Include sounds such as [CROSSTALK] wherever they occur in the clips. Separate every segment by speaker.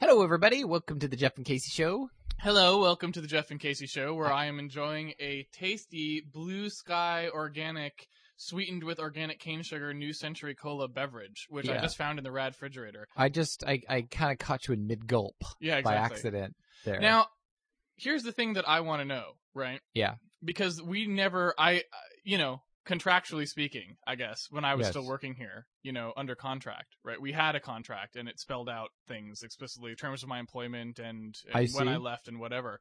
Speaker 1: Hello, everybody. Welcome to the Jeff and Casey Show.
Speaker 2: Hello, welcome to the Jeff and Casey Show, where I am enjoying a tasty blue sky organic, sweetened with organic cane sugar New Century Cola beverage, which I
Speaker 1: Yeah.
Speaker 2: just found in the rad refrigerator.
Speaker 1: I just, I, I kind of caught you in mid gulp
Speaker 2: Yeah,
Speaker 1: by
Speaker 2: exactly.
Speaker 1: accident there.
Speaker 2: Now, here's the thing that I want to know, right?
Speaker 1: Yeah.
Speaker 2: Because we never, I, you know, contractually speaking, I guess, when I was
Speaker 1: Yes.
Speaker 2: still working here, you know, under contract, right? We had a contract and it spelled out things explicitly, terms of my employment and, and
Speaker 1: I
Speaker 2: when I
Speaker 1: see.
Speaker 2: left and whatever.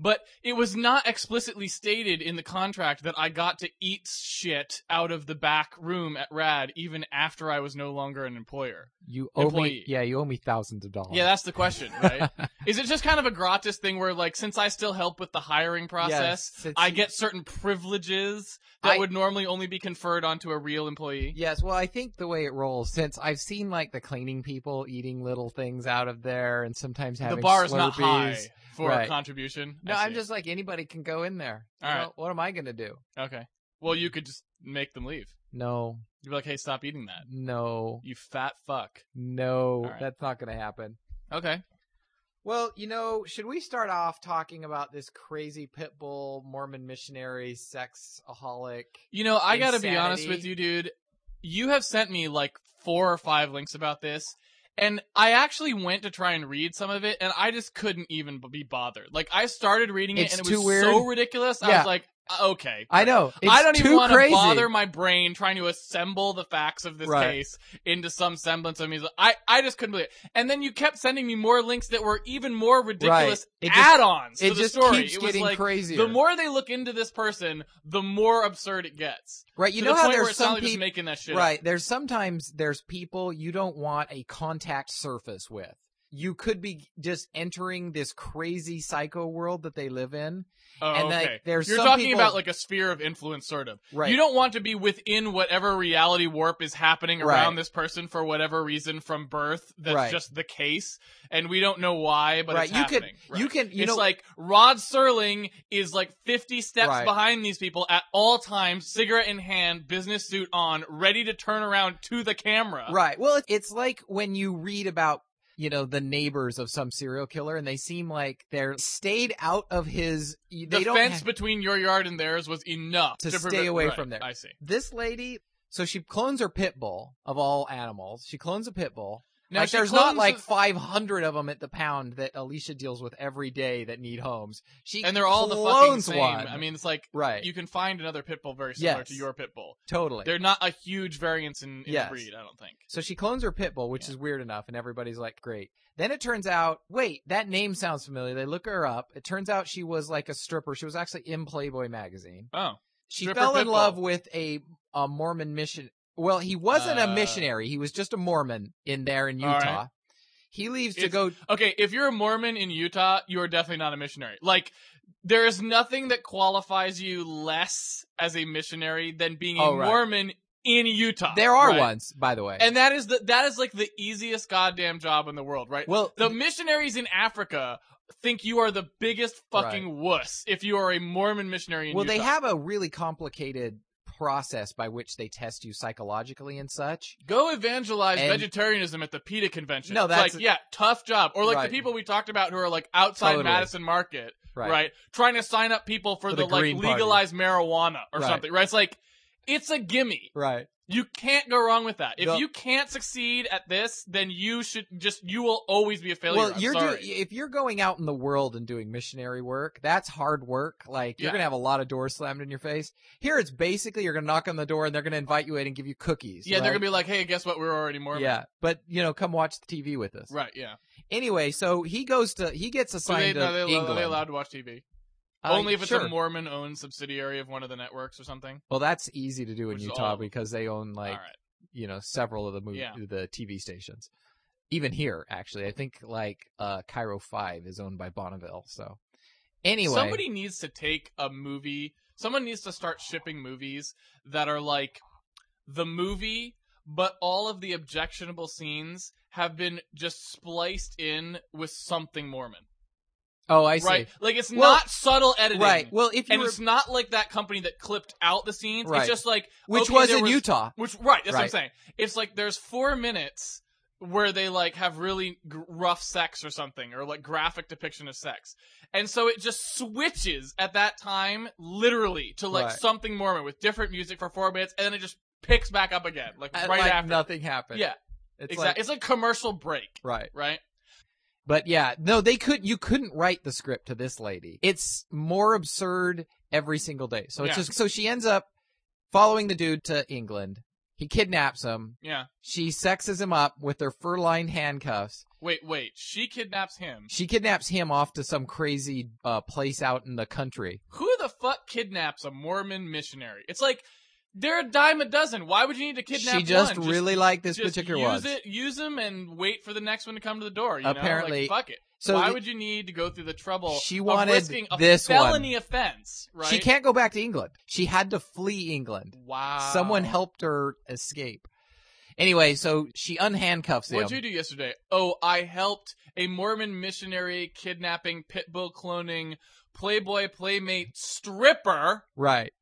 Speaker 2: But it was not explicitly stated in the contract that I got to eat shit out of the back room at Rad even after I was no longer an employer.
Speaker 1: you owe me,
Speaker 2: employee.
Speaker 1: yeah, you owe me thousands of dollars.
Speaker 2: Yeah, that's the
Speaker 1: [LAUGHS]
Speaker 2: question, right? Is it just kind of a gratis thing where, like, since I still help with the hiring process,
Speaker 1: Yes, it's-
Speaker 2: I get certain privileges that
Speaker 1: I-
Speaker 2: would normally only be conferred onto a real employee?
Speaker 1: Yes, well, I think the way it rolls, since I've seen like the cleaning people eating little things out of there, and sometimes having
Speaker 2: the bar is not
Speaker 1: Slurpees.
Speaker 2: high for
Speaker 1: Right.
Speaker 2: a contribution. I
Speaker 1: No, I'm
Speaker 2: see.
Speaker 1: just like anybody can go in there.
Speaker 2: All
Speaker 1: You
Speaker 2: right.
Speaker 1: know, what am I gonna do?
Speaker 2: okay. Well, you could just make them leave.
Speaker 1: No,
Speaker 2: You'd be like, "Hey, stop eating that,
Speaker 1: no,
Speaker 2: you fat fuck."
Speaker 1: no,
Speaker 2: All right.
Speaker 1: that's not gonna happen.
Speaker 2: Okay.
Speaker 1: Well, you know, should we start off talking about this crazy pit bull Mormon missionary sexaholic?
Speaker 2: You know, I gotta be honest
Speaker 1: Insanity.
Speaker 2: with you, dude. You have sent me like four or five links about this, and I actually went to try and read some of it, and I just couldn't even b- be bothered. Like, I started reading it,
Speaker 1: It's
Speaker 2: and it
Speaker 1: too
Speaker 2: was
Speaker 1: weird.
Speaker 2: so ridiculous. I
Speaker 1: Yeah.
Speaker 2: was like, "Uh, okay.
Speaker 1: I know. It's
Speaker 2: I don't
Speaker 1: too
Speaker 2: even want to
Speaker 1: crazy.
Speaker 2: bother my brain trying to assemble the facts of this
Speaker 1: Right.
Speaker 2: case into some semblance of me. I, I just couldn't believe it. And then you kept sending me more links that were even more ridiculous
Speaker 1: It just-
Speaker 2: add-ons
Speaker 1: It
Speaker 2: to the
Speaker 1: just
Speaker 2: story.
Speaker 1: keeps
Speaker 2: it was
Speaker 1: getting
Speaker 2: like,
Speaker 1: crazier.
Speaker 2: the more they look into this person, the more absurd it gets.
Speaker 1: right, you
Speaker 2: to
Speaker 1: know
Speaker 2: the
Speaker 1: how
Speaker 2: point where
Speaker 1: there's
Speaker 2: it's
Speaker 1: some
Speaker 2: not just
Speaker 1: people
Speaker 2: making that shit. up.
Speaker 1: Right, there's sometimes there's people you don't want a contact surface with. You could be just entering this crazy psycho world that they live in.
Speaker 2: Oh,
Speaker 1: And, like,
Speaker 2: okay.
Speaker 1: there's
Speaker 2: You're
Speaker 1: some
Speaker 2: talking
Speaker 1: people-
Speaker 2: about like a sphere of influence, sort of.
Speaker 1: Right.
Speaker 2: You don't want to be within whatever reality warp is happening around
Speaker 1: Right.
Speaker 2: this person for whatever reason from birth. That's
Speaker 1: Right.
Speaker 2: just the case, and we don't know why, but
Speaker 1: right,
Speaker 2: it's
Speaker 1: you could
Speaker 2: happening.
Speaker 1: you
Speaker 2: Right.
Speaker 1: can you
Speaker 2: it's
Speaker 1: know
Speaker 2: like Rod Serling is like 50 steps
Speaker 1: Right.
Speaker 2: behind these people at all times, cigarette in hand, business suit on, ready to turn around to the camera.
Speaker 1: Right. Well, it- it's like when you read about, you know, the neighbors of some serial killer and they seem like they're stayed out of his, they
Speaker 2: The
Speaker 1: don't
Speaker 2: fence
Speaker 1: have-
Speaker 2: between your yard and theirs was enough
Speaker 1: To
Speaker 2: to,
Speaker 1: stay
Speaker 2: prevent-
Speaker 1: away
Speaker 2: right,
Speaker 1: from there.
Speaker 2: I see.
Speaker 1: this lady, so she clones her pit bull of all animals. She clones a pit bull.
Speaker 2: Now,
Speaker 1: like
Speaker 2: she
Speaker 1: there's not
Speaker 2: clones
Speaker 1: like
Speaker 2: the-
Speaker 1: 500 of them at the pound that Alicia deals with every day that need homes. She
Speaker 2: and they're all the fucking
Speaker 1: clones
Speaker 2: same.
Speaker 1: one.
Speaker 2: I mean, it's like
Speaker 1: right.
Speaker 2: you can find another pit bull very similar to
Speaker 1: Yes.
Speaker 2: your pit bull.
Speaker 1: totally.
Speaker 2: They're not a huge variance in, in
Speaker 1: Yes.
Speaker 2: breed, I don't think.
Speaker 1: So she clones her pit bull, which
Speaker 2: Yeah.
Speaker 1: is weird enough, and everybody's like, great. Then it turns out, wait, that name sounds familiar. They look her up. It turns out she was like a stripper. She was actually in Playboy magazine.
Speaker 2: Oh,
Speaker 1: She
Speaker 2: Stripper
Speaker 1: fell in
Speaker 2: pit bull.
Speaker 1: love with a, a Mormon mission. Well, he wasn't a
Speaker 2: Uh.
Speaker 1: missionary. He was just a Mormon in there in
Speaker 2: All
Speaker 1: Utah.
Speaker 2: right.
Speaker 1: He leaves to
Speaker 2: It's-
Speaker 1: go.
Speaker 2: okay. If you're a Mormon in Utah, you are definitely not a missionary. Like, there is nothing that qualifies you less as a missionary than being
Speaker 1: Oh,
Speaker 2: a
Speaker 1: right.
Speaker 2: Mormon in Utah.
Speaker 1: There are
Speaker 2: right?
Speaker 1: ones, by the way.
Speaker 2: and that is the that is like the easiest goddamn job in the world, right?
Speaker 1: well,
Speaker 2: the missionaries in Africa think you are the biggest fucking wuss if you are a Mormon missionary in
Speaker 1: well,
Speaker 2: Utah.
Speaker 1: they have a really complicated process by which they test you psychologically and such.
Speaker 2: Go evangelize
Speaker 1: And-
Speaker 2: vegetarianism at the PETA convention.
Speaker 1: No,
Speaker 2: It's
Speaker 1: that's-
Speaker 2: like, yeah, tough job. Or like
Speaker 1: Right.
Speaker 2: the people we talked about who are like outside
Speaker 1: Totally.
Speaker 2: Madison Market, right.
Speaker 1: Right.
Speaker 2: Trying to sign up people for,
Speaker 1: For
Speaker 2: the,
Speaker 1: the
Speaker 2: like
Speaker 1: Green Party.
Speaker 2: legalized marijuana or
Speaker 1: Right.
Speaker 2: something, right? It's like, it's a gimme.
Speaker 1: Right.
Speaker 2: You can't go wrong with that. If
Speaker 1: The-
Speaker 2: you can't succeed at this, then you should just, you will always be a failure.
Speaker 1: Well,
Speaker 2: I'm
Speaker 1: you're
Speaker 2: sorry.
Speaker 1: doing if you're going out in the world and doing missionary work, that's hard work. Like you're
Speaker 2: Yeah.
Speaker 1: gonna have a lot of doors slammed in your face. Here, it's basically you're gonna knock on the door and they're gonna invite you in and give you cookies.
Speaker 2: yeah, they're
Speaker 1: right?
Speaker 2: going to be like, hey, guess what? We're already Mormon.
Speaker 1: Yeah, but you know, come watch the TV with us.
Speaker 2: Right, yeah.
Speaker 1: Anyway, so he goes to he gets
Speaker 2: So they,
Speaker 1: assigned
Speaker 2: no,
Speaker 1: to
Speaker 2: they, allow-
Speaker 1: England.
Speaker 2: they allowed to watch TV.
Speaker 1: Uh,
Speaker 2: Only if it's
Speaker 1: sure.
Speaker 2: a Mormon owned subsidiary of one of the networks or something.
Speaker 1: Well, that's easy to do in
Speaker 2: Which is all
Speaker 1: Utah
Speaker 2: of them.
Speaker 1: because they own like
Speaker 2: All right.
Speaker 1: you know several of the movie
Speaker 2: Yeah.
Speaker 1: the TV stations. Even here, actually, I think like uh Cairo Five is owned by Bonneville. So anyway,
Speaker 2: Somebody needs to take a movie. Someone needs to start shipping movies that are like the movie, but all of the objectionable scenes have been just spliced in with something Mormon.
Speaker 1: oh, I see.
Speaker 2: right? Like it's
Speaker 1: Well-
Speaker 2: not subtle editing.
Speaker 1: Right. Well, if you
Speaker 2: And
Speaker 1: were,
Speaker 2: it's not like that company that clipped out the scenes.
Speaker 1: Right.
Speaker 2: It's just like
Speaker 1: which
Speaker 2: okay,
Speaker 1: was
Speaker 2: there
Speaker 1: in Utah.
Speaker 2: Which right, that's what I'm
Speaker 1: Right.
Speaker 2: saying. It's like there's four minutes where they like have really g- rough sex or something or like graphic depiction of sex. And so it just switches at that time literally to like
Speaker 1: Right.
Speaker 2: something Mormon with different music for 4 minutes and then it just picks back up again like
Speaker 1: And,
Speaker 2: right
Speaker 1: uh, like,
Speaker 2: after.
Speaker 1: nothing happened.
Speaker 2: Yeah.
Speaker 1: It's
Speaker 2: exactly.
Speaker 1: like,
Speaker 2: it's like commercial break,
Speaker 1: right.
Speaker 2: right?
Speaker 1: But yeah, no, they could you couldn't write the script to this lady. It's more absurd every single day. So it's
Speaker 2: Yeah.
Speaker 1: just so she ends up following the dude to England. He kidnaps him.
Speaker 2: Yeah.
Speaker 1: She sexes him up with her fur-lined handcuffs.
Speaker 2: Wait, wait. She kidnaps him.
Speaker 1: She kidnaps him off to some crazy uh, place out in the country.
Speaker 2: Who the fuck kidnaps a Mormon missionary? It's like they're a dime a dozen. Why would you need to kidnap
Speaker 1: she just
Speaker 2: one?
Speaker 1: really liked this
Speaker 2: just
Speaker 1: particular
Speaker 2: use
Speaker 1: one.
Speaker 2: it, use them, and wait for the next one to come to the door. You
Speaker 1: Apparently-
Speaker 2: know? Like, fuck it.
Speaker 1: So
Speaker 2: Why
Speaker 1: the-
Speaker 2: would you need to go through the trouble?
Speaker 1: She
Speaker 2: of
Speaker 1: wanted
Speaker 2: risking a
Speaker 1: this one.
Speaker 2: felony offense, right?
Speaker 1: she can't go back to England. She had to flee England.
Speaker 2: Wow.
Speaker 1: Someone helped her escape. Anyway, so she unhandcuffs him.
Speaker 2: What'd you do yesterday? Oh, I helped a Mormon missionary kidnapping, pit bull cloning, playboy playmate stripper
Speaker 1: Right.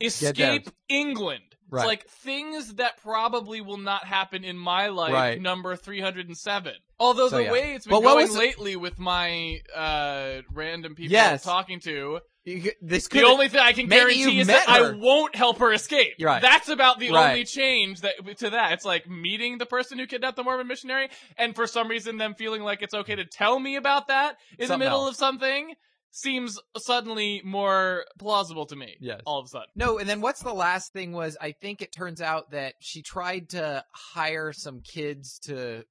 Speaker 1: down.
Speaker 2: escape England.
Speaker 1: Right.
Speaker 2: It's like things that probably will not happen in my life.
Speaker 1: Right.
Speaker 2: Number three hundred and seven. Although
Speaker 1: So,
Speaker 2: the
Speaker 1: yeah.
Speaker 2: way it's been
Speaker 1: But what
Speaker 2: going
Speaker 1: was the-
Speaker 2: lately with my uh, random people
Speaker 1: Yes.
Speaker 2: I'm talking to,
Speaker 1: You could- This
Speaker 2: the
Speaker 1: could
Speaker 2: only thing I can
Speaker 1: maybe
Speaker 2: guarantee
Speaker 1: you've
Speaker 2: is
Speaker 1: met
Speaker 2: that I
Speaker 1: her.
Speaker 2: won't help her escape.
Speaker 1: You're right.
Speaker 2: That's about the
Speaker 1: Right.
Speaker 2: only change that to that. It's like meeting the person who kidnapped the Mormon missionary, and for some reason, them feeling like it's okay to tell me about that in
Speaker 1: Something
Speaker 2: the middle
Speaker 1: else.
Speaker 2: of something seems suddenly more plausible to me.
Speaker 1: Yes.
Speaker 2: All of a sudden.
Speaker 1: No, and then what's the last thing was I think it turns out that she tried to hire some kids to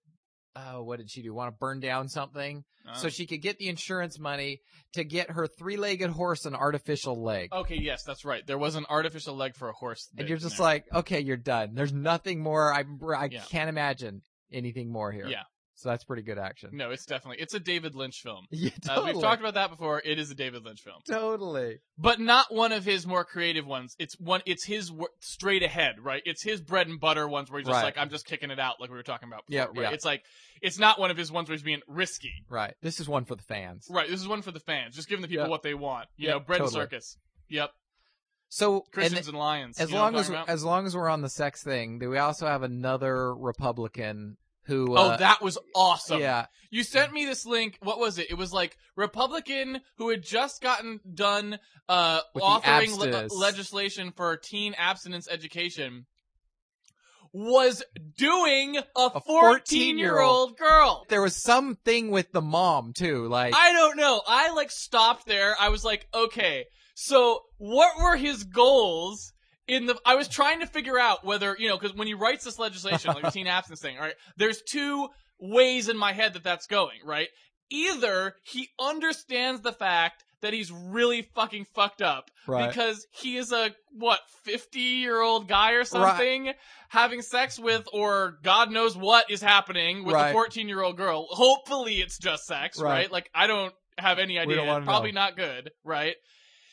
Speaker 1: oh, what did she do? Want to burn down something so
Speaker 2: Uh.
Speaker 1: she could get the insurance money to get her three-legged horse an artificial leg.
Speaker 2: Okay, yes, that's right. There was an artificial leg for a horse.
Speaker 1: and
Speaker 2: bit
Speaker 1: you're
Speaker 2: in
Speaker 1: just
Speaker 2: Oh, there.
Speaker 1: like, okay, you're done. There's nothing more. I I
Speaker 2: Yeah.
Speaker 1: can't imagine anything more here.
Speaker 2: Yeah.
Speaker 1: So that's pretty good action.
Speaker 2: no, it's definitely it's a David Lynch film.
Speaker 1: [LAUGHS] Yeah,
Speaker 2: Uh,
Speaker 1: totally.
Speaker 2: we've talked about that before. It is a David Lynch film,
Speaker 1: totally.
Speaker 2: but not one of his more creative ones. It's one. It's his wor- straight ahead, right? It's his bread and butter ones where he's just
Speaker 1: Right.
Speaker 2: like, I'm just kicking it out, like we were talking about.
Speaker 1: Yeah,
Speaker 2: before, right?
Speaker 1: yeah.
Speaker 2: It's like it's not one of his ones where he's being risky,
Speaker 1: Right. This is one for the fans.
Speaker 2: right? This is one for the fans, just giving the people
Speaker 1: Yeah.
Speaker 2: what they want. You
Speaker 1: Yeah,
Speaker 2: know, bread
Speaker 1: totally.
Speaker 2: and circus. Yep,
Speaker 1: So and
Speaker 2: Christians and, lions.
Speaker 1: as
Speaker 2: You know what
Speaker 1: long
Speaker 2: I'm
Speaker 1: as
Speaker 2: talking about?
Speaker 1: as long as we're on the sex thing, do we also have another Republican who?
Speaker 2: oh,
Speaker 1: uh,
Speaker 2: that was awesome.
Speaker 1: yeah,
Speaker 2: You sent me this link. What was it? It was like Republican who had just gotten done uh,
Speaker 1: With the
Speaker 2: authoring le-
Speaker 1: abstinence.
Speaker 2: legislation for teen abstinence education was doing a 14 year
Speaker 1: 14-year-old
Speaker 2: old girl.
Speaker 1: there was something with the mom too. Like,
Speaker 2: I don't know. I like stopped there. I was like, okay, so what were his goals in the? I was trying to figure out whether you know because when he writes this legislation, like the teen abstinence thing, all right, there's two ways in my head that that's going. Right, either he understands the fact that he's really fucking fucked up
Speaker 1: right,
Speaker 2: because he is a what 50 year old guy or something having sex with or god knows what is happening with
Speaker 1: Right.
Speaker 2: a 14 year old girl hopefully it's just sex
Speaker 1: Right.
Speaker 2: right, like i don't have any
Speaker 1: don't
Speaker 2: idea
Speaker 1: wanna
Speaker 2: probably
Speaker 1: know.
Speaker 2: not good right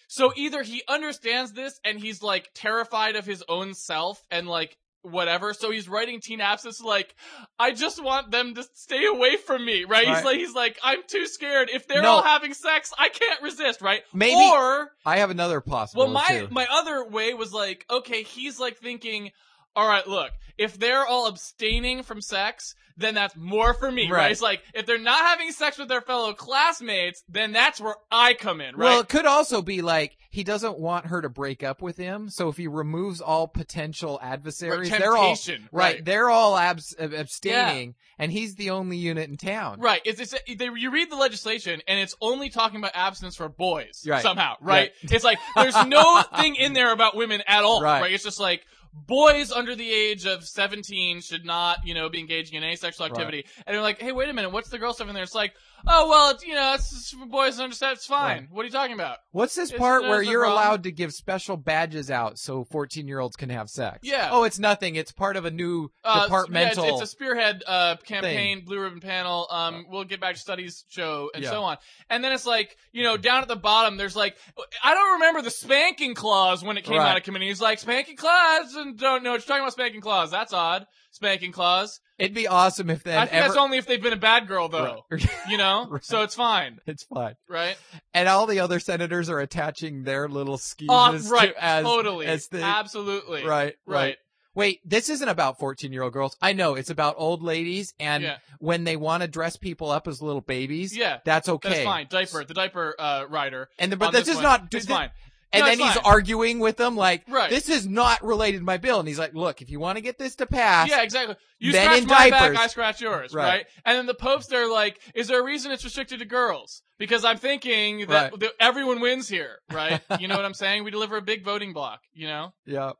Speaker 2: so either he understands this and he's like terrified of his own self and like whatever so he's writing teen absence like i just want them to stay away from me right,
Speaker 1: Right.
Speaker 2: he's like he's like i'm too scared if they're
Speaker 1: No.
Speaker 2: all having sex i can't resist right
Speaker 1: Maybe-
Speaker 2: or
Speaker 1: I have another possible.
Speaker 2: well, my
Speaker 1: too.
Speaker 2: my other way was like, okay, he's like thinking, all right, look, if they're all abstaining from sex, then that's more for me, right?
Speaker 1: Right.
Speaker 2: It's like if they're not having sex with their fellow classmates, then that's where I come in, right?
Speaker 1: Well, it could also be like he doesn't want her to break up with him, so if he removes all potential
Speaker 2: Right,
Speaker 1: adversaries, they're all
Speaker 2: temptation,
Speaker 1: right,
Speaker 2: right?
Speaker 1: they're all abs- ab- abstaining, and he's the only unit in town.
Speaker 2: Right. It's, it's they, you read the legislation and it's only talking about abstinence for boys
Speaker 1: Right.
Speaker 2: somehow, right? It's like
Speaker 1: [LAUGHS]
Speaker 2: there's no thing in there about women at all,
Speaker 1: Right.
Speaker 2: right. It's just like boys under the age of 17 should not, you know, be engaging in any sexual activity. And they're like, "Hey, wait a minute, what's the girl stuff in there?" It's like, "Oh, well, it's, you know, it's, it's for boys under seven. It's fine.
Speaker 1: Right.
Speaker 2: What are you talking about?"
Speaker 1: What's this
Speaker 2: It's
Speaker 1: part
Speaker 2: not
Speaker 1: where
Speaker 2: the
Speaker 1: you're
Speaker 2: problem.
Speaker 1: allowed to give special badges out so 14 year olds can have sex?
Speaker 2: Yeah.
Speaker 1: Oh, it's nothing. It's part of a new
Speaker 2: Uh, it's-
Speaker 1: departmental.
Speaker 2: Yeah, it's, it's a spearhead uh, campaign, Blue Ribbon Panel. Um, we'll get back to studies show and
Speaker 1: Yeah. Mm-hmm.
Speaker 2: so on. And then it's like, you know, down at the bottom, there's like, I don't remember the spanking clause when it came
Speaker 1: Right.
Speaker 2: out of committee. He's like, spanking clause, and don't know what you're talking about spanking clause. That's odd. Spanking clause.
Speaker 1: It'd be awesome if then
Speaker 2: I think that's
Speaker 1: ever.
Speaker 2: only if they've been a bad girl, though. You know,
Speaker 1: Right.
Speaker 2: so it's fine,
Speaker 1: [LAUGHS] it's fine.
Speaker 2: right?
Speaker 1: And all the other senators are attaching their little schemes
Speaker 2: Uh,
Speaker 1: to-
Speaker 2: right,
Speaker 1: as
Speaker 2: totally,
Speaker 1: as the
Speaker 2: absolutely,
Speaker 1: right, right.
Speaker 2: right.
Speaker 1: Wait, this isn't about 14 year old girls. I know it's about old ladies and
Speaker 2: Yeah.
Speaker 1: when they want to dress people up as little babies.
Speaker 2: Yeah,
Speaker 1: That's okay.
Speaker 2: That's fine. Diaper, the diaper uh, rider.
Speaker 1: And the, but
Speaker 2: on
Speaker 1: this,
Speaker 2: this
Speaker 1: is
Speaker 2: one.
Speaker 1: not,
Speaker 2: It's
Speaker 1: thi-
Speaker 2: fine.
Speaker 1: And
Speaker 2: No,
Speaker 1: then
Speaker 2: it's
Speaker 1: he's
Speaker 2: fine.
Speaker 1: arguing with them like,
Speaker 2: Right.
Speaker 1: this is not related to my bill. And he's like, look, if you want to get this to pass,
Speaker 2: Yeah, exactly. You
Speaker 1: Men
Speaker 2: scratch
Speaker 1: in
Speaker 2: my back,
Speaker 1: diapers.
Speaker 2: I scratch yours,
Speaker 1: Right.
Speaker 2: right. And then the popes, they're like, "Is there a reason it's restricted to girls?" Because I'm thinking that, that everyone wins here, right? you know what I'm saying? We deliver a big voting block. You know?
Speaker 1: yeah.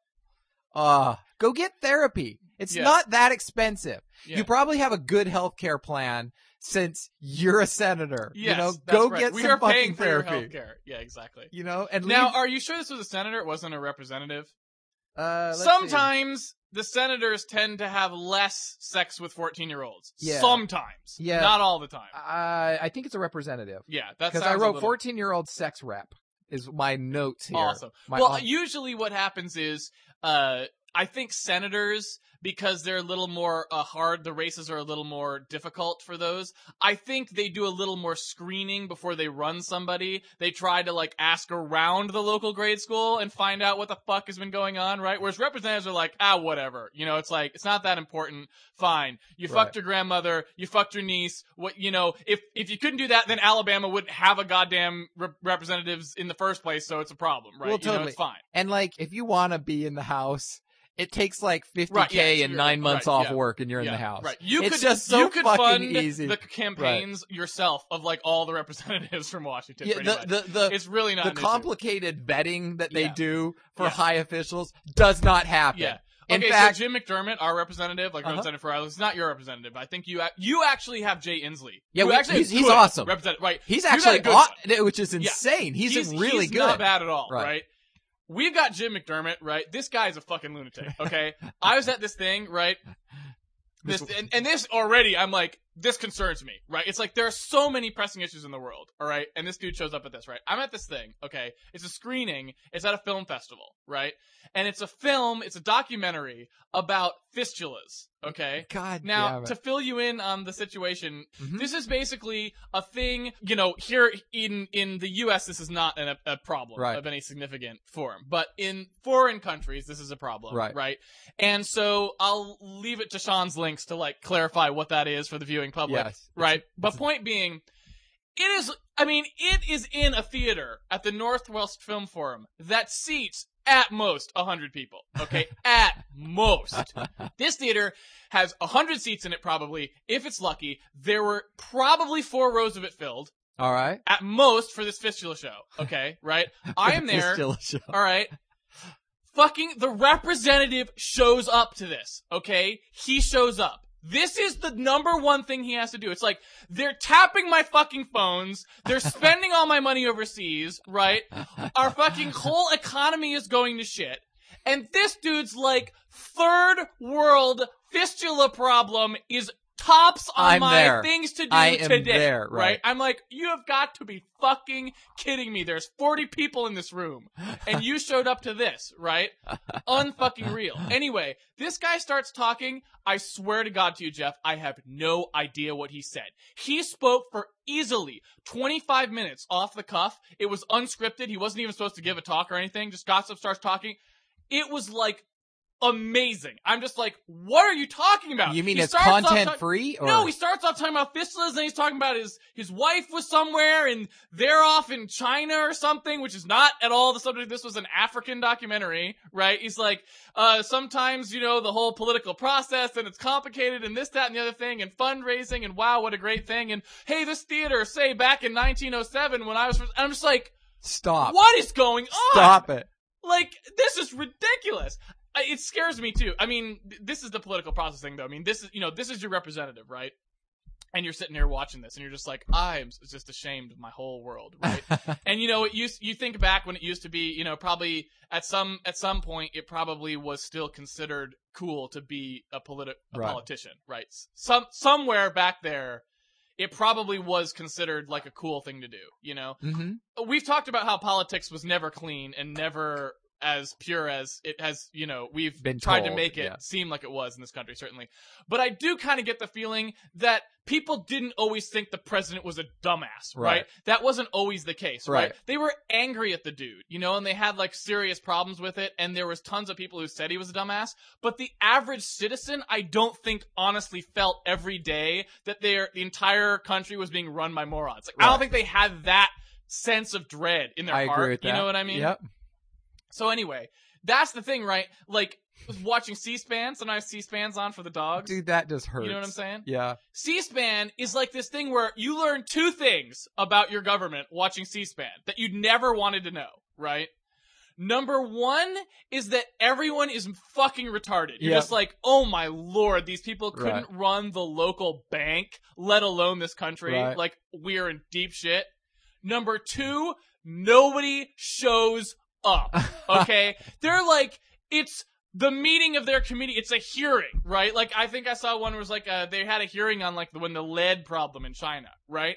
Speaker 1: Uh, go get therapy. It's
Speaker 2: Yeah.
Speaker 1: not that expensive.
Speaker 2: Yeah.
Speaker 1: You probably have a good health care plan since you're a senator. [LAUGHS]
Speaker 2: yes,
Speaker 1: you know,
Speaker 2: that's
Speaker 1: go
Speaker 2: right.
Speaker 1: get
Speaker 2: we
Speaker 1: some
Speaker 2: are
Speaker 1: fucking
Speaker 2: paying for your
Speaker 1: therapy.
Speaker 2: healthcare. Yeah, exactly.
Speaker 1: You know, and
Speaker 2: Now,
Speaker 1: leave-
Speaker 2: are you sure this was a senator? It wasn't a representative.
Speaker 1: uh, let's see.
Speaker 2: Sometimes the senators tend to have less sex with 14 year olds.
Speaker 1: Yeah.
Speaker 2: Sometimes.
Speaker 1: Yeah.
Speaker 2: Not all the time.
Speaker 1: Uh, I think it's a representative
Speaker 2: Yeah, that's
Speaker 1: because I wrote 14 year old sex rep is my notes here.
Speaker 2: Awesome.
Speaker 1: My
Speaker 2: well,
Speaker 1: on-
Speaker 2: usually what happens is, uh, I think senators, because they're a little more uh, hard, the races are a little more difficult for those. I think they do a little more screening before they run somebody. They try to like ask around the local grade school and find out what the fuck has been going on, right? Whereas representatives are like, ah, whatever. You know, it's like it's not that important. Fine. You
Speaker 1: Right.
Speaker 2: fucked your grandmother. You fucked your niece. What you know? If if you couldn't do that, then Alabama wouldn't have a goddamn rep- representatives in the first place. So it's a problem, right?
Speaker 1: Well,
Speaker 2: You know,
Speaker 1: totally.
Speaker 2: it's fine.
Speaker 1: and like if you want to be in the house, it takes like 50k
Speaker 2: Right, yeah,
Speaker 1: and
Speaker 2: you're-
Speaker 1: nine months
Speaker 2: right,
Speaker 1: off
Speaker 2: yeah,
Speaker 1: work, and you're in
Speaker 2: yeah,
Speaker 1: the house.
Speaker 2: right? You
Speaker 1: It's
Speaker 2: could
Speaker 1: just so
Speaker 2: you could
Speaker 1: fucking
Speaker 2: fund
Speaker 1: easy.
Speaker 2: the campaigns yourself of like all the representatives from Washington.
Speaker 1: Yeah,
Speaker 2: pretty much.
Speaker 1: the the the,
Speaker 2: it's really not
Speaker 1: the
Speaker 2: an issue.
Speaker 1: complicated vetting that they
Speaker 2: Yeah.
Speaker 1: do for
Speaker 2: Yeah.
Speaker 1: high officials does not happen.
Speaker 2: Yeah.
Speaker 1: In
Speaker 2: okay,
Speaker 1: fact,
Speaker 2: so Jim McDermott, our representative, like
Speaker 1: Uh-huh.
Speaker 2: representative for Iowa, is not your representative. I think you ac- you actually have Jay Inslee.
Speaker 1: Yeah,
Speaker 2: who
Speaker 1: we-
Speaker 2: actually
Speaker 1: he's-
Speaker 2: is
Speaker 1: he's
Speaker 2: good
Speaker 1: awesome.
Speaker 2: Representative, right?
Speaker 1: he's
Speaker 2: got a
Speaker 1: actually
Speaker 2: good
Speaker 1: aw- which is
Speaker 2: Yeah.
Speaker 1: insane. He's,
Speaker 2: he's
Speaker 1: really
Speaker 2: he's
Speaker 1: good.
Speaker 2: Not bad at all,
Speaker 1: Right.
Speaker 2: right? We've got Jim McDermott, right? This guy's a fucking lunatic. Okay, [LAUGHS] I was at this thing, right? This and, and this already, I'm like, this concerns me, right? It's like there are so many pressing issues in the world, all right? And this dude shows up at this, right? I'm at this thing, okay? It's a screening. It's at a film festival, right? And it's a film. It's a documentary about fistulas, okay?
Speaker 1: God
Speaker 2: Now,
Speaker 1: damn it.
Speaker 2: to fill you in on the situation,
Speaker 1: Mhm.
Speaker 2: this is basically a thing, you know, here in in the US this is not an, a problem
Speaker 1: Right.
Speaker 2: of any significant form, but in foreign countries this is a problem,
Speaker 1: Right.
Speaker 2: right? And so I'll leave it to Sean's links to like clarify what that is for the viewing public,
Speaker 1: Yes.
Speaker 2: right? But
Speaker 1: a-
Speaker 2: point being, it is I mean, it is in a theater at the Northwest Film Forum that seats at most 100 people.
Speaker 1: [LAUGHS]
Speaker 2: Okay, at most. This theater has 100 seats in it probably, if it's lucky. There were probably 4 rows of it filled
Speaker 1: all right.
Speaker 2: at most for this fistula show. Okay, right? I
Speaker 1: [LAUGHS]
Speaker 2: am
Speaker 1: It's
Speaker 2: there.
Speaker 1: still a show.
Speaker 2: [LAUGHS] All right. Fucking the representative shows up to this, okay? He shows up. This is the number one thing he has to do. It's like they're tapping my fucking phones.
Speaker 1: [LAUGHS]
Speaker 2: They're spending all my money overseas, right? Our fucking whole economy is going to shit. And this dude's like third world fistula problem is tops on
Speaker 1: I'm
Speaker 2: my
Speaker 1: there.
Speaker 2: things to do
Speaker 1: I am
Speaker 2: today.
Speaker 1: there, right.
Speaker 2: I'm like, you have got to be fucking kidding me. There's 40 people in this room
Speaker 1: [LAUGHS]
Speaker 2: and you showed up to this, right? Unfucking real. Anyway, this guy starts talking. I swear to God to you, Jeff, I have no idea what he said. He spoke for easily 25 minutes off the cuff. It was unscripted. He wasn't even supposed to give a talk or anything. Just Gossip starts talking. It was like amazing. I'm just like, what are you talking about?
Speaker 1: You mean
Speaker 2: He
Speaker 1: it's
Speaker 2: starts off
Speaker 1: content
Speaker 2: talk-
Speaker 1: free? Or...
Speaker 2: no, he starts off talking about fistulas, and he's talking about his his wife was somewhere, and they're off in China or something, which is not at all the subject. This was an African documentary, right? He's like, uh, sometimes you know the whole political process, and it's complicated, and this, that, and the other thing, and fundraising, and wow, what a great thing, and hey, this theater, say back in 1907 when I was, first, and I'm just like,
Speaker 1: Stop.
Speaker 2: what is going on?
Speaker 1: Stop it.
Speaker 2: Like, this is ridiculous. I, it scares me too. I mean, th- this is the political process thing, though. I mean, this is you know, this is your representative, right? And you're sitting here watching this, and you're just like, I'm s- just ashamed of my whole world,
Speaker 1: [LAUGHS]
Speaker 2: right? and you know, it used you think back when it used to be, you know, probably at some at some point, it probably was still considered cool to be a politi- a
Speaker 1: Right.
Speaker 2: politician, right? S- Some somewhere back there, it probably was considered like a cool thing to do, you know
Speaker 1: hmm
Speaker 2: we've talked about how politics was never clean and never as pure as it has, you know, we've
Speaker 1: Been
Speaker 2: tried to
Speaker 1: told,
Speaker 2: make it
Speaker 1: yeah.
Speaker 2: seem like it was in this country, certainly. But I do kind of get the feeling that people didn't always think the president was a dumbass, right?
Speaker 1: Right.
Speaker 2: That wasn't always the case, right?
Speaker 1: Right.
Speaker 2: They were angry at the dude, you know, and they had like serious problems with it, and there was tons of people who said he was a dumbass. But the average citizen, I don't think honestly felt every day that their the entire country was being run by morons. Like I don't
Speaker 1: Right.
Speaker 2: think they had that sense of dread in their
Speaker 1: I agree
Speaker 2: heart.
Speaker 1: with that.
Speaker 2: You know what I mean?
Speaker 1: Yep.
Speaker 2: So anyway, that's the thing, right? Like with watching C-SPAN, sometimes C-SPAN's on for the dogs.
Speaker 1: Dude, that just hurts.
Speaker 2: you know what I'm saying?
Speaker 1: Yeah.
Speaker 2: C-SPAN is like this thing where you learn two things about your government watching C-SPAN that you'd never wanted to know, right? Number one is that everyone is fucking retarded. You're
Speaker 1: Yeah.
Speaker 2: just like, oh my lord, these people couldn't
Speaker 1: Right.
Speaker 2: run the local bank, let alone this country.
Speaker 1: Right.
Speaker 2: Like, we're in deep shit. Number two, nobody shows
Speaker 1: [LAUGHS]
Speaker 2: up. Okay? They're like, it's the meeting of their committee. It's a hearing, right? Like, I think I saw one was like, uh, they had a hearing on like the, when the lead problem in China, right?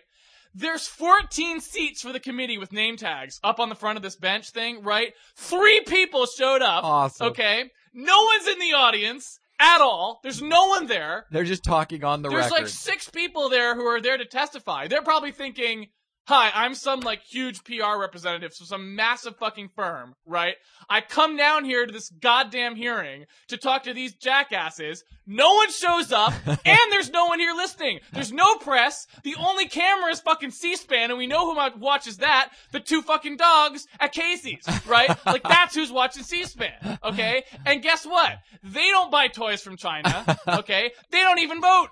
Speaker 2: There's 14 seats for the committee with name tags up on the front of this bench thing, right? Three people showed up.
Speaker 1: awesome.
Speaker 2: Okay. No one's in the audience at all. There's no one there.
Speaker 1: They're just talking on the
Speaker 2: There's
Speaker 1: record.
Speaker 2: like six people there who are there to testify. They're probably thinking, Hi, I'm some like huge PR representative from some massive fucking firm, right? I come down here to this goddamn hearing to talk to these jackasses. No one
Speaker 1: [LAUGHS]
Speaker 2: shows up, and there's no one here listening. There's no press. The only camera is fucking C-SPAN, and we know who might watches that. The two fucking dogs at Casey's, right? Like that's who's watching C-SPAN, okay? And guess what? They don't buy toys
Speaker 1: [LAUGHS]
Speaker 2: from China, okay? They don't even vote.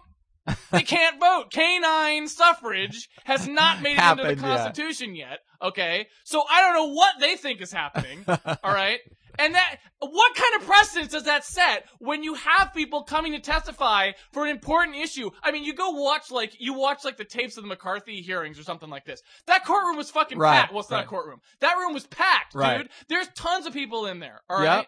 Speaker 2: They can't vote. Canine suffrage has not made it into
Speaker 1: Happened,
Speaker 2: the
Speaker 1: yeah.
Speaker 2: Constitution yet. Okay, so I don't know what they think
Speaker 1: [LAUGHS]
Speaker 2: is happening. all right, and that what kind of precedence does that set when you have people coming to testify for an important issue? I mean, you go watch like you watch like the tapes of the McCarthy hearings or something like this. That courtroom was fucking
Speaker 1: Right,
Speaker 2: packed. Well, it's not a
Speaker 1: right.
Speaker 2: courtroom. That room was packed,
Speaker 1: Right.
Speaker 2: dude. There's tons of people in there. All right.
Speaker 1: Yep.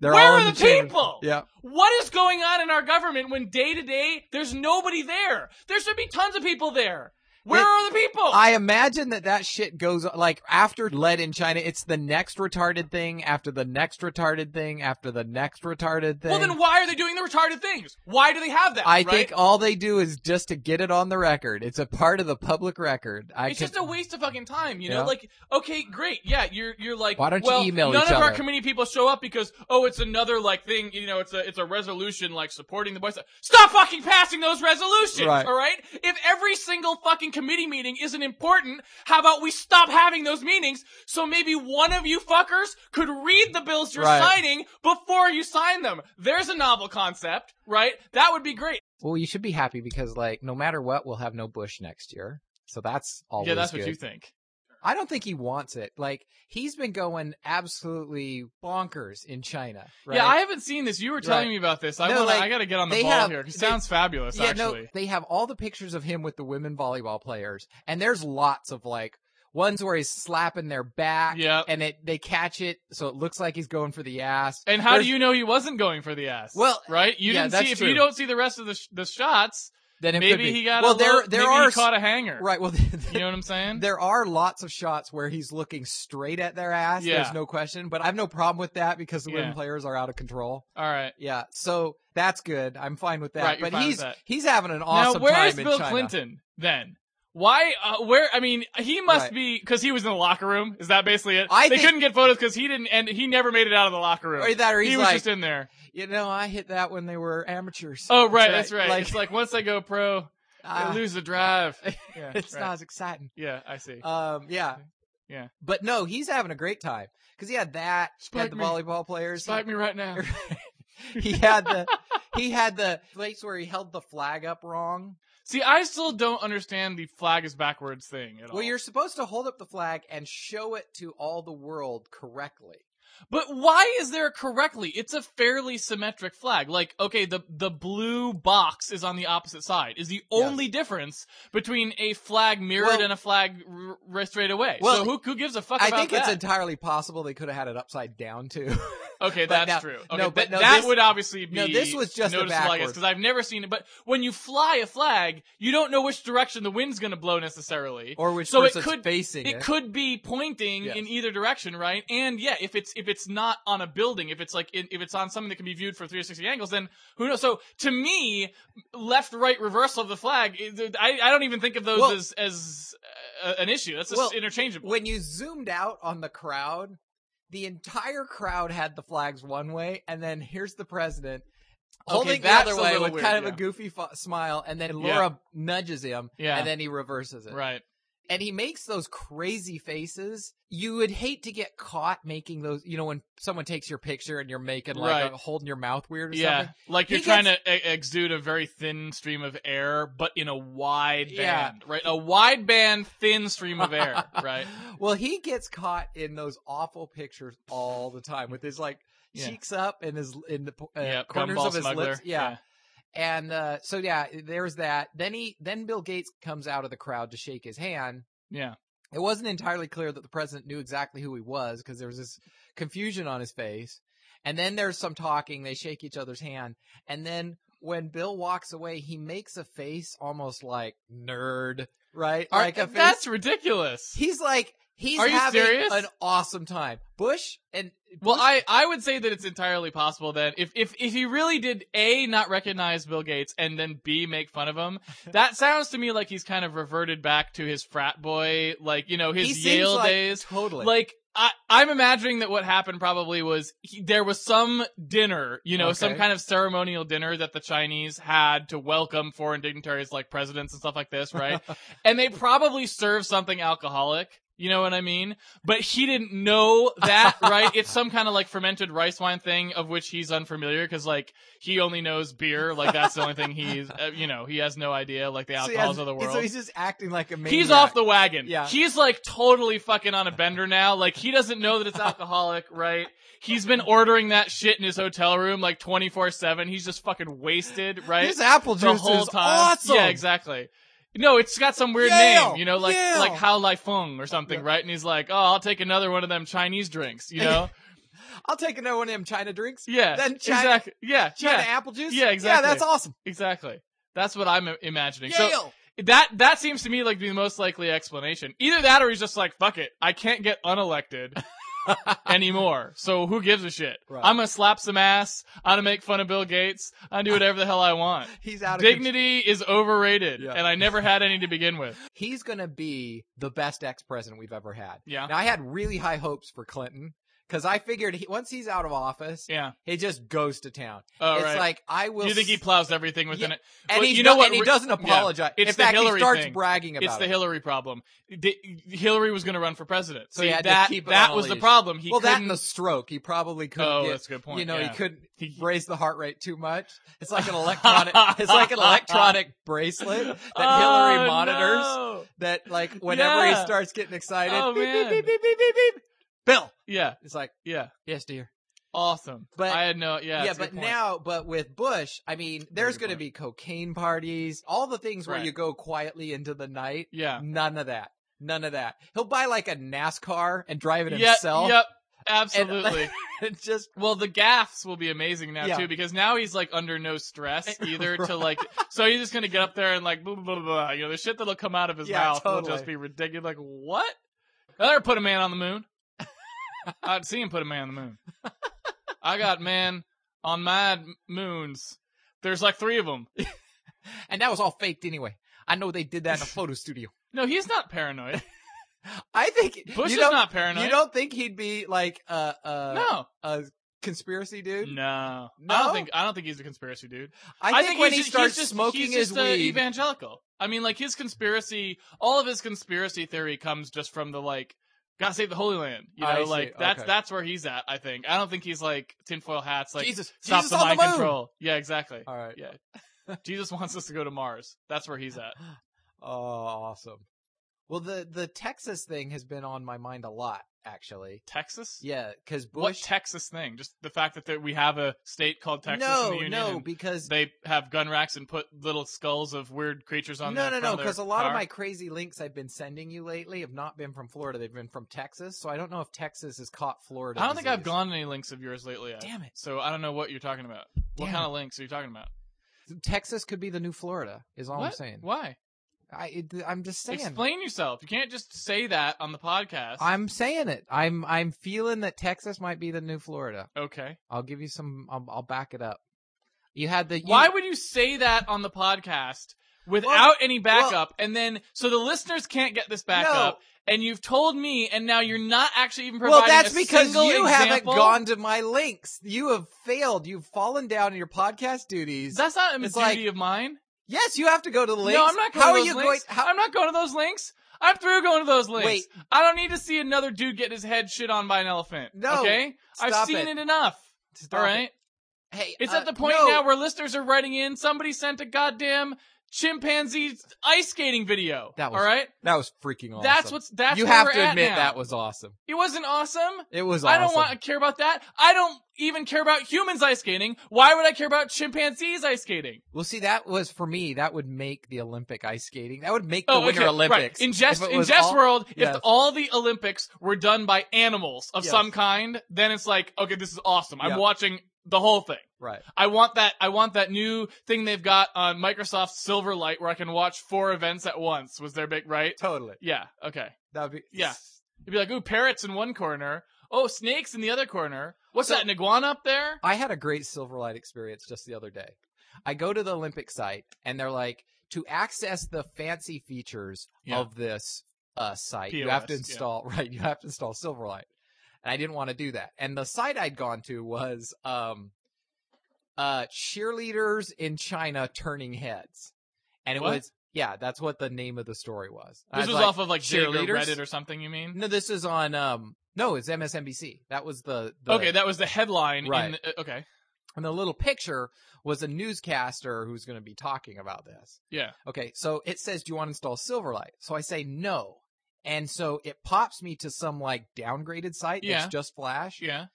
Speaker 1: They're
Speaker 2: Where
Speaker 1: all
Speaker 2: are
Speaker 1: in
Speaker 2: the,
Speaker 1: chamber.
Speaker 2: people?
Speaker 1: Yeah.
Speaker 2: What is going on in our government when day to day there's nobody there? There should be tons of people there. Where
Speaker 1: It-
Speaker 2: are the people?
Speaker 1: I imagine that that shit goes like after lead in China, it's the next retarded thing after the next retarded thing after the next retarded thing.
Speaker 2: well, then why are they doing the retarded things? Why do they have that?
Speaker 1: I
Speaker 2: right?
Speaker 1: think all they do is just to get it on the record. It's a part of the public record. I
Speaker 2: it's
Speaker 1: can-
Speaker 2: just a waste of fucking time, you know.
Speaker 1: Yeah.
Speaker 2: Like, okay, great, yeah, you're you're like,
Speaker 1: Why don't you
Speaker 2: well,
Speaker 1: email
Speaker 2: none
Speaker 1: each
Speaker 2: of our
Speaker 1: other?
Speaker 2: committee people show up because oh, it's another like thing, you know, it's a it's a resolution like supporting the boys. Stop fucking passing those resolutions,
Speaker 1: Right.
Speaker 2: all right? If every single fucking committee meeting isn't important, how about we stop having those meetings so maybe one of you fuckers could read the bills you're
Speaker 1: Right.
Speaker 2: signing before you sign them? There's a novel concept, right? That would be great.
Speaker 1: well, you should be happy because like no matter what, we'll have no Bush next year. So that's always
Speaker 2: yeah, that's
Speaker 1: good.
Speaker 2: what you think.
Speaker 1: I don't think he wants it. Like he's been going absolutely bonkers in China. Right?
Speaker 2: Yeah, I haven't seen this. You were telling
Speaker 1: Right.
Speaker 2: me about this. I
Speaker 1: No,
Speaker 2: wanna,
Speaker 1: like,
Speaker 2: I gotta get on the
Speaker 1: they
Speaker 2: ball
Speaker 1: have-
Speaker 2: here. 'cause It
Speaker 1: they-
Speaker 2: sounds fabulous,
Speaker 1: yeah,
Speaker 2: actually.
Speaker 1: no, they have all the pictures of him with the women volleyball players, and there's lots of like ones where he's slapping their back,
Speaker 2: Yep.
Speaker 1: and it they catch it, so it looks like he's going for the ass.
Speaker 2: And how
Speaker 1: There's-
Speaker 2: do you know he wasn't going for the ass?
Speaker 1: Well,
Speaker 2: right? You
Speaker 1: yeah,
Speaker 2: didn't
Speaker 1: that's
Speaker 2: see. If
Speaker 1: true.
Speaker 2: you don't see the rest of the sh- the shots,
Speaker 1: Then it could
Speaker 2: maybe
Speaker 1: be-
Speaker 2: he got.
Speaker 1: Well,
Speaker 2: a
Speaker 1: there
Speaker 2: low,
Speaker 1: there
Speaker 2: maybe
Speaker 1: are
Speaker 2: he caught a hanger.
Speaker 1: right. Well, [LAUGHS]
Speaker 2: You know what I'm saying?
Speaker 1: there are lots of shots where he's looking straight at their ass.
Speaker 2: Yeah.
Speaker 1: There's no question, but I have no problem with that because the
Speaker 2: Yeah.
Speaker 1: women players are out of control.
Speaker 2: All right.
Speaker 1: Yeah, so that's good. I'm fine with that.
Speaker 2: Right, you're
Speaker 1: but
Speaker 2: fine with
Speaker 1: he's
Speaker 2: that.
Speaker 1: he's having an awesome
Speaker 2: now, where
Speaker 1: time
Speaker 2: is
Speaker 1: in
Speaker 2: Bill
Speaker 1: China.
Speaker 2: Clinton then? Why? Uh, where? I mean, he must
Speaker 1: Right.
Speaker 2: be because he was in the locker room. Is that basically it?
Speaker 1: I
Speaker 2: they
Speaker 1: think-
Speaker 2: couldn't get photos because he didn't, and he never made it out of the locker room.
Speaker 1: Or that, or he's
Speaker 2: he was
Speaker 1: like,
Speaker 2: just in there.
Speaker 1: you know, I hit that when they were amateurs.
Speaker 2: Oh, right,
Speaker 1: right,
Speaker 2: that's right.
Speaker 1: like-
Speaker 2: it's like once they go pro,
Speaker 1: Ah,
Speaker 2: they lose
Speaker 1: [LAUGHS]
Speaker 2: the drive. Yeah,
Speaker 1: it's
Speaker 2: right.
Speaker 1: not as exciting.
Speaker 2: Yeah, I see.
Speaker 1: Um, yeah,
Speaker 2: Yeah.
Speaker 1: But no, he's having a great time because he had that. he
Speaker 2: Spike
Speaker 1: had the
Speaker 2: me.
Speaker 1: volleyball players.
Speaker 2: Spike me right now.
Speaker 1: he had the he had the place where he held the flag up wrong.
Speaker 2: [LAUGHS] See, I still don't understand the flag is backwards thing at all.
Speaker 1: Well, you're supposed to hold up the flag and show it to all the world correctly.
Speaker 2: but why is there a correctly? It's a fairly symmetric flag. Like, okay, the the blue box is on the opposite side. Is the only difference between a flag mirrored
Speaker 1: Well-
Speaker 2: and a flag r- r- straight away.
Speaker 1: Well,
Speaker 2: so who who gives a fuck
Speaker 1: I
Speaker 2: about
Speaker 1: think
Speaker 2: that?
Speaker 1: it's entirely possible they could have had it upside down too. [LAUGHS]
Speaker 2: Okay,
Speaker 1: But
Speaker 2: that's
Speaker 1: now-
Speaker 2: true. Okay,
Speaker 1: no, but
Speaker 2: but
Speaker 1: no,
Speaker 2: that
Speaker 1: this-
Speaker 2: would obviously be
Speaker 1: no, this was just a backwards.
Speaker 2: because I've never seen it. But when you fly a flag, you don't know which direction the wind's going to blow necessarily.
Speaker 1: or which
Speaker 2: So it
Speaker 1: person's
Speaker 2: could-
Speaker 1: facing
Speaker 2: It could be pointing
Speaker 1: Yes.
Speaker 2: in either direction, right? And yeah, if it's if it's not on a building, if it's like in, if it's on something that can be viewed for 360 angles, then who knows? So to me, left right reversal of the flag, it- I, I don't even think of those
Speaker 1: Well-
Speaker 2: as as uh, an issue. That's just
Speaker 1: Well,
Speaker 2: interchangeable.
Speaker 1: when you zoomed out on the crowd, the entire crowd had the flags one way, and then here's the president
Speaker 2: Okay,
Speaker 1: holding the
Speaker 2: that's
Speaker 1: other
Speaker 2: a
Speaker 1: way
Speaker 2: little
Speaker 1: with
Speaker 2: weird,
Speaker 1: kind of
Speaker 2: yeah.
Speaker 1: a goofy f- smile, and then
Speaker 2: Yeah.
Speaker 1: Laura nudges him,
Speaker 2: Yeah.
Speaker 1: and then he reverses it.
Speaker 2: right.
Speaker 1: And he makes those crazy faces. You would hate to get caught making those, you know, when someone takes your picture and you're making like
Speaker 2: Right.
Speaker 1: a- holding your mouth weird or
Speaker 2: Yeah,
Speaker 1: something.
Speaker 2: like
Speaker 1: He
Speaker 2: you're trying to e- exude a very thin stream of air, but in a wide band,
Speaker 1: Yeah.
Speaker 2: right? A wide band, thin stream
Speaker 1: [LAUGHS]
Speaker 2: of air, right?
Speaker 1: [GASPS] Well, he gets caught in those awful pictures all the time with his like
Speaker 2: Yeah.
Speaker 1: cheeks up and his in the po- uh,
Speaker 2: yeah,
Speaker 1: corners
Speaker 2: gumball
Speaker 1: of his
Speaker 2: smuggler.
Speaker 1: lips. yeah. And uh, so yeah, there's that. Then he then Bill Gates comes out of the crowd to shake his hand.
Speaker 2: yeah,
Speaker 1: It wasn't entirely clear that the president knew exactly who he was because there was this confusion on his face. And then there's some talking. They shake each other's hand. And then when Bill walks away, he makes a face almost like nerd, right?
Speaker 2: Are-
Speaker 1: like a face.
Speaker 2: that's ridiculous.
Speaker 1: He's like he's
Speaker 2: Are you
Speaker 1: having
Speaker 2: serious?
Speaker 1: an awesome time. Bush and
Speaker 2: Well, I, I would say that it's entirely possible that if, if if he really did a not recognize Bill Gates and then b make fun
Speaker 1: [LAUGHS]
Speaker 2: of him, that sounds to me like he's kind of reverted back to his frat boy, like you know his
Speaker 1: he seems
Speaker 2: Yale
Speaker 1: like-
Speaker 2: days.
Speaker 1: totally
Speaker 2: Like I, I'm imagining that what happened probably was he, there was some dinner, you know, some
Speaker 1: Okay.
Speaker 2: kind of ceremonial dinner that the Chinese had to welcome foreign dignitaries like presidents and stuff like
Speaker 1: [LAUGHS]
Speaker 2: this, right? and they probably served something alcoholic. You know what I mean? But he didn't know
Speaker 1: [LAUGHS]
Speaker 2: that, right? It's some kind of like fermented rice wine thing of which he's unfamiliar because like he only knows beer. Like that's the only
Speaker 1: [LAUGHS]
Speaker 2: thing he's, uh, you know, he has no idea like the
Speaker 1: So he
Speaker 2: alcohols
Speaker 1: has-
Speaker 2: of the
Speaker 1: so
Speaker 2: world.
Speaker 1: he's just acting like a maniac.
Speaker 2: He's off the wagon.
Speaker 1: Yeah.
Speaker 2: He's like totally fucking on a bender now. Like he doesn't
Speaker 1: [LAUGHS]
Speaker 2: know that it's alcoholic, right? He's been ordering that shit in his hotel room like 24/7. He's just fucking wasted, right?
Speaker 1: His apple
Speaker 2: the
Speaker 1: juice
Speaker 2: whole
Speaker 1: is
Speaker 2: time.
Speaker 1: awesome.
Speaker 2: Yeah, exactly. No, it's got some weird
Speaker 1: Yale.
Speaker 2: name, you know, like
Speaker 1: Yale.
Speaker 2: like Hao Lai Feng or something,
Speaker 1: Yeah.
Speaker 2: right? And he's like, "Oh, I'll take another one of them Chinese
Speaker 1: [LAUGHS]
Speaker 2: drinks," you know?
Speaker 1: I'll take another one of them China drinks.
Speaker 2: Yeah.
Speaker 1: Then China-
Speaker 2: exactly. Yeah.
Speaker 1: China
Speaker 2: Yeah.
Speaker 1: apple juice.
Speaker 2: Yeah, exactly.
Speaker 1: Yeah, that's awesome.
Speaker 2: Exactly. That's what I'm imagining. So
Speaker 1: Yale.
Speaker 2: That that seems to me like the most likely explanation. Either that or he's just like, fuck it, I can't get unelected
Speaker 1: [LAUGHS]
Speaker 2: anymore. So who gives a shit?
Speaker 1: Right.
Speaker 2: I'm gonna slap some ass, I'm gonna make fun of Bill Gates, I do whatever the hell I want.
Speaker 1: He's out of control.
Speaker 2: Dignity is overrated,
Speaker 1: Yeah.
Speaker 2: and I never had any to begin with.
Speaker 1: He's gonna be the best ex president we've ever had.
Speaker 2: Yeah.
Speaker 1: Now I had really high hopes for Clinton because I figured he, once he's out of office,
Speaker 2: Yeah.
Speaker 1: he just goes to town.
Speaker 2: Oh,
Speaker 1: it's
Speaker 2: right.
Speaker 1: like I will.
Speaker 2: Do you think he
Speaker 1: s-
Speaker 2: plows everything e- within
Speaker 1: Yeah.
Speaker 2: it?
Speaker 1: and
Speaker 2: Well,
Speaker 1: he's
Speaker 2: you know
Speaker 1: not-
Speaker 2: what
Speaker 1: And he
Speaker 2: re-
Speaker 1: doesn't
Speaker 2: yeah.
Speaker 1: apologize.
Speaker 2: It's
Speaker 1: In
Speaker 2: the
Speaker 1: fact, he
Speaker 2: Hillary
Speaker 1: starts
Speaker 2: thing.
Speaker 1: bragging about
Speaker 2: It's the
Speaker 1: it.
Speaker 2: Hillary problem. The- Hillary was going to run for president.
Speaker 1: So
Speaker 2: See,
Speaker 1: he had to
Speaker 2: that
Speaker 1: keep it on
Speaker 2: that
Speaker 1: a
Speaker 2: was the
Speaker 1: leash.
Speaker 2: problem. He
Speaker 1: well, that
Speaker 2: couldn't.
Speaker 1: and the stroke, he probably couldn't.
Speaker 2: oh,
Speaker 1: get-
Speaker 2: that's a good point.
Speaker 1: You know,
Speaker 2: yeah.
Speaker 1: he
Speaker 2: [LAUGHS]
Speaker 1: couldn't
Speaker 2: He-
Speaker 1: raise the heart rate too much. It's like
Speaker 2: [LAUGHS]
Speaker 1: an electronic. it's like an electronic bracelet that Hillary
Speaker 2: Oh,
Speaker 1: monitors.
Speaker 2: no.
Speaker 1: That like whenever he
Speaker 2: Yeah.
Speaker 1: starts getting excited,
Speaker 2: Oh,
Speaker 1: beep, beep,
Speaker 2: man.
Speaker 1: beep, beep, beep, beep, beep. Bill.
Speaker 2: Yeah,
Speaker 1: It's like
Speaker 2: yeah.
Speaker 1: yes, dear.
Speaker 2: Awesome.
Speaker 1: But-
Speaker 2: I had no yeah.
Speaker 1: yeah,
Speaker 2: that's a
Speaker 1: but
Speaker 2: good point.
Speaker 1: now, but with Bush, I mean, there's
Speaker 2: good
Speaker 1: going to
Speaker 2: point.
Speaker 1: be cocaine parties, all the things where
Speaker 2: Right.
Speaker 1: you go quietly into the night.
Speaker 2: Yeah.
Speaker 1: None of that. None of that. He'll buy like a NASCAR and drive it
Speaker 2: Yep,
Speaker 1: himself.
Speaker 2: Yep. Absolutely.
Speaker 1: [LAUGHS] And just
Speaker 2: well, the gaffs will be amazing now
Speaker 1: Yeah.
Speaker 2: too because now he's like under no
Speaker 1: [LAUGHS]
Speaker 2: stress either to
Speaker 1: Right.
Speaker 2: like so he's just going to get up there and like blah blah blah, blah. you know the shit that'll come out of his
Speaker 1: Yeah,
Speaker 2: mouth will
Speaker 1: totally.
Speaker 2: just be ridiculous like what? I'll never put a man on
Speaker 1: [LAUGHS]
Speaker 2: the moon. I'd see him put a man on the moon. I got man on my m- moons. There's like 3 of them.
Speaker 1: and that was all faked anyway. I know they did that in
Speaker 2: [LAUGHS]
Speaker 1: a photo studio.
Speaker 2: No, he's not
Speaker 1: [LAUGHS]
Speaker 2: paranoid.
Speaker 1: I think
Speaker 2: Bush
Speaker 1: you
Speaker 2: is
Speaker 1: don't,
Speaker 2: not paranoid.
Speaker 1: You don't think he'd be like a a,
Speaker 2: no.
Speaker 1: a conspiracy dude?
Speaker 2: No. I
Speaker 1: No?
Speaker 2: don't think I don't think he's a conspiracy dude.
Speaker 1: I, think, when he
Speaker 2: he's ju-
Speaker 1: starts
Speaker 2: he's just,
Speaker 1: smoking
Speaker 2: he's
Speaker 1: his
Speaker 2: just a
Speaker 1: weed,
Speaker 2: evangelical. I mean, like his conspiracy, all of his conspiracy theory comes just from the like, gotta save the Holy Land. You know,
Speaker 1: I see.
Speaker 2: like that's
Speaker 1: Okay.
Speaker 2: that's where he's at. I think. I don't think he's like tinfoil hats. Like
Speaker 1: Jesus,
Speaker 2: stop
Speaker 1: Jesus
Speaker 2: the
Speaker 1: on
Speaker 2: mind
Speaker 1: the moon. Uh.
Speaker 2: control. Yeah, exactly.
Speaker 1: All right.
Speaker 2: Yeah. Jesus wants us to go to Mars. That's where he's at.
Speaker 1: Oh, awesome. Well, the the Texas thing has been on my mind a lot, actually.
Speaker 2: Texas?
Speaker 1: Yeah, because Bush.
Speaker 2: What Texas thing? Just the fact that there, we have a state called Texas in
Speaker 1: no,
Speaker 2: the union.
Speaker 1: no,
Speaker 2: and
Speaker 1: because
Speaker 2: they have gun racks and put little skulls of weird creatures on.
Speaker 1: no,
Speaker 2: the
Speaker 1: no,
Speaker 2: front
Speaker 1: no,
Speaker 2: of their
Speaker 1: because a lot of
Speaker 2: car.
Speaker 1: my crazy links I've been sending you lately have not been from Florida; they've been from Texas. So I don't know if Texas has caught Florida.
Speaker 2: I don't think I've
Speaker 1: disease.
Speaker 2: gone any links of yours lately. Ed.
Speaker 1: Damn it!
Speaker 2: So I don't know what you're talking about. What
Speaker 1: Damn
Speaker 2: kind of links are you talking about?
Speaker 1: Texas could be the new Florida. Is all I'm
Speaker 2: What?
Speaker 1: saying.
Speaker 2: Why?
Speaker 1: I it, I'm just saying.
Speaker 2: Explain yourself. You can't just say that on the podcast.
Speaker 1: I'm saying it. I'm I'm feeling that Texas might be the new Florida.
Speaker 2: okay.
Speaker 1: I'll give you some. I'll, I'll back it up. You had the you-
Speaker 2: Why would you say that on the podcast without any backup? and then so the listeners can't get this
Speaker 1: no,
Speaker 2: backup. And you've told me, and now you're not actually even
Speaker 1: Well,
Speaker 2: providing.
Speaker 1: that's
Speaker 2: a
Speaker 1: because
Speaker 2: single
Speaker 1: you haven't
Speaker 2: example?
Speaker 1: gone to my links. You have failed. You've fallen down in your podcast duties.
Speaker 2: That's not a duty
Speaker 1: It's like-
Speaker 2: of mine.
Speaker 1: yes, you have to go to the links.
Speaker 2: No, I'm not going
Speaker 1: How
Speaker 2: to
Speaker 1: are
Speaker 2: those
Speaker 1: you
Speaker 2: links.
Speaker 1: going? How,
Speaker 2: I'm not going to those links. I'm through going to those links.
Speaker 1: Wait.
Speaker 2: I don't need to see another dude get his head shit on by an elephant.
Speaker 1: No,
Speaker 2: Okay? I've
Speaker 1: stop
Speaker 2: seen it,
Speaker 1: it.
Speaker 2: enough.
Speaker 1: Stop
Speaker 2: all
Speaker 1: it.
Speaker 2: right?
Speaker 1: Hey,
Speaker 2: It's
Speaker 1: uh,
Speaker 2: at the point
Speaker 1: no.
Speaker 2: now where listeners are writing in. Somebody sent a goddamn chimpanzee ice skating video.
Speaker 1: That was
Speaker 2: all right?
Speaker 1: that was freaking awesome.
Speaker 2: That's what's that's
Speaker 1: you
Speaker 2: where
Speaker 1: have
Speaker 2: we're
Speaker 1: to
Speaker 2: at
Speaker 1: admit
Speaker 2: now.
Speaker 1: that was awesome.
Speaker 2: It wasn't awesome.
Speaker 1: It was. awesome.
Speaker 2: I don't want to care about that. I don't even care about humans ice skating. Why would I care about chimpanzees ice skating?
Speaker 1: Well, see, that was for me. That would make the Olympic ice skating. That would make the
Speaker 2: Oh,
Speaker 1: Winter
Speaker 2: okay,
Speaker 1: Olympics.
Speaker 2: Right. In Jeff's,
Speaker 1: If it
Speaker 2: in
Speaker 1: was
Speaker 2: Jeff's
Speaker 1: all-
Speaker 2: world, if
Speaker 1: Yes.
Speaker 2: all the Olympics were done by animals of
Speaker 1: Yes.
Speaker 2: some kind, then it's like, okay, this is awesome. I'm
Speaker 1: Yeah.
Speaker 2: watching the whole thing.
Speaker 1: right?
Speaker 2: I want that. I want that new thing they've got on Microsoft Silverlight where I can watch four events at once. Was their big right?
Speaker 1: Totally.
Speaker 2: Yeah. Okay.
Speaker 1: That would be.
Speaker 2: Yeah. You'd be like, ooh, parrots in one corner. Oh, snakes in the other corner. What's
Speaker 1: So-
Speaker 2: that? An iguana up there?
Speaker 1: I had a great Silverlight experience just the other day. I go to the Olympic site and they're like, to access the fancy features
Speaker 2: Yeah.
Speaker 1: of this uh, site, you
Speaker 2: POS,
Speaker 1: have to
Speaker 2: yeah.
Speaker 1: install, [LAUGHS] right? You have to install Silverlight. And I didn't want to do that. And the site I'd gone to was um, uh, cheerleaders in China turning heads. And it
Speaker 2: What?
Speaker 1: was, yeah, that's what the name of the story was. I
Speaker 2: This was
Speaker 1: like,
Speaker 2: off of like Dig or
Speaker 1: cheerleaders?
Speaker 2: Reddit or something. You mean?
Speaker 1: No, this is on, um, no, it's MSNBC. That was the, the
Speaker 2: okay, that was the headline. In
Speaker 1: Right.
Speaker 2: the, uh, okay.
Speaker 1: and the little picture was a newscaster who's going to be talking about this.
Speaker 2: Yeah.
Speaker 1: Okay, so it says, "Do you want to install Silverlight?" So I say no, and so it pops me to some like downgraded site
Speaker 2: Yeah.
Speaker 1: that's just Flash.
Speaker 2: Yeah.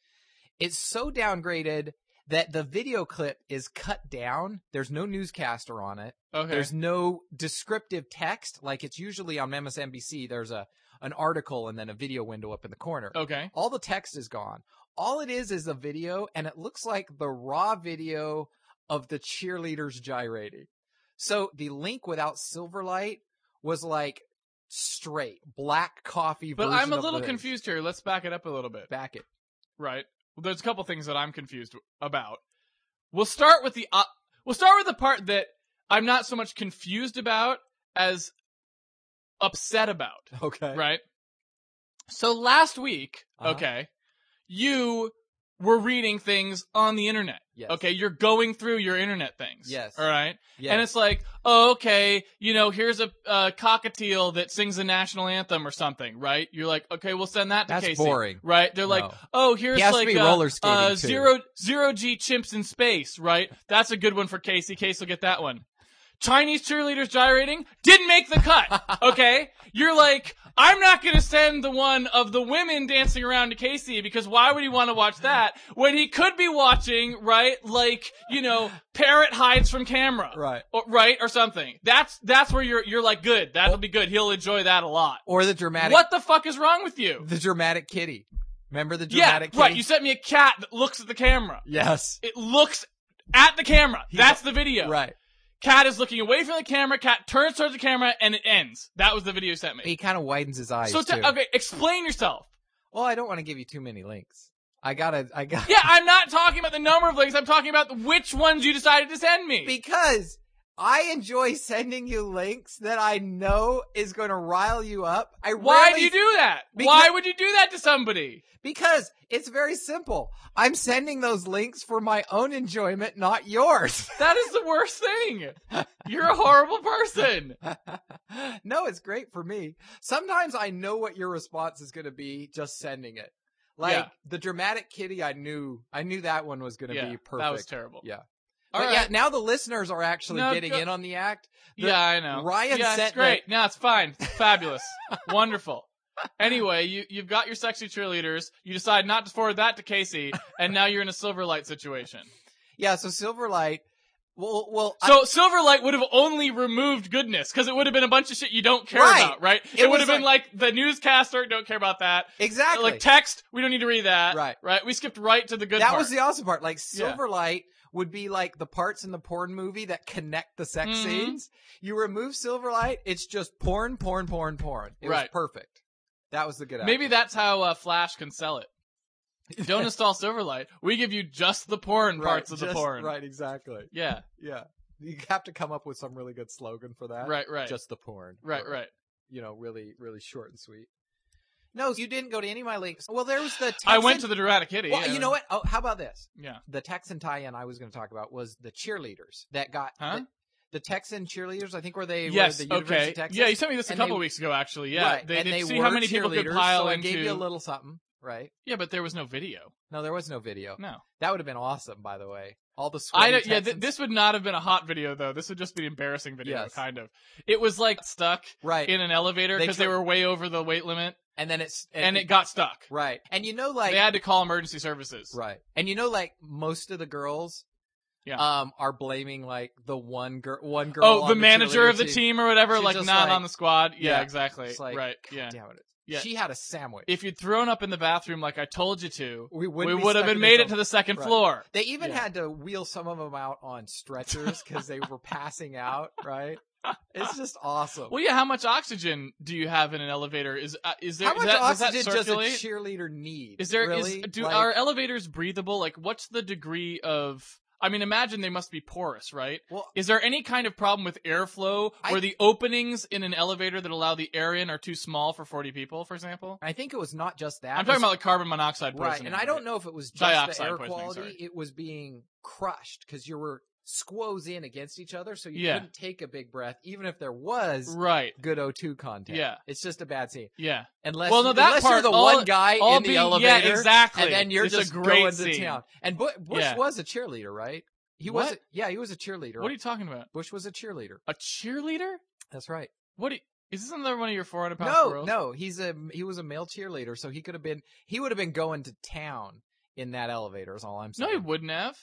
Speaker 1: It's so downgraded that the video clip is cut down. There's no newscaster on it.
Speaker 2: Okay.
Speaker 1: There's no descriptive text like it's usually on MSNBC. There's a an article and then a video window up in the corner.
Speaker 2: okay.
Speaker 1: All the text is gone. All it is is a video, and it looks like the raw video of the cheerleaders gyrating. So the link without Silverlight was like straight black coffee.
Speaker 2: But
Speaker 1: version
Speaker 2: I'm a
Speaker 1: of
Speaker 2: little
Speaker 1: the-
Speaker 2: confused here. Let's back it up a little bit.
Speaker 1: Back it. [LAUGHS]
Speaker 2: Right. Well, there's a couple things that I'm confused about. We'll start with the uh, we'll start with the part that I'm not so much confused about as upset about,
Speaker 1: Okay.
Speaker 2: right? So last week,
Speaker 1: Uh-huh.
Speaker 2: okay, you were reading things on the internet.
Speaker 1: Yes.
Speaker 2: Okay, you're going through your internet things.
Speaker 1: Yes.
Speaker 2: All right.
Speaker 1: Yes.
Speaker 2: And it's like, oh, okay, you know, here's a uh, cockatiel that sings the national anthem or something, right? You're like, okay, we'll send that to
Speaker 1: That's
Speaker 2: Casey,
Speaker 1: boring.
Speaker 2: right? They're like,
Speaker 1: No.
Speaker 2: oh, here's
Speaker 1: He has to
Speaker 2: like
Speaker 1: be
Speaker 2: uh,
Speaker 1: roller skating,
Speaker 2: uh,
Speaker 1: too.
Speaker 2: zero zero G chimps in space, right? That's a good one for Casey. Casey will get that one. Chinese cheerleaders gyrating didn't make
Speaker 1: [LAUGHS]
Speaker 2: the cut. Okay, you're like, I'm not gonna send the one of the women dancing around to Casey because why would he want to watch that when he could be watching, right? Like, you know, parrot hides from camera,
Speaker 1: Right.
Speaker 2: or, right, or something. That's that's where you're you're like, good, that'll be good. He'll enjoy that a lot.
Speaker 1: Or the dramatic.
Speaker 2: What the fuck is wrong with you?
Speaker 1: The dramatic kitty. Remember the
Speaker 2: Yeah,
Speaker 1: dramatic
Speaker 2: right.
Speaker 1: kitty?
Speaker 2: You sent me a cat that looks at the camera.
Speaker 1: [LAUGHS] yes.
Speaker 2: It looks at the camera.
Speaker 1: He's-
Speaker 2: That's the video.
Speaker 1: Right.
Speaker 2: Cat is looking away from the camera. Cat turns towards the camera, and it ends. That was the video you sent me.
Speaker 1: He kind of widens his eyes.
Speaker 2: so,
Speaker 1: too.
Speaker 2: to, okay, explain yourself.
Speaker 1: Well, I don't want to give you too many links. I gotta. I got.
Speaker 2: Yeah, I'm not talking about the number of links. I'm talking about which ones you decided to send me.
Speaker 1: [LAUGHS] because I enjoy sending you links that I know is going to rile you up. I
Speaker 2: Why do
Speaker 1: rarely-
Speaker 2: you do that?
Speaker 1: Because-
Speaker 2: Why would you do that to somebody?
Speaker 1: Because it's very simple. I'm sending those links for my own enjoyment, not yours. [LAUGHS]
Speaker 2: That is the worst thing. You're a horrible person.
Speaker 1: no, it's great for me. Sometimes I know what your response is going to be just sending it. Like
Speaker 2: Yeah.
Speaker 1: the dramatic kitty, I knew, I knew that one was going to
Speaker 2: yeah,
Speaker 1: be perfect.
Speaker 2: that was terrible.
Speaker 1: Yeah. but
Speaker 2: All right.
Speaker 1: yeah, now the listeners are actually
Speaker 2: No,
Speaker 1: getting
Speaker 2: go-
Speaker 1: in on the act. the-
Speaker 2: yeah, I know.
Speaker 1: Ryan
Speaker 2: yeah,
Speaker 1: sent
Speaker 2: it's great. No,
Speaker 1: [LAUGHS]
Speaker 2: it's fine. It's fabulous. Wonderful. Anyway, you you've got your sexy cheerleaders. You decide not to forward that to Casey, and now you're in a Silverlight situation.
Speaker 1: Yeah, so Silverlight. Well, well, I-
Speaker 2: So Silverlight would have only removed goodness because it would have been a bunch of shit you don't care
Speaker 1: Right.
Speaker 2: about, right? It,
Speaker 1: It
Speaker 2: would
Speaker 1: was
Speaker 2: have been like the newscaster, don't care about that.
Speaker 1: exactly.
Speaker 2: Like text, we don't need to read that.
Speaker 1: Right.
Speaker 2: Right. We skipped right to the good
Speaker 1: that
Speaker 2: part.
Speaker 1: was the awesome part. Like
Speaker 2: Yeah.
Speaker 1: Silverlight would be like the parts in the porn movie that connect the sex
Speaker 2: Mhm.
Speaker 1: scenes. You remove Silverlight, it's just porn, porn, porn, porn. It was
Speaker 2: Right.
Speaker 1: perfect. That was the good.
Speaker 2: Maybe that's how uh, Flash can sell it.
Speaker 1: [LAUGHS]
Speaker 2: Don't install Silverlight. We give you just the porn
Speaker 1: outcome.
Speaker 2: [LAUGHS] parts
Speaker 1: Right,
Speaker 2: of the
Speaker 1: just-
Speaker 2: porn.
Speaker 1: Right, exactly.
Speaker 2: Yeah.
Speaker 1: Yeah, you have to come up with some really good slogan for that.
Speaker 2: Right. Right.
Speaker 1: just the porn.
Speaker 2: right.
Speaker 1: Or,
Speaker 2: Right.
Speaker 1: You know, really, really short and sweet. No, you didn't go to any of my links. Well, there was the. Texan...
Speaker 2: I went to the Dramatic Kitty.
Speaker 1: Well, you know what? Oh, how about this?
Speaker 2: Yeah.
Speaker 1: the Texan tie-in I was going to talk about was the cheerleaders that got
Speaker 2: Huh?
Speaker 1: the, the Texan cheerleaders. I think were they
Speaker 2: Yes.
Speaker 1: were the University
Speaker 2: Okay.
Speaker 1: of Texas.
Speaker 2: Yeah. You sent me this a
Speaker 1: And
Speaker 2: couple
Speaker 1: they-
Speaker 2: weeks ago, actually. Yeah.
Speaker 1: right.
Speaker 2: They
Speaker 1: and
Speaker 2: did
Speaker 1: they
Speaker 2: see
Speaker 1: were
Speaker 2: how many people could
Speaker 1: cheerleaders,
Speaker 2: pile
Speaker 1: so I
Speaker 2: into.
Speaker 1: gave you a little something, right?
Speaker 2: Yeah, but there was no video.
Speaker 1: No, there was no video.
Speaker 2: No.
Speaker 1: That would have been awesome, by the way. All the
Speaker 2: I
Speaker 1: sweaty
Speaker 2: don't, yeah, th-
Speaker 1: Texans-
Speaker 2: this would not have been a hot video though. This would just be an embarrassing video,
Speaker 1: Yes.
Speaker 2: kind of. It was like stuck
Speaker 1: right,
Speaker 2: in an elevator
Speaker 1: They
Speaker 2: because
Speaker 1: tri-
Speaker 2: they were way over the weight limit,
Speaker 1: and then it's
Speaker 2: and it got stuck.
Speaker 1: right, and you know, like
Speaker 2: they had to call emergency services.
Speaker 1: Right. And you know, like most of the girls,
Speaker 2: Yeah.
Speaker 1: um, are blaming like the one girl, one girl.
Speaker 2: Oh,
Speaker 1: on
Speaker 2: the manager
Speaker 1: cheerleader
Speaker 2: of the team, or whatever,
Speaker 1: She's
Speaker 2: like
Speaker 1: just
Speaker 2: not
Speaker 1: like-
Speaker 2: on the squad. Yeah,
Speaker 1: Yeah.
Speaker 2: exactly.
Speaker 1: It's like,
Speaker 2: right.
Speaker 1: God
Speaker 2: Yeah.
Speaker 1: damn it.
Speaker 2: Yeah.
Speaker 1: She had a sandwich.
Speaker 2: If you'd thrown up in the bathroom like I told you to,
Speaker 1: we
Speaker 2: we
Speaker 1: wouldn't be
Speaker 2: would have
Speaker 1: stuck
Speaker 2: been
Speaker 1: in
Speaker 2: made
Speaker 1: this
Speaker 2: it to the second
Speaker 1: Right.
Speaker 2: floor.
Speaker 1: They even
Speaker 2: Yeah.
Speaker 1: had to wheel some of them out on stretchers because they were passing out, right? It's just awesome.
Speaker 2: Well, yeah. How much oxygen do you have in an elevator? Is uh, is there
Speaker 1: How
Speaker 2: is
Speaker 1: much
Speaker 2: that, does that
Speaker 1: oxygen does a
Speaker 2: circulate?
Speaker 1: cheerleader need?
Speaker 2: Is there is
Speaker 1: really?
Speaker 2: do
Speaker 1: Like,
Speaker 2: are elevators breathable? Like what's the degree of I mean imagine they must be porous, right?
Speaker 1: well,
Speaker 2: Is there any kind of problem with airflow
Speaker 1: I-
Speaker 2: where the openings in an elevator that allow the air in are too small for 40 people, for example?
Speaker 1: I think it was not just that. It
Speaker 2: I'm talking
Speaker 1: was-
Speaker 2: about like carbon monoxide poisoning.
Speaker 1: right, and I don't know if it was just the
Speaker 2: Dioxide
Speaker 1: air
Speaker 2: poisoning,
Speaker 1: quality.
Speaker 2: sorry.
Speaker 1: It was being crushed because you were squoze in against each other, so you
Speaker 2: Yeah.
Speaker 1: couldn't take a big breath, even if there was
Speaker 2: Right.
Speaker 1: good O2 content.
Speaker 2: Yeah.
Speaker 1: it's just a bad scene.
Speaker 2: Yeah.
Speaker 1: Unless,
Speaker 2: Well, no, that
Speaker 1: unless you're
Speaker 2: part,
Speaker 1: the
Speaker 2: all-
Speaker 1: one guy
Speaker 2: all
Speaker 1: in the
Speaker 2: being- yeah,
Speaker 1: elevator,
Speaker 2: exactly.
Speaker 1: and then you're
Speaker 2: It's a
Speaker 1: just
Speaker 2: great
Speaker 1: going
Speaker 2: scene.
Speaker 1: to town. And Bu- Bush
Speaker 2: Yeah.
Speaker 1: was a cheerleader, right? He was.
Speaker 2: What?
Speaker 1: a- Yeah, he was a cheerleader.
Speaker 2: What are you talking about?
Speaker 1: Bush was a cheerleader.
Speaker 2: A cheerleader?
Speaker 1: That's right.
Speaker 2: What do you- is this another one of your 400 pound
Speaker 1: No,
Speaker 2: squirrels?
Speaker 1: no, he's a he was a male cheerleader, so he could have been he would have been going to town in that elevator. Is all I'm
Speaker 2: No,
Speaker 1: saying.
Speaker 2: he wouldn't have.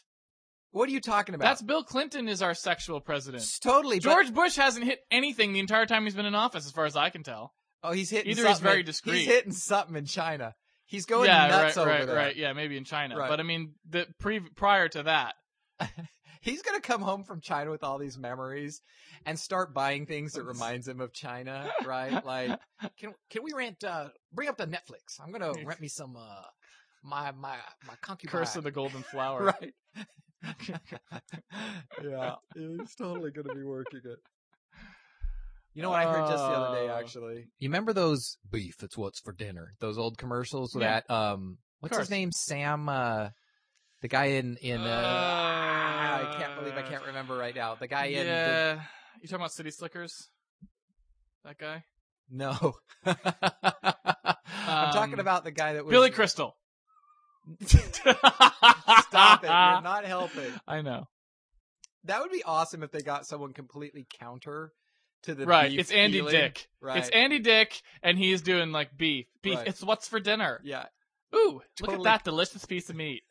Speaker 1: What are you talking about?
Speaker 2: That's Bill Clinton is our sexual president.
Speaker 1: It's totally but-
Speaker 2: George Bush hasn't hit anything the entire time he's been in office, as far as I can tell.
Speaker 1: oh, he's hitting.
Speaker 2: Either
Speaker 1: something.
Speaker 2: he's very
Speaker 1: in-
Speaker 2: discreet.
Speaker 1: He's hitting something in China. He's going
Speaker 2: yeah,
Speaker 1: nuts
Speaker 2: right,
Speaker 1: over
Speaker 2: right,
Speaker 1: there.
Speaker 2: right. Yeah, maybe in China,
Speaker 1: Right.
Speaker 2: but I mean, the pre prior to that,
Speaker 1: He's gonna come home from China with all these memories and start buying things that reminds him of China,
Speaker 2: [LAUGHS]
Speaker 1: right? Like, can can we rent? uh Bring up the Netflix. I'm
Speaker 2: [LAUGHS]
Speaker 1: gonna rent me some uh my my my concubine.
Speaker 2: Curse of
Speaker 1: [LAUGHS]
Speaker 2: the Golden Flower.
Speaker 1: right. yeah, he's totally gonna be working it. You know what I heard just the other day?
Speaker 2: Uh,
Speaker 1: Actually, you remember those beef? It's what's for dinner. Those old commercials with
Speaker 2: Yeah.
Speaker 1: that um, what's
Speaker 2: course.
Speaker 1: his name? Sam, uh, the guy in in uh, ah,
Speaker 2: Uh,
Speaker 1: I can't believe I can't remember right now. The guy in the
Speaker 2: yeah, you talking about City Slickers? That guy,
Speaker 1: [LAUGHS] No. [LAUGHS] I'm talking
Speaker 2: Um,
Speaker 1: about the guy that was
Speaker 2: Billy Crystal.
Speaker 1: Stop
Speaker 2: Stop
Speaker 1: it!
Speaker 2: [LAUGHS]
Speaker 1: You're not helping.
Speaker 2: I know.
Speaker 1: That would be awesome if they got someone completely counter to the
Speaker 2: right,
Speaker 1: beef
Speaker 2: it's Andy
Speaker 1: feeling.
Speaker 2: Dick.
Speaker 1: Right.
Speaker 2: It's Andy Dick, and he's doing like beef. Beef.
Speaker 1: Right.
Speaker 2: It's what's for dinner.
Speaker 1: yeah. [LAUGHS]
Speaker 2: Ooh, look
Speaker 1: Totally.
Speaker 2: at that delicious piece of meat.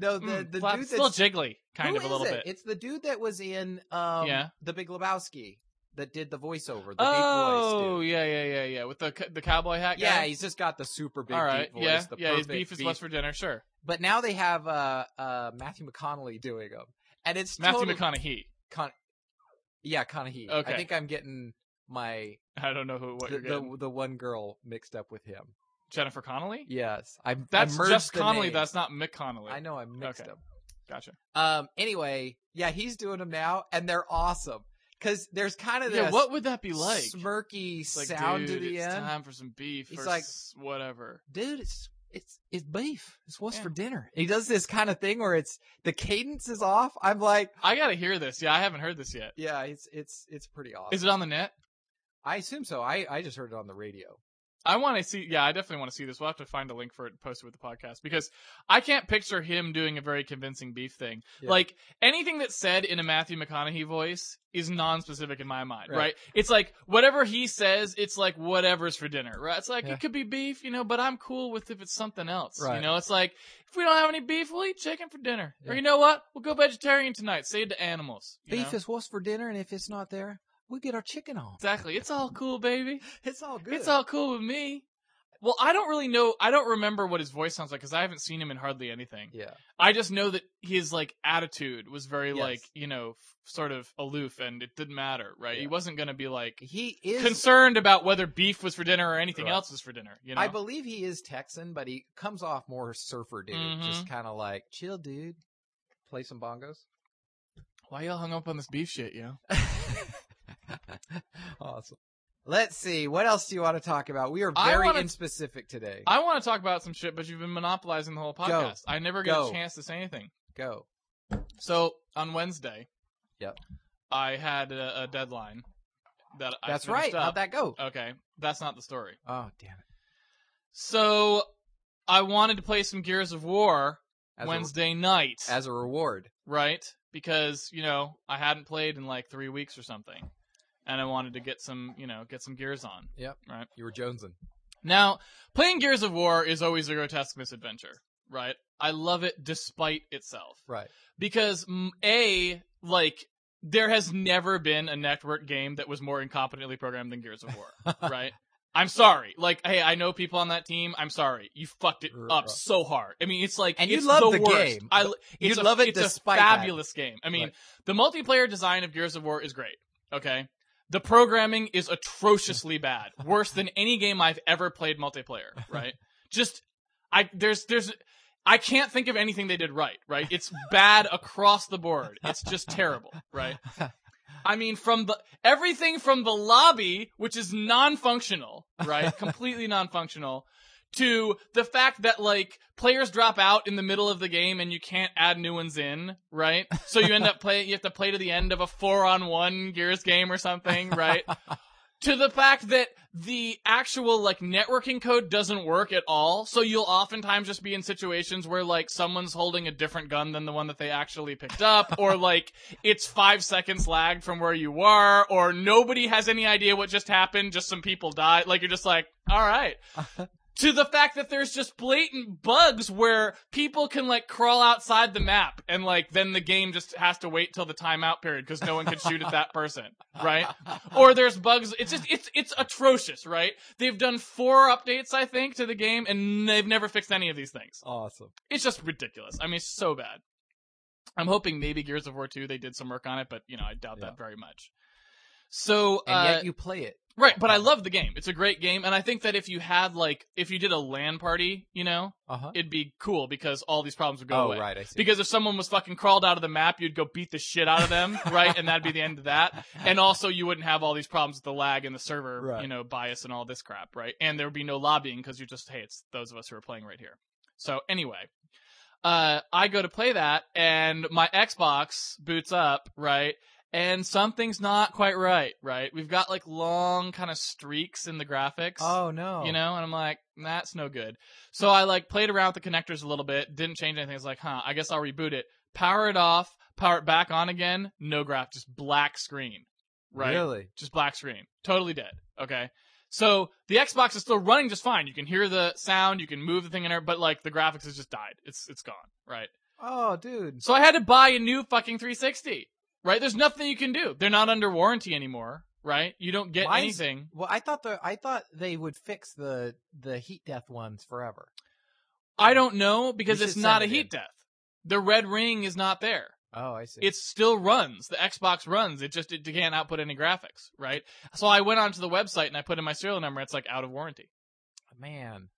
Speaker 1: no, the
Speaker 2: Mm,
Speaker 1: the
Speaker 2: flap-
Speaker 1: dude
Speaker 2: still
Speaker 1: that's
Speaker 2: jiggly, kind
Speaker 1: Who
Speaker 2: of a
Speaker 1: is
Speaker 2: little
Speaker 1: it?
Speaker 2: bit.
Speaker 1: It's the dude that was in um
Speaker 2: Yeah.
Speaker 1: The Big Lebowski that did the voiceover, the deep
Speaker 2: oh,
Speaker 1: voice dude.
Speaker 2: yeah, yeah, yeah, yeah. With the c- the cowboy hat. guy?
Speaker 1: Yeah, he's just got the super big
Speaker 2: All right.
Speaker 1: deep voice.
Speaker 2: yeah.
Speaker 1: the
Speaker 2: yeah. His
Speaker 1: perfect
Speaker 2: beef is what's for dinner. Sure.
Speaker 1: But now they have uh uh Matthew McConaughey doing them. And it's
Speaker 2: Matthew
Speaker 1: totally
Speaker 2: McConaughey.
Speaker 1: Con- yeah, Conahee. I
Speaker 2: Okay.
Speaker 1: think I'm getting my
Speaker 2: I don't know who what
Speaker 1: the,
Speaker 2: you're getting.
Speaker 1: the the one girl mixed up with him.
Speaker 2: Jennifer Connolly.
Speaker 1: Yes, I'm.
Speaker 2: That's
Speaker 1: I merged
Speaker 2: just
Speaker 1: the
Speaker 2: Connolly.
Speaker 1: names.
Speaker 2: That's not Mick Connolly.
Speaker 1: I know I mixed
Speaker 2: Okay.
Speaker 1: them.
Speaker 2: Gotcha.
Speaker 1: Um. Anyway, yeah, he's doing them now, and they're awesome because there's kind of this
Speaker 2: Yeah. What would that be like?
Speaker 1: smirky
Speaker 2: It's like,
Speaker 1: sound
Speaker 2: dude,
Speaker 1: to the
Speaker 2: it's
Speaker 1: end.
Speaker 2: time for some beef.
Speaker 1: He's
Speaker 2: or
Speaker 1: like-
Speaker 2: s- whatever.
Speaker 1: Dude, it's it's it's beef. It's what's
Speaker 2: Yeah.
Speaker 1: for dinner. He does this kind of thing where it's the cadence is off. I'm like,
Speaker 2: I gotta hear this. Yeah, I haven't heard this yet.
Speaker 1: yeah, it's it's it's pretty awesome.
Speaker 2: Is it on the net?
Speaker 1: I assume so. I I just heard it on the radio.
Speaker 2: I want to see. Yeah, I definitely want to see this. We'll have to find a link for it and post it with the podcast because I can't picture him doing a very convincing beef thing.
Speaker 1: Yeah.
Speaker 2: Like anything that's said in a Matthew McConaughey voice is non-specific in my mind,
Speaker 1: Right.
Speaker 2: right? It's like whatever he says, it's like whatever's for dinner, right? It's like
Speaker 1: Yeah.
Speaker 2: it could be beef, you know, but I'm cool with if it's something else.
Speaker 1: Right.
Speaker 2: You know, it's like if we don't have any beef, we'll eat chicken for dinner,
Speaker 1: Yeah.
Speaker 2: or you know what, we'll go vegetarian tonight. Say it to animals. you
Speaker 1: Beef
Speaker 2: know?
Speaker 1: is what's for dinner, and if it's not there, we get our chicken on. [LAUGHS]
Speaker 2: exactly. It's all cool, baby.
Speaker 1: It's all good.
Speaker 2: It's all cool with me. Well, I don't really know. I don't remember what his voice sounds like because I haven't seen him in hardly anything.
Speaker 1: yeah.
Speaker 2: I just know that his like attitude was very
Speaker 1: Yes.
Speaker 2: like you know f- sort of aloof, and it didn't matter, right?
Speaker 1: Yeah.
Speaker 2: He wasn't going to be like
Speaker 1: He is.
Speaker 2: concerned about whether beef was for dinner or anything
Speaker 1: Right.
Speaker 2: else was for dinner. You know,
Speaker 1: I believe he is Texan, but he comes off more surfer dude, just
Speaker 2: Mm-hmm.
Speaker 1: kind of like chill, dude. Play some bongos. [LAUGHS]
Speaker 2: why y'all hung up on this beef shit, yo?
Speaker 1: awesome. Let's see. What else do you want to talk about? We are
Speaker 2: I
Speaker 1: very
Speaker 2: wanna-
Speaker 1: inspecific today.
Speaker 2: I want to talk about some shit, but you've been monopolizing the whole podcast. I never get
Speaker 1: Go.
Speaker 2: a chance to say anything.
Speaker 1: Go.
Speaker 2: So on Wednesday,
Speaker 1: Yep.
Speaker 2: I had a, a deadline that I
Speaker 1: That's
Speaker 2: finished
Speaker 1: right.
Speaker 2: Up. uh,
Speaker 1: How'd that go?
Speaker 2: Okay, that's not the story.
Speaker 1: Oh, damn it.
Speaker 2: So I wanted to play some Gears of War
Speaker 1: As
Speaker 2: Wednesday night,
Speaker 1: a, as a reward.
Speaker 2: right? Because you know I hadn't played in like three weeks or something, and I wanted to get some, you know, get some gears on.
Speaker 1: You were jonesing.
Speaker 2: Now, playing Gears of War is always a grotesque misadventure, right? I love it despite itself
Speaker 1: Right.
Speaker 2: because mm, a like there has never been a network game that was more incompetently programmed than Gears of
Speaker 1: [LAUGHS]
Speaker 2: War, right? I'm sorry. Like, hey, I know people on that team. I'm sorry. You fucked it
Speaker 1: R-
Speaker 2: up
Speaker 1: right.
Speaker 2: so hard. I mean, it's like
Speaker 1: And you
Speaker 2: it's
Speaker 1: love
Speaker 2: the,
Speaker 1: the
Speaker 2: worst.
Speaker 1: game,
Speaker 2: I l- it's
Speaker 1: you
Speaker 2: a-
Speaker 1: love it
Speaker 2: it's
Speaker 1: despite
Speaker 2: a
Speaker 1: that.
Speaker 2: fabulous game. I mean,
Speaker 1: Right.
Speaker 2: the multiplayer design of Gears of War is great. Okay, the programming is atrociously bad, worse than any game I've ever
Speaker 1: [LAUGHS]
Speaker 2: played multiplayer. Right? Just I there's there's I can't think of anything they did right. Right? It's bad across the board. It's just terrible. Right? I mean, from the everything from the lobby, which is non-functional,
Speaker 1: [LAUGHS]
Speaker 2: right? Completely non-functional, to the fact that like players drop out in the middle of the game and you can't add new ones in, right? So you end up playing, you have to play to the end of a four-on-one Gears game or something, right? to the fact that the actual like networking code doesn't work at all. So you'll oftentimes just be in situations where like someone's holding a different gun than the one that they actually picked up, or like it's five seconds lagged from where you are, or nobody has any idea what just happened, just some people died. Like you're just like, all right. to the fact that there's just blatant bugs where people can like crawl outside the map and like then the game just has to wait till the timeout period because no one can shoot at that person, right? or there's bugs. It's just it's it's atrocious, right? They've done four updates, I think, to the game, and they've never fixed any of these things.
Speaker 1: Awesome.
Speaker 2: It's just ridiculous. I mean, it's so bad. I'm hoping maybe Gears of War 2 they did some work on it, but you know I doubt
Speaker 1: Yeah.
Speaker 2: that very much. So
Speaker 1: And
Speaker 2: uh,
Speaker 1: yet you play it.
Speaker 2: right, but I love the game. It's a great game, and I think that if you had like if you did a LAN party, you know,
Speaker 1: Uh huh.
Speaker 2: it'd be cool because all these problems would go
Speaker 1: Oh,
Speaker 2: away.
Speaker 1: right. I see.
Speaker 2: Because if someone was fucking crawled out of the map, you'd go beat the shit out of them, right? And that'd be the end of that. [LAUGHS] And also, you wouldn't have all these problems with the lag and the server,
Speaker 1: Right.
Speaker 2: you know, bias and all this crap, right? And there would be no lobbying because you're just, hey, it's those of us who are playing right here. So anyway, uh, I go to play that, and my Xbox boots up, right? And something's not quite right, right? We've got like long kind of streaks in the graphics
Speaker 1: [LAUGHS] oh, no.
Speaker 2: [LAUGHS] you know and i'm like that's no good so i like played around with the connectors a little bit didn't change anything it's like huh i guess i'll reboot it power it off power it back on again no graph just black screen right
Speaker 1: Really?
Speaker 2: just black screen totally dead okay so the xbox is still running just fine you can hear the sound you can move the thing in there but like the graphics has just died it's it's gone right
Speaker 1: Oh, dude.
Speaker 2: so I had to buy a new fucking 360. Right? There's nothing you can do. They're not under warranty anymore. Right? You don't get
Speaker 1: Mine's-
Speaker 2: anything.
Speaker 1: Well, I thought the I thought they would fix the the heat death ones forever.
Speaker 2: I don't know because
Speaker 1: You
Speaker 2: it's
Speaker 1: should
Speaker 2: not a
Speaker 1: send it
Speaker 2: heat death. The red ring is not there.
Speaker 1: Oh, I see.
Speaker 2: It still runs. The Xbox runs. It just it can't output any graphics, right? So I went onto the website and I put in my serial number. It's like out of warranty.
Speaker 1: man.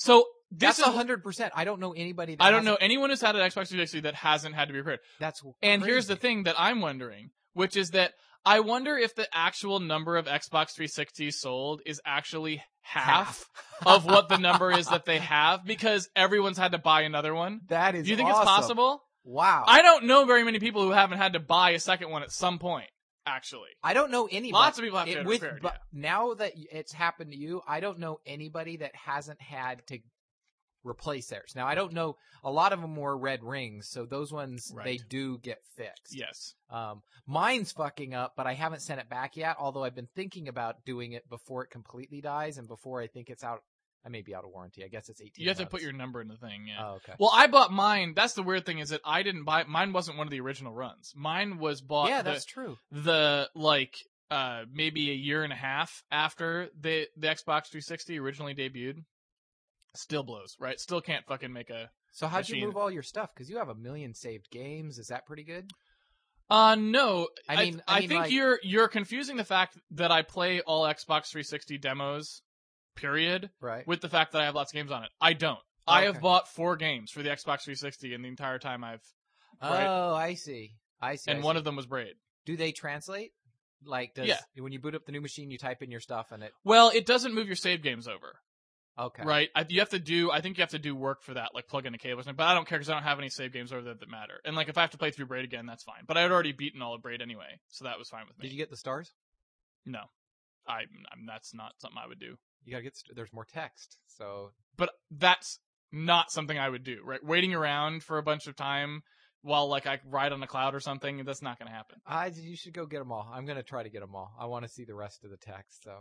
Speaker 2: So this
Speaker 1: That's
Speaker 2: is
Speaker 1: hundred percent. I don't know anybody. That
Speaker 2: I don't know
Speaker 1: hasn't-
Speaker 2: anyone who's had an Xbox 360 that hasn't had to be repaired.
Speaker 1: That's
Speaker 2: And here's the
Speaker 1: crazy.
Speaker 2: thing that I'm wondering, which is that I wonder if the actual number of Xbox 360s sold is actually half,
Speaker 1: [LAUGHS]
Speaker 2: of what the number is that they have because everyone's had to buy another one.
Speaker 1: That is.
Speaker 2: Do you think
Speaker 1: awesome.
Speaker 2: it's possible?
Speaker 1: Wow.
Speaker 2: I don't know very many people who haven't had to buy a second one at some point. actually.
Speaker 1: I don't know anybody.
Speaker 2: Lots of people have
Speaker 1: it-
Speaker 2: to
Speaker 1: with,
Speaker 2: prepared.
Speaker 1: but
Speaker 2: yeah.
Speaker 1: now that y- it's happened to you, I don't know anybody that hasn't had to replace theirs. Now I don't know a lot of them were red rings, so those ones they
Speaker 2: Right.
Speaker 1: do get fixed.
Speaker 2: Yes.
Speaker 1: Um, mine's fucking up, but I haven't sent it back yet. Although I've been thinking about doing it before it completely dies and before I think it's out. I may be out of warranty. I guess it's eighteen.
Speaker 2: You have to put
Speaker 1: months.
Speaker 2: your number in the thing. Yeah.
Speaker 1: Oh, okay.
Speaker 2: Well, I bought mine. That's the weird thing is that I didn't buy mine. Wasn't one of the original runs. Mine was bought.
Speaker 1: yeah,
Speaker 2: the-
Speaker 1: that's true.
Speaker 2: the like uh maybe a year and a half after the the Xbox 360 originally debuted. Still blows, right? Still can't fucking make a
Speaker 1: So how'd you
Speaker 2: machine.
Speaker 1: move all your stuff? Because you have a million saved games. Is that pretty good?
Speaker 2: Uh no,
Speaker 1: I
Speaker 2: I
Speaker 1: mean-
Speaker 2: mean,
Speaker 1: I
Speaker 2: I,
Speaker 1: mean,
Speaker 2: think
Speaker 1: like-
Speaker 2: you're you're confusing the fact that I play all Xbox 360 demos, period,
Speaker 1: Right.
Speaker 2: with the fact that I have lots of games on it. I don't. I
Speaker 1: Okay.
Speaker 2: have bought four games for the Xbox 360 in the entire time I've, right.
Speaker 1: Oh, I see. I see.
Speaker 2: and one of them was Braid.
Speaker 1: Do they translate? Like, does
Speaker 2: Yeah.
Speaker 1: when you boot up the new machine, you type in your stuff and it.
Speaker 2: Well, it doesn't move your save games over,
Speaker 1: Okay.
Speaker 2: right? I, you have to do. I think you have to do work for that, like plug in a cable or something. But I don't care because I don't have any save games over there that matter. And like if I have to play through Braid again, that's fine. But I had already beaten all of Braid anyway, so that was fine with me.
Speaker 1: Did you get the stars?
Speaker 2: no, I, I'm that's not something I would do.
Speaker 1: You gotta get. St- there's more text. So
Speaker 2: but that's not something I would do, right? Waiting around for a bunch of time while like I ride on a cloud or something, that's not going to happen.
Speaker 1: I. You should go get them all. I'm gonna try to get them all. I want to see the rest of the text. So.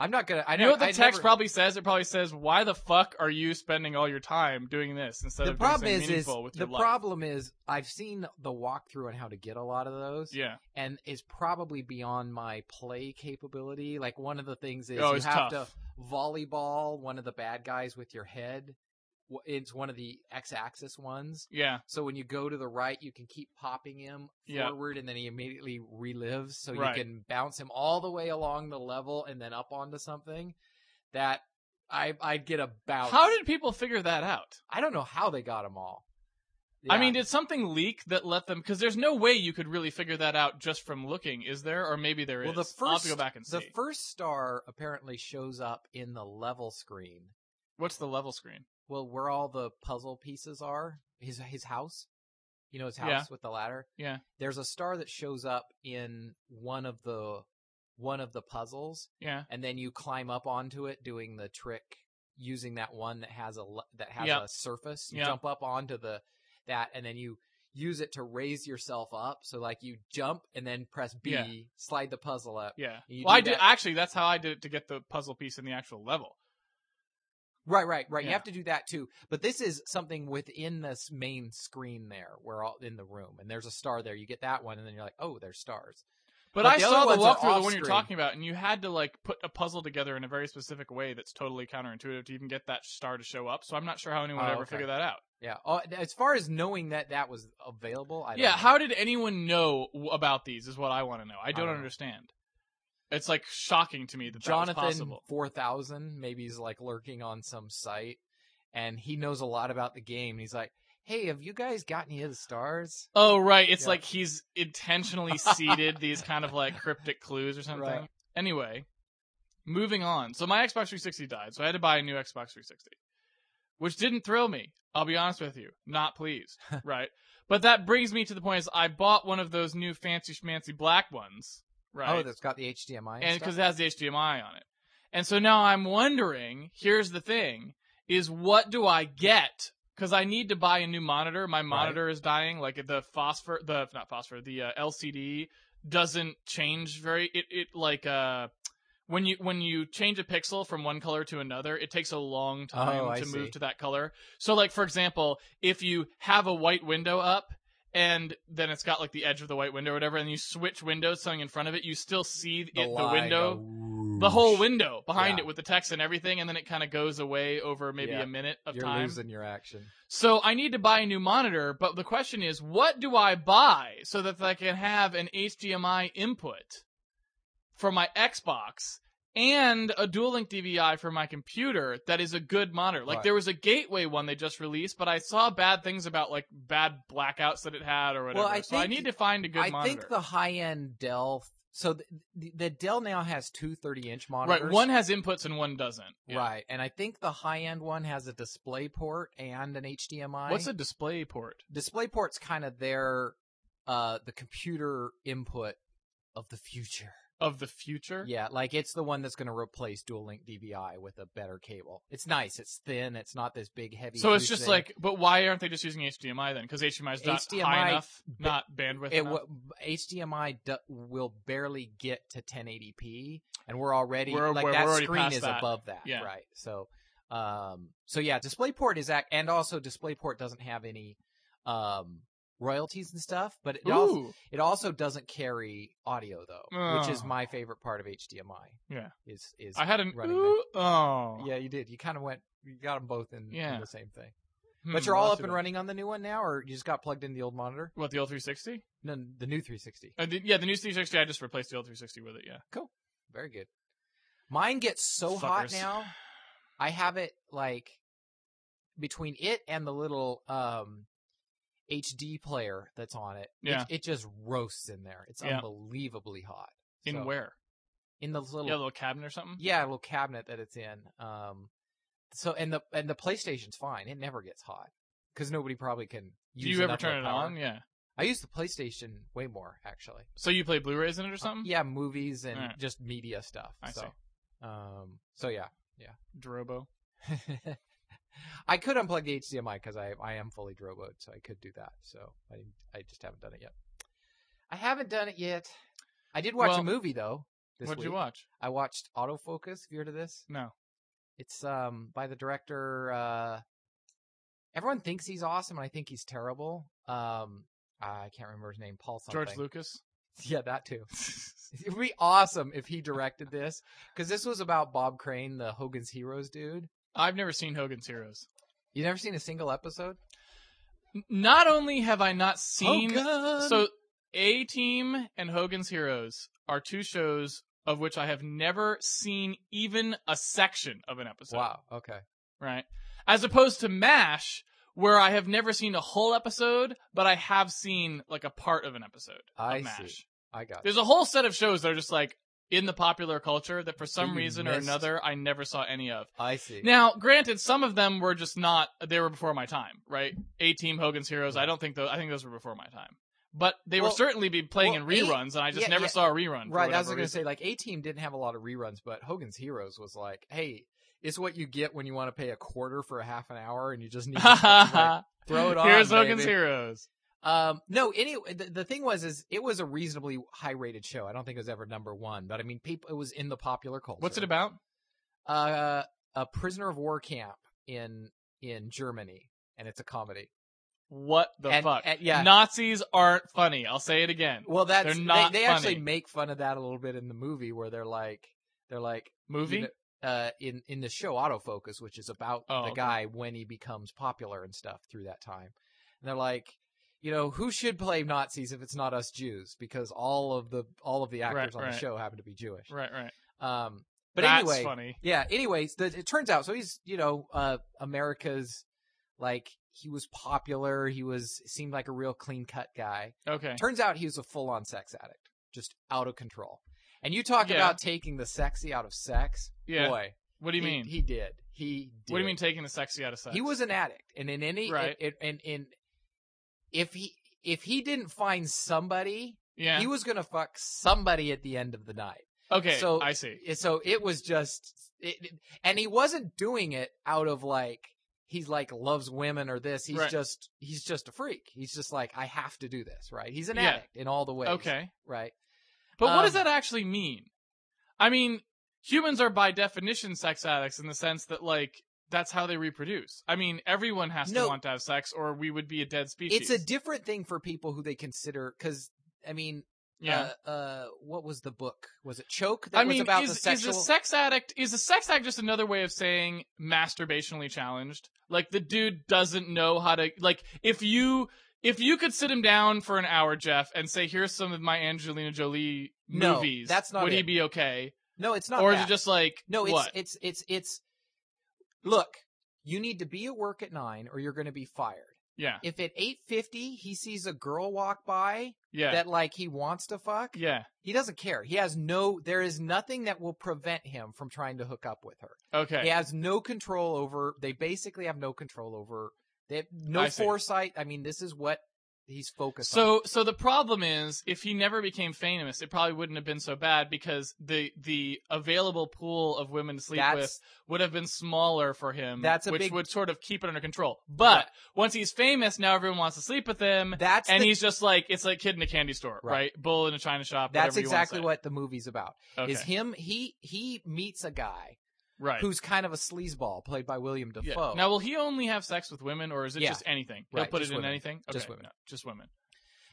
Speaker 1: I'm not gonna. I
Speaker 2: You know what the
Speaker 1: I
Speaker 2: text
Speaker 1: never-
Speaker 2: probably says? It probably says, "Why the fuck are you spending all your time doing this instead
Speaker 1: The
Speaker 2: of doing
Speaker 1: problem
Speaker 2: something
Speaker 1: is, is
Speaker 2: meaningful with
Speaker 1: the
Speaker 2: your life?"
Speaker 1: problem is I've seen the walkthrough on how to get a lot of those,
Speaker 2: yeah,
Speaker 1: and it's probably beyond my play capability. Like one of the things is
Speaker 2: oh,
Speaker 1: you
Speaker 2: it's
Speaker 1: have
Speaker 2: tough.
Speaker 1: to volleyball one of the bad guys with your head. W- It's one of the x-axis ones.
Speaker 2: Yeah,
Speaker 1: So when you go to the right, you can keep popping him
Speaker 2: Yeah.
Speaker 1: forward, and then he immediately relives. So
Speaker 2: Right.
Speaker 1: you can bounce him all the way along the level and then up onto something. That I I'd get a bounce.
Speaker 2: how did people figure that out?
Speaker 1: I don't know how they got them all.
Speaker 2: I
Speaker 1: Yeah.
Speaker 2: mean, did something leak that let them? Because there's no way you could really figure that out just from looking, is there? Or maybe there is.
Speaker 1: Well, the
Speaker 2: I'll have
Speaker 1: first-
Speaker 2: to go back and see.
Speaker 1: the first star apparently shows up in the level screen.
Speaker 2: What's the level screen?
Speaker 1: Well, where all the puzzle pieces are, his his house. You know his house
Speaker 2: Yeah.
Speaker 1: with the ladder.
Speaker 2: Yeah.
Speaker 1: There's a star that shows up in one of the one of the puzzles,
Speaker 2: Yeah,
Speaker 1: and then you climb up onto it doing the trick using that one that has a le- that has
Speaker 2: Yeah.
Speaker 1: a surface. You
Speaker 2: Yeah.
Speaker 1: jump up onto the that, and then you use it to raise yourself up. So like you jump and then press B,
Speaker 2: Yeah.
Speaker 1: slide the puzzle up.
Speaker 2: yeah.
Speaker 1: You
Speaker 2: Well,
Speaker 1: do
Speaker 2: I did
Speaker 1: that-
Speaker 2: actually. That's how I did it to get the puzzle piece in the actual level.
Speaker 1: Right, right, right. You
Speaker 2: Yeah.
Speaker 1: have to do that too. But this is something within this main screen there, where all in the room, and there's a star there. You get that one, and then you're like, oh, there's stars.
Speaker 2: But,
Speaker 1: But
Speaker 2: I
Speaker 1: the
Speaker 2: saw
Speaker 1: other ones
Speaker 2: the
Speaker 1: are
Speaker 2: walkthrough, the one you're
Speaker 1: off-screen.
Speaker 2: talking about, and you had to like put a puzzle together in a very specific way that's totally counterintuitive to even get that star to show up. So I'm not sure how anyone
Speaker 1: Oh,
Speaker 2: would ever
Speaker 1: okay.
Speaker 2: figure that out.
Speaker 1: Yeah. Oh, as far as knowing that that was available, I don't
Speaker 2: Yeah,
Speaker 1: know.
Speaker 2: how did anyone know w- about these? Is what I want to know. I don't,
Speaker 1: don't know.
Speaker 2: understand. It's like shocking to me that that was
Speaker 1: Jonathan
Speaker 2: possible.
Speaker 1: four thousand maybe he's like lurking on some site, and he knows a lot about the game. And he's like, hey, have you guys got any of the stars?
Speaker 2: Oh right, it's
Speaker 1: Yeah.
Speaker 2: like he's intentionally seeded these kind of like cryptic clues or something.
Speaker 1: Right.
Speaker 2: Anyway, moving on. So my Xbox 360 died, so I had to buy a new Xbox 360, which didn't thrill me. I'll be honest with you, not pleased.
Speaker 1: [LAUGHS]
Speaker 2: right, but that brings me to the point: is I bought one of those new fancy schmancy black ones. Right
Speaker 1: Oh, that's got the HDMI. And,
Speaker 2: and
Speaker 1: stuff?
Speaker 2: because it has the HDMI on it. And so now I'm wondering. Here's the thing: is what do I get? Because I need to buy a new monitor. My monitor is dying. Like the phosphor, the not phosphor, the uh, LCD doesn't change very. It it like uh. When you when you change a pixel from one color to another, it takes a long time
Speaker 1: Oh, I
Speaker 2: to
Speaker 1: see.
Speaker 2: move to that color. So like for example, if you have a white window up and then it's got like the edge of the white window or whatever, and you switch windows, something in front of it, you still see it, the
Speaker 1: line
Speaker 2: window,
Speaker 1: go
Speaker 2: the whole window behind
Speaker 1: Yeah.
Speaker 2: it with the text and everything, and then it kind of goes away over maybe
Speaker 1: Yeah.
Speaker 2: a minute of
Speaker 1: You're
Speaker 2: time.
Speaker 1: losing your action.
Speaker 2: So I need to buy a new monitor, but the question is, what do I buy so that I can have an HDMI input for my Xbox and a dual link DVI for my computer that is a good monitor? Like
Speaker 1: Right.
Speaker 2: there was a gateway one they just released, but I saw bad things about like bad blackouts that it had or whatever.
Speaker 1: Well, I
Speaker 2: so I
Speaker 1: think-
Speaker 2: need to find a good
Speaker 1: I
Speaker 2: monitor.
Speaker 1: think the high end Dell. So the, the, the Dell now has two 30 inch monitors.
Speaker 2: Right, one has inputs and one doesn't. Yeah.
Speaker 1: Right, and I think the high end one has a display port and an HDMI.
Speaker 2: What's a display port?
Speaker 1: display port's kind of their uh the computer input of the future.
Speaker 2: of the future.
Speaker 1: Yeah, like it's the one that's going to replace dual link DVI with a better cable. It's nice. It's thin. It's not this big heavy.
Speaker 2: So it's
Speaker 1: huge
Speaker 2: just
Speaker 1: thing.
Speaker 2: like, but why aren't they just using HDMI then? Because HDMI is not high
Speaker 1: HDMI
Speaker 2: enough, not bandwidth
Speaker 1: it
Speaker 2: enough.
Speaker 1: w- HDMI d- will barely get to 1080p, and we're already
Speaker 2: We're-
Speaker 1: like
Speaker 2: we're-
Speaker 1: that
Speaker 2: we're already
Speaker 1: screen
Speaker 2: past
Speaker 1: is
Speaker 2: that.
Speaker 1: above that,
Speaker 2: Yeah.
Speaker 1: right? So, um, so yeah, DisplayPort is act, and also DisplayPort doesn't have any um royalties and stuff, but it also,
Speaker 2: Ooh,
Speaker 1: it also doesn't carry audio though, which is
Speaker 2: Oh.
Speaker 1: my favorite part of HDMI.
Speaker 2: Yeah.
Speaker 1: is is
Speaker 2: I had an
Speaker 1: running
Speaker 2: ooh. Oh,
Speaker 1: yeah, you did. You kind of went, you got them both in, in
Speaker 2: Yeah.
Speaker 1: the same thing.
Speaker 2: Hmm,
Speaker 1: But you're all
Speaker 2: let's
Speaker 1: up
Speaker 2: do
Speaker 1: and
Speaker 2: that.
Speaker 1: running on the new one now, or you just got plugged in the old monitor?
Speaker 2: What the old 360?
Speaker 1: No, the new 360.
Speaker 2: Uh, the, yeah, the new 360. I just replaced the old 360 with it. Yeah.
Speaker 1: Very good. Mine gets so hot
Speaker 2: Suckers.
Speaker 1: now. I have it like between it and the little um HD player that's on it. it-
Speaker 2: Yeah.
Speaker 1: It, just roasts in there. It's
Speaker 2: Yeah.
Speaker 1: unbelievably hot.
Speaker 2: In
Speaker 1: So,
Speaker 2: where?
Speaker 1: In the little
Speaker 2: Yeah, a little cabinet or something.
Speaker 1: yeah, little cabinet that it's in. Um, so and the and the PlayStation's fine; it never gets hot because nobody probably can. Use
Speaker 2: Do you ever
Speaker 1: enough of the
Speaker 2: turn it
Speaker 1: power.
Speaker 2: on? Yeah.
Speaker 1: I use the PlayStation way more actually.
Speaker 2: So you play Blu-rays in it or something?
Speaker 1: Uh, Yeah, movies and
Speaker 2: Alright.
Speaker 1: just media stuff.
Speaker 2: I
Speaker 1: so,
Speaker 2: see.
Speaker 1: um, so yeah, [LAUGHS]
Speaker 2: Drobo.
Speaker 1: I could unplug the HDMI because I I am fully droboed, so I could do that. So I I just haven't done it yet. I haven't done it yet. I did watch
Speaker 2: Well,
Speaker 1: a movie though. This
Speaker 2: What'd
Speaker 1: week.
Speaker 2: you watch?
Speaker 1: I watched Autofocus. Have you heard of this?
Speaker 2: No.
Speaker 1: It's um by the director. Uh, everyone thinks he's awesome, and I think he's terrible. Um, I can't remember his name. Paul something.
Speaker 2: George Lucas. [LAUGHS]
Speaker 1: [LAUGHS] Yeah, that too. It would be awesome if he directed this because this was about Bob Crane, the Hogan's Heroes dude.
Speaker 2: I've never seen Hogan's Heroes.
Speaker 1: You never seen a single episode?
Speaker 2: N- Not only have I
Speaker 1: Oh,
Speaker 2: not seen
Speaker 1: Hogan!
Speaker 2: So, A Team and Hogan's Heroes are two shows of which I have never seen even a section of an episode.
Speaker 1: wow. Okay.
Speaker 2: Right. As opposed to MASH, where I have never seen a whole episode, but I have seen like a part of an episode
Speaker 1: I
Speaker 2: of
Speaker 1: see.
Speaker 2: MASH.
Speaker 1: I got it.
Speaker 2: There's a whole set of shows that are just like in the popular culture that for some
Speaker 1: you
Speaker 2: reason or
Speaker 1: missed.
Speaker 2: another I never saw any of.
Speaker 1: I see.
Speaker 2: Now, granted, some of them were just not. They were before my time, right? A Team, Hogan's Heroes. I don't think those. I think those were before my time, but they
Speaker 1: Well-
Speaker 2: were certainly be playing
Speaker 1: well,
Speaker 2: in
Speaker 1: A-
Speaker 2: reruns, and I just
Speaker 1: yeah,
Speaker 2: never
Speaker 1: yeah.
Speaker 2: saw a rerun. for
Speaker 1: right. I was
Speaker 2: whatever
Speaker 1: going to
Speaker 2: reason.
Speaker 1: say, like, A Team didn't have a lot of reruns, but Hogan's Heroes was like, hey, it's what you get when you want to pay a quarter for a half an hour and you just need to
Speaker 2: [LAUGHS]
Speaker 1: like, throw it on.
Speaker 2: Here's Hogan's
Speaker 1: baby.
Speaker 2: Heroes.
Speaker 1: Um, no, any the, the thing was is it was a reasonably high rated show. I don't think it was ever number one, but I mean, people it was in the popular culture.
Speaker 2: What's it about?
Speaker 1: Uh, a prisoner of war camp in in Germany, and it's a comedy.
Speaker 2: What the
Speaker 1: And-
Speaker 2: fuck?
Speaker 1: and- yeah.
Speaker 2: Nazis aren't funny. I'll say it again.
Speaker 1: Well, that's
Speaker 2: They're not
Speaker 1: they, they actually
Speaker 2: funny.
Speaker 1: make fun of that a little bit in the movie where they're like they're like
Speaker 2: Movie.
Speaker 1: you know, uh, in in the show Autofocus, which is about
Speaker 2: Oh,
Speaker 1: the
Speaker 2: okay.
Speaker 1: guy when he becomes popular and stuff through that time. And they're like, you know, who should play Nazis if it's not us Jews? Because all of the all of the actors
Speaker 2: Right,
Speaker 1: on the
Speaker 2: right.
Speaker 1: show happen to be Jewish.
Speaker 2: Right, right.
Speaker 1: Um, but
Speaker 2: That's
Speaker 1: anyway,
Speaker 2: funny.
Speaker 1: yeah. Anyways, the, it turns out so he's you know uh, America's like he was popular. He was seemed like a real clean cut guy.
Speaker 2: Okay.
Speaker 1: Turns out he was a full on sex addict, just out of control. And you talk
Speaker 2: Yeah.
Speaker 1: about taking the sexy out of sex,
Speaker 2: Yeah.
Speaker 1: boy.
Speaker 2: What do you
Speaker 1: he-
Speaker 2: mean?
Speaker 1: He, did. He did.
Speaker 2: what do you mean taking the sexy out of sex?
Speaker 1: He was an addict, and in any
Speaker 2: Right.
Speaker 1: and and, and if he if he didn't find somebody,
Speaker 2: Yeah.
Speaker 1: he was gonna fuck somebody at the end of the night.
Speaker 2: okay.
Speaker 1: so-
Speaker 2: I see.
Speaker 1: So it was just, it, it- and he wasn't doing it out of like he's like loves women or this. He's
Speaker 2: Right.
Speaker 1: just he's just a freak. He's just like I have to do this, right? He's an
Speaker 2: Yeah.
Speaker 1: addict in all the ways.
Speaker 2: Okay.
Speaker 1: right?
Speaker 2: But what does
Speaker 1: Um,
Speaker 2: that actually mean? I mean, humans are by definition sex addicts in the sense that like that's how they reproduce. I mean, everyone has
Speaker 1: No.
Speaker 2: to want to have sex or we would be a dead species.
Speaker 1: It's a different thing for people who they consider because I mean,
Speaker 2: yeah.
Speaker 1: Uh, uh, what was the book? Was it Choke? That
Speaker 2: I mean,
Speaker 1: was about
Speaker 2: is,
Speaker 1: the sexual.
Speaker 2: is a sex addict is a sex addict just another way of saying masturbationally challenged? Like the dude doesn't know how to like if you if you could sit him down for an hour, Jeff, and say, "Here's some of my Angelina Jolie
Speaker 1: No,
Speaker 2: movies,"
Speaker 1: that's not
Speaker 2: would he
Speaker 1: it.
Speaker 2: be okay,
Speaker 1: no, it's not.
Speaker 2: or
Speaker 1: that.
Speaker 2: is it just like
Speaker 1: no? It's
Speaker 2: what?
Speaker 1: it's it's it's. Look, you need to be at work at nine, or you're going to be fired.
Speaker 2: yeah,
Speaker 1: If at eight fifty he sees a girl walk by
Speaker 2: yeah,
Speaker 1: that like he wants to fuck,
Speaker 2: yeah.
Speaker 1: he doesn't care. He has no. There is nothing that will prevent him from trying to hook up with her.
Speaker 2: Okay,
Speaker 1: He has no control over. They basically have no control over. They have no
Speaker 2: I see.
Speaker 1: foresight. I mean, this is what he's focused. on.
Speaker 2: So so the problem is if he never became famous, it probably wouldn't have been so bad because the the available pool of women to sleep with
Speaker 1: that's
Speaker 2: would have been smaller for him.
Speaker 1: That's a
Speaker 2: which
Speaker 1: big-
Speaker 2: would sort of keep it under control. But once he's famous, now everyone wants to sleep with him.
Speaker 1: that's
Speaker 2: and
Speaker 1: the-
Speaker 2: he's just like it's like kid in a candy store,
Speaker 1: Right.
Speaker 2: right? Bull in a china shop.
Speaker 1: that's
Speaker 2: whatever you wanna
Speaker 1: exactly
Speaker 2: say.
Speaker 1: what the movie's about.
Speaker 2: Okay.
Speaker 1: Is him he he meets a guy
Speaker 2: right.
Speaker 1: who's kind of a sleazeball played by William Defoe.
Speaker 2: Yeah. Now, will he only have sex with women, or is it
Speaker 1: Yeah.
Speaker 2: just anything?
Speaker 1: Right,
Speaker 2: He'll put
Speaker 1: just
Speaker 2: it in
Speaker 1: women.
Speaker 2: anything.
Speaker 1: Just
Speaker 2: Okay,
Speaker 1: women.
Speaker 2: no, just women.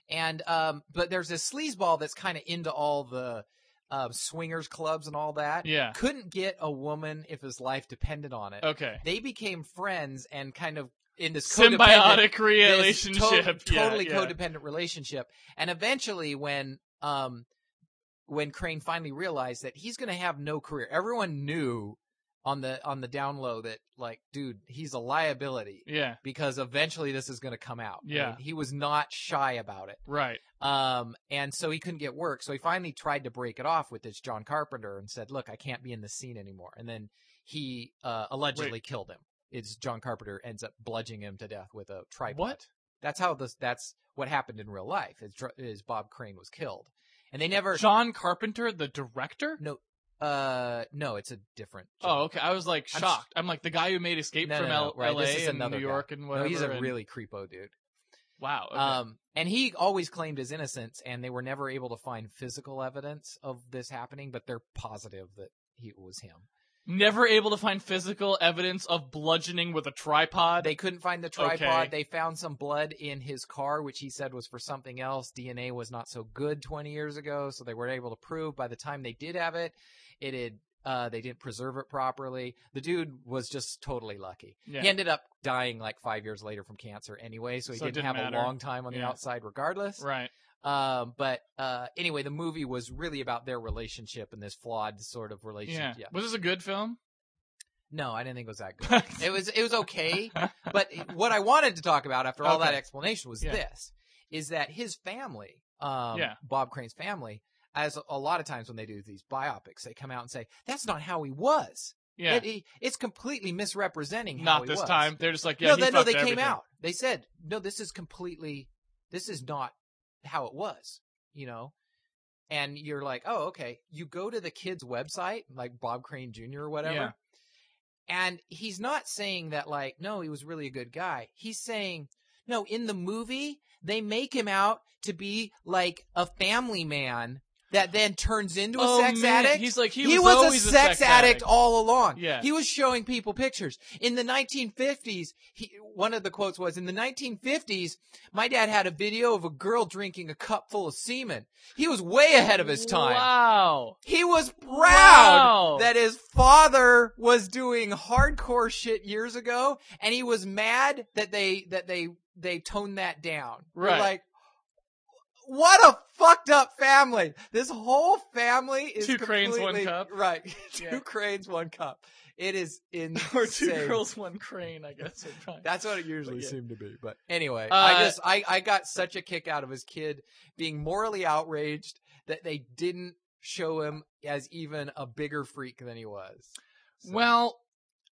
Speaker 1: and um but there's this sleazeball that's kind of into all the um swingers clubs and all that.
Speaker 2: Yeah. Oh.
Speaker 1: Couldn't get a woman if his life depended on it.
Speaker 2: Okay.
Speaker 1: They became friends and kind of in this codependent-
Speaker 2: Symbiotic
Speaker 1: this to-
Speaker 2: relationship. [LAUGHS] Yeah,
Speaker 1: totally
Speaker 2: yeah.
Speaker 1: codependent relationship. And eventually, when um, when Crane finally realized that he's going to have no career, everyone knew on the on the down low that like, dude, he's a liability
Speaker 2: Yeah.
Speaker 1: because eventually this is going to come out. I
Speaker 2: Yeah.
Speaker 1: mean, he was not shy about it.
Speaker 2: Right.
Speaker 1: Um, and so he couldn't get work. So he finally tried to break it off with this John Carpenter and said, "Look, I can't be in this scene anymore." And then he uh, allegedly killed him. It's John Carpenter ends up bludgeoning him to death with a tripod.
Speaker 2: What?
Speaker 1: That's how this. That's what happened in real life. Is, Dr- is Bob Crane was killed, and they never.
Speaker 2: John Carpenter, the director?
Speaker 1: No, uh, no, it's a different.
Speaker 2: Oh, okay. I was like
Speaker 1: I'm s-
Speaker 2: shocked. I'm like the guy who made Escape
Speaker 1: No,
Speaker 2: from
Speaker 1: no, no,
Speaker 2: L-
Speaker 1: right,
Speaker 2: LA
Speaker 1: this is
Speaker 2: and
Speaker 1: another
Speaker 2: New
Speaker 1: guy.
Speaker 2: York and
Speaker 1: No,
Speaker 2: whatever.
Speaker 1: he's a
Speaker 2: and-
Speaker 1: really creepo dude.
Speaker 2: wow. Okay.
Speaker 1: Um, and he always claimed his innocence, and they were never able to find physical evidence of this happening, but they're positive that he it was him.
Speaker 2: Never able to find physical evidence of bludgeoning with a tripod.
Speaker 1: They couldn't find the tripod.
Speaker 2: Okay.
Speaker 1: They found some blood in his car, which he said was for something else. DNA was not so good 20 years ago, so they weren't able to prove. By the time they did have it, it had. Uh, they didn't preserve it properly. The dude was just totally lucky.
Speaker 2: yeah.
Speaker 1: He ended up dying like five years later from cancer anyway, so he
Speaker 2: So it
Speaker 1: didn't have
Speaker 2: didn't
Speaker 1: a
Speaker 2: matter.
Speaker 1: long time on the
Speaker 2: Yeah.
Speaker 1: outside regardless.
Speaker 2: Right.
Speaker 1: Um, but uh, anyway, the movie was really about their relationship and this flawed sort of
Speaker 2: Yeah.
Speaker 1: relationship. Yeah.
Speaker 2: Was this a good film? [LAUGHS]
Speaker 1: No, I didn't think it was that good. It was it was
Speaker 2: [LAUGHS]
Speaker 1: okay, but what I wanted to talk about after all
Speaker 2: Okay.
Speaker 1: that explanation was
Speaker 2: Yeah.
Speaker 1: this: is that his family, um,
Speaker 2: Yeah.
Speaker 1: Bob Crane's family, as a lot of times when they do these biopics, they come out and say that's not how he was.
Speaker 2: yeah.
Speaker 1: It- he- it's completely misrepresenting. how
Speaker 2: Not
Speaker 1: he
Speaker 2: this
Speaker 1: was.
Speaker 2: time. They're just like, yeah,
Speaker 1: no,
Speaker 2: he
Speaker 1: they, no,
Speaker 2: fucked
Speaker 1: they came
Speaker 2: everything.
Speaker 1: out. They said, no, this is completely, this is not how it was, you know? And you're like, oh, okay. You go to the kid's website, like Bob Crane Jr. or whatever.
Speaker 2: Yeah.
Speaker 1: And he's not saying that, like, no, he was really a good guy. He's saying, no, in the movie, they make him out to be like a family man that then turns into a
Speaker 2: Oh,
Speaker 1: sex
Speaker 2: man.
Speaker 1: addict
Speaker 2: He's like, he,
Speaker 1: he,
Speaker 2: was,
Speaker 1: was,
Speaker 2: always
Speaker 1: a sex, addict, all along.
Speaker 2: Yeah.
Speaker 1: He was showing people pictures. In the 1950s, he, one of the quotes was, in the 1950s, my dad had a video of a girl drinking a cup full of semen. He was way ahead of his time.
Speaker 2: Wow.
Speaker 1: He was proud
Speaker 2: Wow.
Speaker 1: that his father was doing hardcore shit years ago, and he was mad that they, that they, they toned that down. You're
Speaker 2: Right.
Speaker 1: Like, what a fucked up family. This whole family is
Speaker 2: Two cranes, one
Speaker 1: completely-
Speaker 2: cup.
Speaker 1: Right. [LAUGHS] two
Speaker 2: Yeah.
Speaker 1: cranes, one cup. It is insane.
Speaker 2: [LAUGHS] or two girls, one crane. I guess. they're trying.
Speaker 1: That's what it usually
Speaker 2: [LAUGHS] But yeah.
Speaker 1: seemed to be. But anyway,
Speaker 2: Uh,
Speaker 1: I just I, I got such a kick out of his kid being morally outraged that they didn't show him as even a bigger freak than he was. So-
Speaker 2: Well,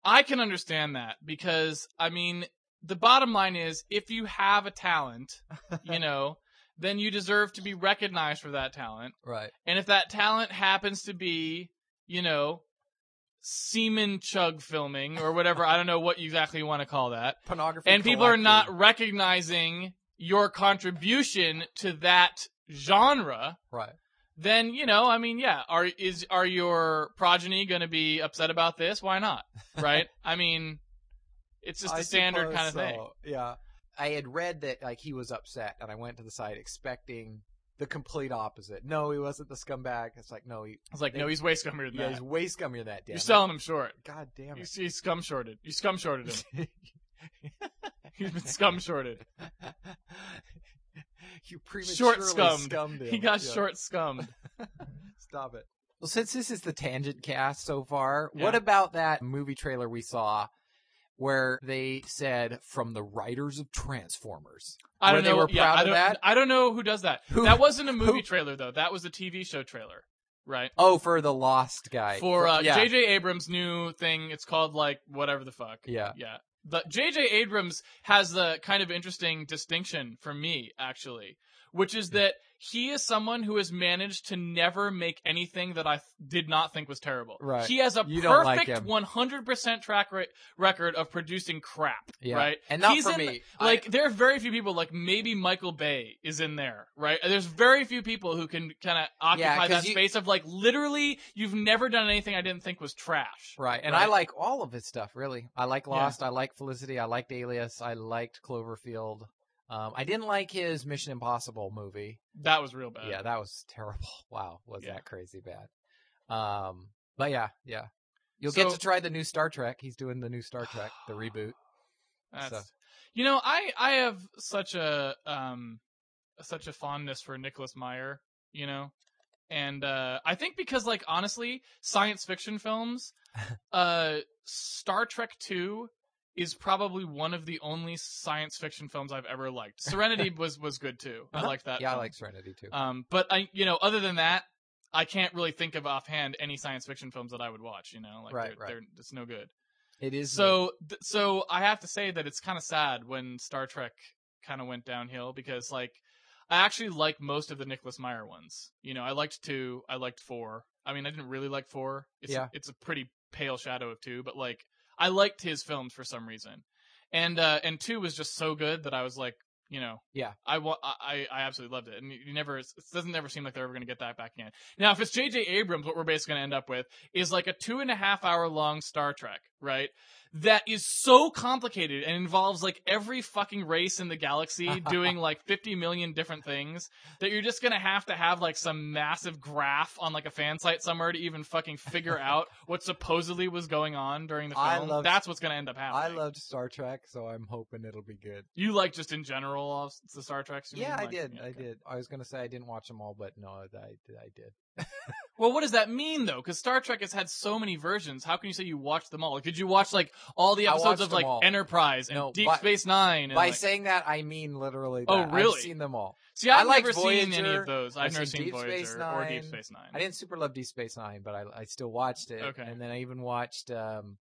Speaker 2: I can understand that because I mean, the bottom line is if you have a talent,
Speaker 1: [LAUGHS]
Speaker 2: you know, then you deserve to be recognized for that talent.
Speaker 1: right.
Speaker 2: And if that talent happens to be, you know, semen chug filming or whatever, I don't know what you exactly want to
Speaker 1: [LAUGHS]
Speaker 2: call that.
Speaker 1: Pornography.
Speaker 2: And people are
Speaker 1: collecting.
Speaker 2: not recognizing your contribution to that genre,
Speaker 1: right.
Speaker 2: then you know i mean yeah are is are your progeny going to be upset about this why not
Speaker 1: [LAUGHS]
Speaker 2: right i mean it's just
Speaker 1: I
Speaker 2: a standard
Speaker 1: suppose
Speaker 2: kind of thing
Speaker 1: so, Yeah. I had read that like he was upset and I went to the site expecting the complete opposite. No, he wasn't the scumbag. It's like no, he
Speaker 2: it's like
Speaker 1: They-
Speaker 2: no he's way scummier than
Speaker 1: yeah,
Speaker 2: that
Speaker 1: he's way scummier than that damn.
Speaker 2: you're
Speaker 1: it.
Speaker 2: selling him short
Speaker 1: God damn
Speaker 2: you
Speaker 1: it.
Speaker 2: see scum shorted you scum shorted
Speaker 1: [LAUGHS]
Speaker 2: him he's been scum shorted
Speaker 1: [LAUGHS] you prematurely scummed.
Speaker 2: scummed.
Speaker 1: him.
Speaker 2: he got
Speaker 1: Yeah, [LAUGHS]
Speaker 2: short scummed
Speaker 1: Stop it. Well, since this is the tangent cast so far, what
Speaker 2: Yeah.
Speaker 1: about that movie trailer we saw where they said from the writers of Transformers?
Speaker 2: i
Speaker 1: Where
Speaker 2: don't
Speaker 1: they
Speaker 2: know
Speaker 1: were
Speaker 2: yeah,
Speaker 1: proud
Speaker 2: I
Speaker 1: of
Speaker 2: don't,
Speaker 1: that?
Speaker 2: i don't know who does that
Speaker 1: Who-
Speaker 2: that wasn't a movie
Speaker 1: who-
Speaker 2: trailer though that was a tv show trailer right
Speaker 1: Oh, for the Lost guy.
Speaker 2: for uh
Speaker 1: yeah,
Speaker 2: jj abrams new thing it's called like whatever the fuck
Speaker 1: yeah.
Speaker 2: yeah the J.J. Abrams has the kind of interesting distinction for me, actually, which
Speaker 1: Hmm.
Speaker 2: is that he is someone who has managed to never make anything that I th- did not think was terrible.
Speaker 1: Right.
Speaker 2: He has a
Speaker 1: You don't like
Speaker 2: perfect
Speaker 1: him.
Speaker 2: 100% track re- record of producing crap.
Speaker 1: Yeah.
Speaker 2: Right.
Speaker 1: And not
Speaker 2: He's
Speaker 1: for
Speaker 2: in-
Speaker 1: me. I-
Speaker 2: Like there are very few people. Like maybe Michael Bay is in there, right? There's very few people who can kind of occupy
Speaker 1: 'cause
Speaker 2: that
Speaker 1: you-
Speaker 2: space of like literally you've never done anything I didn't think was trash.
Speaker 1: Right. And I
Speaker 2: Right.
Speaker 1: like all of his stuff, really. I like
Speaker 2: Yeah.
Speaker 1: Lost. I like Felicity. I liked Alias. I liked Cloverfield. Um, I didn't like his Mission Impossible movie.
Speaker 2: That was real bad.
Speaker 1: yeah, that was [LAUGHS] terrible. Wow, was
Speaker 2: yeah.
Speaker 1: that crazy bad? Um, but yeah, yeah. You'll get
Speaker 2: So-
Speaker 1: to try the new Star Trek. He's doing the new Star Trek,
Speaker 2: [SIGHS]
Speaker 1: the reboot.
Speaker 2: That's,
Speaker 1: So-
Speaker 2: You know, I I have such a um such a fondness for Nicholas Meyer, you know. And uh I think because like honestly, science
Speaker 1: [LAUGHS]
Speaker 2: fiction films uh Star Trek 2 is probably one of the only science fiction films I've ever
Speaker 1: [LAUGHS]
Speaker 2: liked. Serenity was was good too. I
Speaker 1: Uh-huh.
Speaker 2: liked that.
Speaker 1: Yeah, I
Speaker 2: film.
Speaker 1: like Serenity too.
Speaker 2: Um but I you know, other than that, I can't really think of offhand any science fiction films that I would watch, you know. Like
Speaker 1: Right,
Speaker 2: they're,
Speaker 1: right.
Speaker 2: they're it's no good.
Speaker 1: It is
Speaker 2: So, th- so I have to say that it's kind of sad when Star Trek kind of went downhill because, like, I actually like most of the Nicholas Meyer ones. You know, I liked two, I liked four. I mean, I didn't really like four. It's
Speaker 1: Yeah.
Speaker 2: it's a pretty pale shadow of two, but like, I liked his films for some reason, and uh, and two was just so good that I was like, you know,
Speaker 1: Yeah.
Speaker 2: I wa- I I I absolutely loved it, and you never it doesn't ever seem like they're ever gonna get that back again. Now, if it's J.J. Abrams, what we're basically gonna end up with is like a two and a half hour long Star Trek, right? that is so complicated and involves like every fucking race in the galaxy
Speaker 1: [LAUGHS]
Speaker 2: doing like 50 million different things that you're just gonna have to have like some massive graph on like a fan site somewhere to even fucking
Speaker 1: [LAUGHS]
Speaker 2: figure out what supposedly was going on during the film.
Speaker 1: I love-
Speaker 2: That's what's gonna end up
Speaker 1: I
Speaker 2: happening.
Speaker 1: loved Star Trek, so I'm hoping it'll be good.
Speaker 2: you like just in general all of the Star Treks. you
Speaker 1: Yeah,
Speaker 2: mean?
Speaker 1: I
Speaker 2: Like,
Speaker 1: did.
Speaker 2: yeah,
Speaker 1: I
Speaker 2: okay.
Speaker 1: did. I was gonna say I didn't watch them all, but no, I did. I did.
Speaker 2: Well, what does that mean though? Because Star Trek has had so many versions. How can you say you watched them all? Like, did you watch like all the
Speaker 1: I watched
Speaker 2: episodes of
Speaker 1: them
Speaker 2: like
Speaker 1: all.
Speaker 2: Enterprise and
Speaker 1: No,
Speaker 2: Deep
Speaker 1: by-
Speaker 2: Space Nine? And,
Speaker 1: By
Speaker 2: like-
Speaker 1: saying that, I mean literally.
Speaker 2: Oh,
Speaker 1: That.
Speaker 2: really?
Speaker 1: I've seen them all.
Speaker 2: See, I've
Speaker 1: I like
Speaker 2: never seen any
Speaker 1: Voyager.
Speaker 2: of those. I've,
Speaker 1: I've
Speaker 2: never
Speaker 1: seen
Speaker 2: seen
Speaker 1: Deep
Speaker 2: Voyager
Speaker 1: Space
Speaker 2: or Deep
Speaker 1: Nine.
Speaker 2: Space Nine.
Speaker 1: I didn't super love Deep Space Nine, but I, I still watched it.
Speaker 2: Okay.
Speaker 1: And then I even watched um,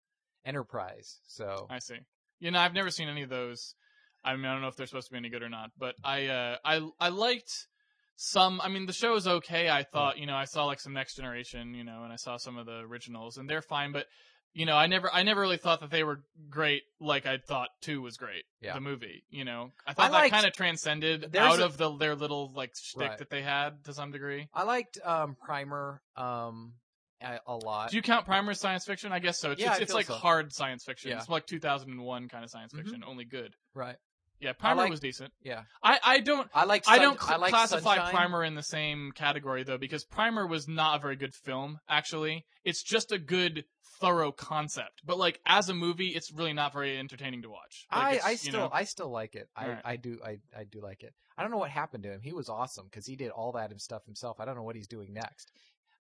Speaker 1: Enterprise. So
Speaker 2: I see. You know, I've never seen any of those. I mean, I don't know if they're supposed to be any good or not, but I, uh, I, I liked some. I mean, the show is okay. I thought, you know, I saw like some Next Generation, you know, and I saw some of the originals, and they're fine. But you know, I never, I never really thought that they were great. Like I thought Two was great.
Speaker 1: Yeah.
Speaker 2: The movie, you know, I thought that
Speaker 1: liked-
Speaker 2: kind of transcended
Speaker 1: There's
Speaker 2: out
Speaker 1: a-
Speaker 2: of the their little like shtick
Speaker 1: Right.
Speaker 2: that they had to some degree.
Speaker 1: I liked um, Primer um, a, a lot.
Speaker 2: Do you count Primer as science fiction? I guess so. It's,
Speaker 1: Yeah,
Speaker 2: it's,
Speaker 1: I
Speaker 2: it's
Speaker 1: feel
Speaker 2: like
Speaker 1: so.
Speaker 2: hard science fiction.
Speaker 1: Yeah.
Speaker 2: It's like 2001 kind of science
Speaker 1: Mhm.
Speaker 2: fiction, only good.
Speaker 1: right.
Speaker 2: Yeah, Primer
Speaker 1: like-
Speaker 2: was decent.
Speaker 1: yeah.
Speaker 2: I, I don't
Speaker 1: I like.
Speaker 2: I don't cl-
Speaker 1: I like
Speaker 2: classify
Speaker 1: Sunshine.
Speaker 2: Primer in the same category though because Primer was not a very good film actually. It's just a good thorough concept. But like as a movie, it's really not very entertaining to watch. Like,
Speaker 1: I,
Speaker 2: it's,
Speaker 1: I
Speaker 2: you
Speaker 1: still
Speaker 2: know-
Speaker 1: I still like it. I,
Speaker 2: Alright.
Speaker 1: I do I, I do like it. I don't know what happened to him. He was awesome because he did all that stuff himself. I don't know what he's doing next.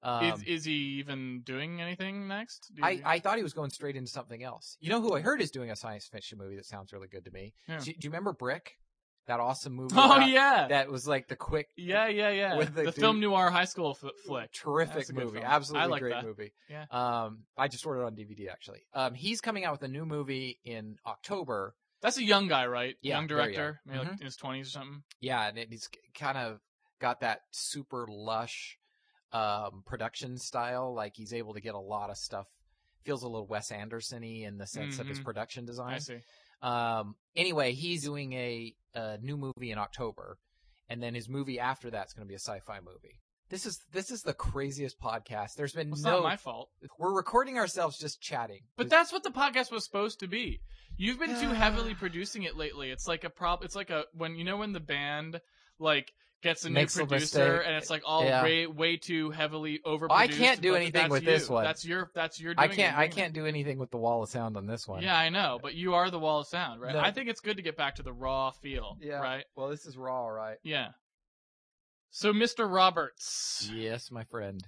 Speaker 1: Um,
Speaker 2: is is he even doing anything next? Do
Speaker 1: I,
Speaker 2: you-
Speaker 1: I thought he was going straight into something else. You know who I heard is doing a science fiction movie that sounds really good to me.
Speaker 2: Yeah.
Speaker 1: Do, do you remember Brick? That awesome movie.
Speaker 2: [LAUGHS] oh
Speaker 1: about- [LAUGHS]
Speaker 2: yeah.
Speaker 1: That was like the quick,
Speaker 2: yeah, yeah, yeah.
Speaker 1: with
Speaker 2: the
Speaker 1: the
Speaker 2: film noir high school f- flick. That's
Speaker 1: terrific
Speaker 2: a good
Speaker 1: movie.
Speaker 2: film. I
Speaker 1: Absolutely
Speaker 2: like
Speaker 1: great
Speaker 2: that.
Speaker 1: movie.
Speaker 2: Yeah.
Speaker 1: Um, I just ordered it on DVD actually. Um, he's coming out with a new movie in October.
Speaker 2: That's a young guy, right?
Speaker 1: Yeah,
Speaker 2: young
Speaker 1: very young. Mm-hmm.
Speaker 2: director, maybe like in his 20s or something.
Speaker 1: Yeah, and it- it's kind of got that super lush um, production style. Like he's able to get a lot of stuff. Feels a little Wes Anderson-y in the sense of his
Speaker 2: Mhm.
Speaker 1: production design.
Speaker 2: I see.
Speaker 1: Um, anyway, he's doing a, a new movie in October, and then his movie after that's going to be a sci-fi movie. This is this is the craziest podcast. There's been
Speaker 2: Well, it's
Speaker 1: no.
Speaker 2: not my fault.
Speaker 1: We're recording ourselves just chatting.
Speaker 2: But that's what the podcast was supposed to be. You've been too
Speaker 1: [SIGHS]
Speaker 2: heavily producing it lately. It's like a prob. It's like a when you know when the band like gets a new
Speaker 1: Makes a
Speaker 2: producer
Speaker 1: mistake.
Speaker 2: and it's like all
Speaker 1: Yeah.
Speaker 2: way way too heavily overproduced.
Speaker 1: I can't do
Speaker 2: but
Speaker 1: anything
Speaker 2: that's
Speaker 1: with this
Speaker 2: you.
Speaker 1: one.
Speaker 2: That's your that's your.
Speaker 1: I
Speaker 2: Doing
Speaker 1: can't
Speaker 2: it,
Speaker 1: I
Speaker 2: doing it.
Speaker 1: can't do anything with the wall of sound on this one.
Speaker 2: Yeah, I know, but you are the wall of sound, right?
Speaker 1: No.
Speaker 2: I think it's good to get back to the raw feel,
Speaker 1: Yeah.
Speaker 2: right?
Speaker 1: Well, this is raw, right?
Speaker 2: Yeah. So, Mr. Roberts,
Speaker 1: Yes, my friend.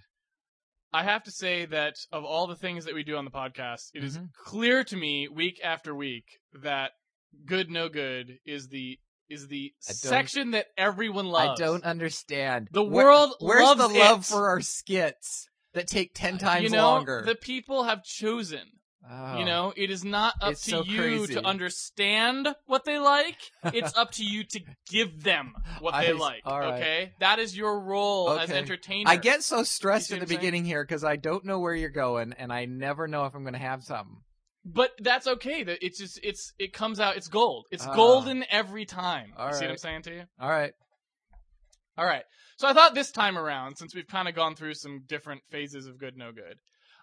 Speaker 2: I have to say that of all the things that we do on the podcast, it is
Speaker 1: Mhm.
Speaker 2: clear to me week after week that good no good is the is the
Speaker 1: I don't-
Speaker 2: section that everyone loves.
Speaker 1: I don't understand.
Speaker 2: The
Speaker 1: Where-
Speaker 2: world
Speaker 1: Where's
Speaker 2: loves
Speaker 1: the love
Speaker 2: it. Uh,
Speaker 1: for our skits that take ten times
Speaker 2: you know,
Speaker 1: longer?
Speaker 2: The people have chosen
Speaker 1: Oh.
Speaker 2: You know, it is not up
Speaker 1: It's
Speaker 2: to
Speaker 1: so
Speaker 2: you
Speaker 1: crazy.
Speaker 2: to understand what they like. It's up to you to
Speaker 1: [LAUGHS]
Speaker 2: give them what
Speaker 1: I
Speaker 2: they
Speaker 1: s-
Speaker 2: like.
Speaker 1: all right.
Speaker 2: Okay, that is your role as
Speaker 1: Okay.
Speaker 2: entertainer.
Speaker 1: I get so stressed
Speaker 2: You see
Speaker 1: in the
Speaker 2: what I'm saying?
Speaker 1: beginning here because I don't know where you're going, and I never know if I'm going to have something.
Speaker 2: but that's okay. That it's just it's it comes out. It's gold. It's
Speaker 1: Ah.
Speaker 2: golden every time.
Speaker 1: All
Speaker 2: you see what
Speaker 1: right.
Speaker 2: I'm saying to you?
Speaker 1: All right.
Speaker 2: All right. So I thought this time around, since we've kind of gone through some different phases of good, no good,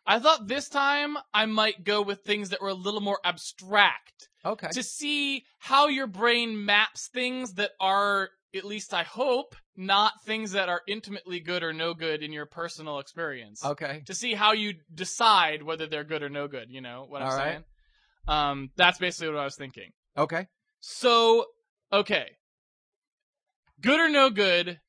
Speaker 2: I thought this time I might go with things that were a little more abstract
Speaker 1: Okay.
Speaker 2: to see how your brain maps things that are, at least I hope, not things that are intimately good or no good in your personal experience.
Speaker 1: Okay.
Speaker 2: To see how you decide whether they're good or no good, you know what I'm
Speaker 1: All right.
Speaker 2: saying? Um, that's basically what I was thinking.
Speaker 1: Okay.
Speaker 2: So, okay. Good or no good,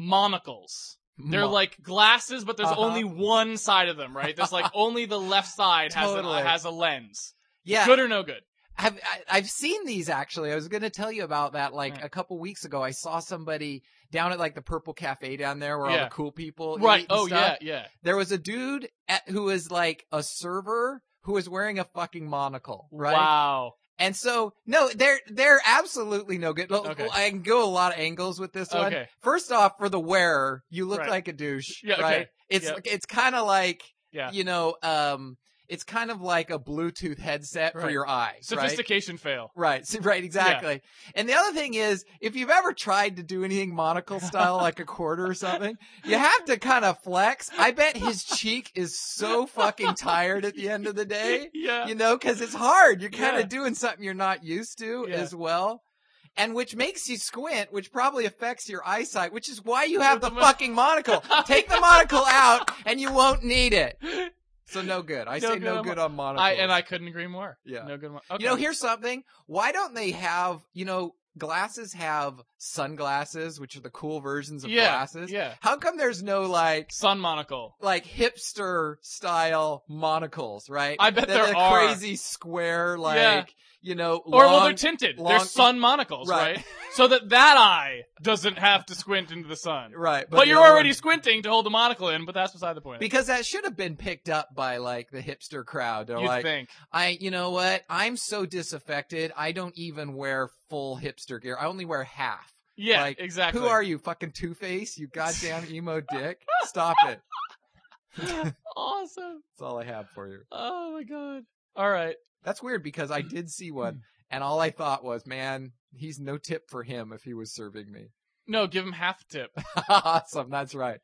Speaker 2: monocles. They're
Speaker 1: Mo-
Speaker 2: like glasses, but there's
Speaker 1: Uh-huh.
Speaker 2: only one side of them, right?
Speaker 1: [LAUGHS]
Speaker 2: There's like only the left side has,
Speaker 1: Totally.
Speaker 2: a, has a lens.
Speaker 1: yeah.
Speaker 2: Good or no good.
Speaker 1: I've I- I've seen these actually. I was going to tell you about that like
Speaker 2: Right.
Speaker 1: a couple weeks ago. I saw somebody down at like the Purple Cafe down there where all
Speaker 2: Yeah.
Speaker 1: the cool people eat
Speaker 2: Right.
Speaker 1: and
Speaker 2: Oh,
Speaker 1: stuff.
Speaker 2: yeah, yeah.
Speaker 1: There was a dude at, who was like a server who was wearing a fucking monocle, right?
Speaker 2: Wow.
Speaker 1: And so no, they're they're absolutely no good. Look,
Speaker 2: Okay.
Speaker 1: I can go a lot of angles with this one.
Speaker 2: Okay.
Speaker 1: First off, for the wearer, you look
Speaker 2: Right.
Speaker 1: like a douche,
Speaker 2: Yeah, okay.
Speaker 1: right? It's
Speaker 2: Yep.
Speaker 1: it's kind of like
Speaker 2: Yeah.
Speaker 1: you know, um, it's kind of like a Bluetooth headset for
Speaker 2: Right.
Speaker 1: your eye, right?
Speaker 2: Sophistication fail.
Speaker 1: Right, s- right, exactly. And the other thing is, if you've ever tried to do anything monocle style, like a quarter or something, you have to kind of flex. I bet his cheek is so fucking tired at the end of the day,
Speaker 2: [LAUGHS] yeah.
Speaker 1: you know, cause it's hard. You're kind of
Speaker 2: Yeah.
Speaker 1: doing something you're not used to
Speaker 2: Yeah.
Speaker 1: as well. And which makes you squint, which probably affects your eyesight, which is why you have
Speaker 2: With the
Speaker 1: the
Speaker 2: mon-
Speaker 1: fucking monocle. Take the monocle out and you won't need it. So no good. I
Speaker 2: No
Speaker 1: say
Speaker 2: good
Speaker 1: no
Speaker 2: on
Speaker 1: good on monocles.
Speaker 2: I, and I couldn't agree more.
Speaker 1: Yeah.
Speaker 2: No good. Mo- okay.
Speaker 1: You know, here's something. Why don't they have, you know, glasses have sunglasses, which are the cool versions of
Speaker 2: yeah,
Speaker 1: glasses.
Speaker 2: Yeah.
Speaker 1: How come there's no like,
Speaker 2: Sun monocle.
Speaker 1: like hipster style monocles, right?
Speaker 2: I bet
Speaker 1: They're
Speaker 2: there
Speaker 1: the
Speaker 2: are.
Speaker 1: crazy square, like,
Speaker 2: Yeah.
Speaker 1: you know,
Speaker 2: Or well,
Speaker 1: long-
Speaker 2: they're tinted.
Speaker 1: long-
Speaker 2: they're sun monocles,
Speaker 1: [LAUGHS]
Speaker 2: right.
Speaker 1: Right.
Speaker 2: So that that eye doesn't have to squint into the sun.
Speaker 1: right.
Speaker 2: But,
Speaker 1: the
Speaker 2: you're
Speaker 1: other
Speaker 2: already
Speaker 1: one-
Speaker 2: squinting to hold the monocle in. But that's beside the point.
Speaker 1: because that should have been picked up by like the hipster crowd. They're
Speaker 2: you
Speaker 1: like,
Speaker 2: think
Speaker 1: I, you know what? I'm so disaffected. I don't even wear full hipster gear. I only wear half.
Speaker 2: yeah,
Speaker 1: like,
Speaker 2: exactly. [LAUGHS]
Speaker 1: Who are you, fucking Two Face? You [LAUGHS] goddamn emo dick! Stop it. [LAUGHS]
Speaker 2: awesome.
Speaker 1: That's all I have for you.
Speaker 2: Oh my god. All right.
Speaker 1: That's weird because I did see one, and all I thought was, man, he's no tip for him if he was serving me. [LAUGHS]
Speaker 2: No, give him half a tip.
Speaker 1: awesome. That's right.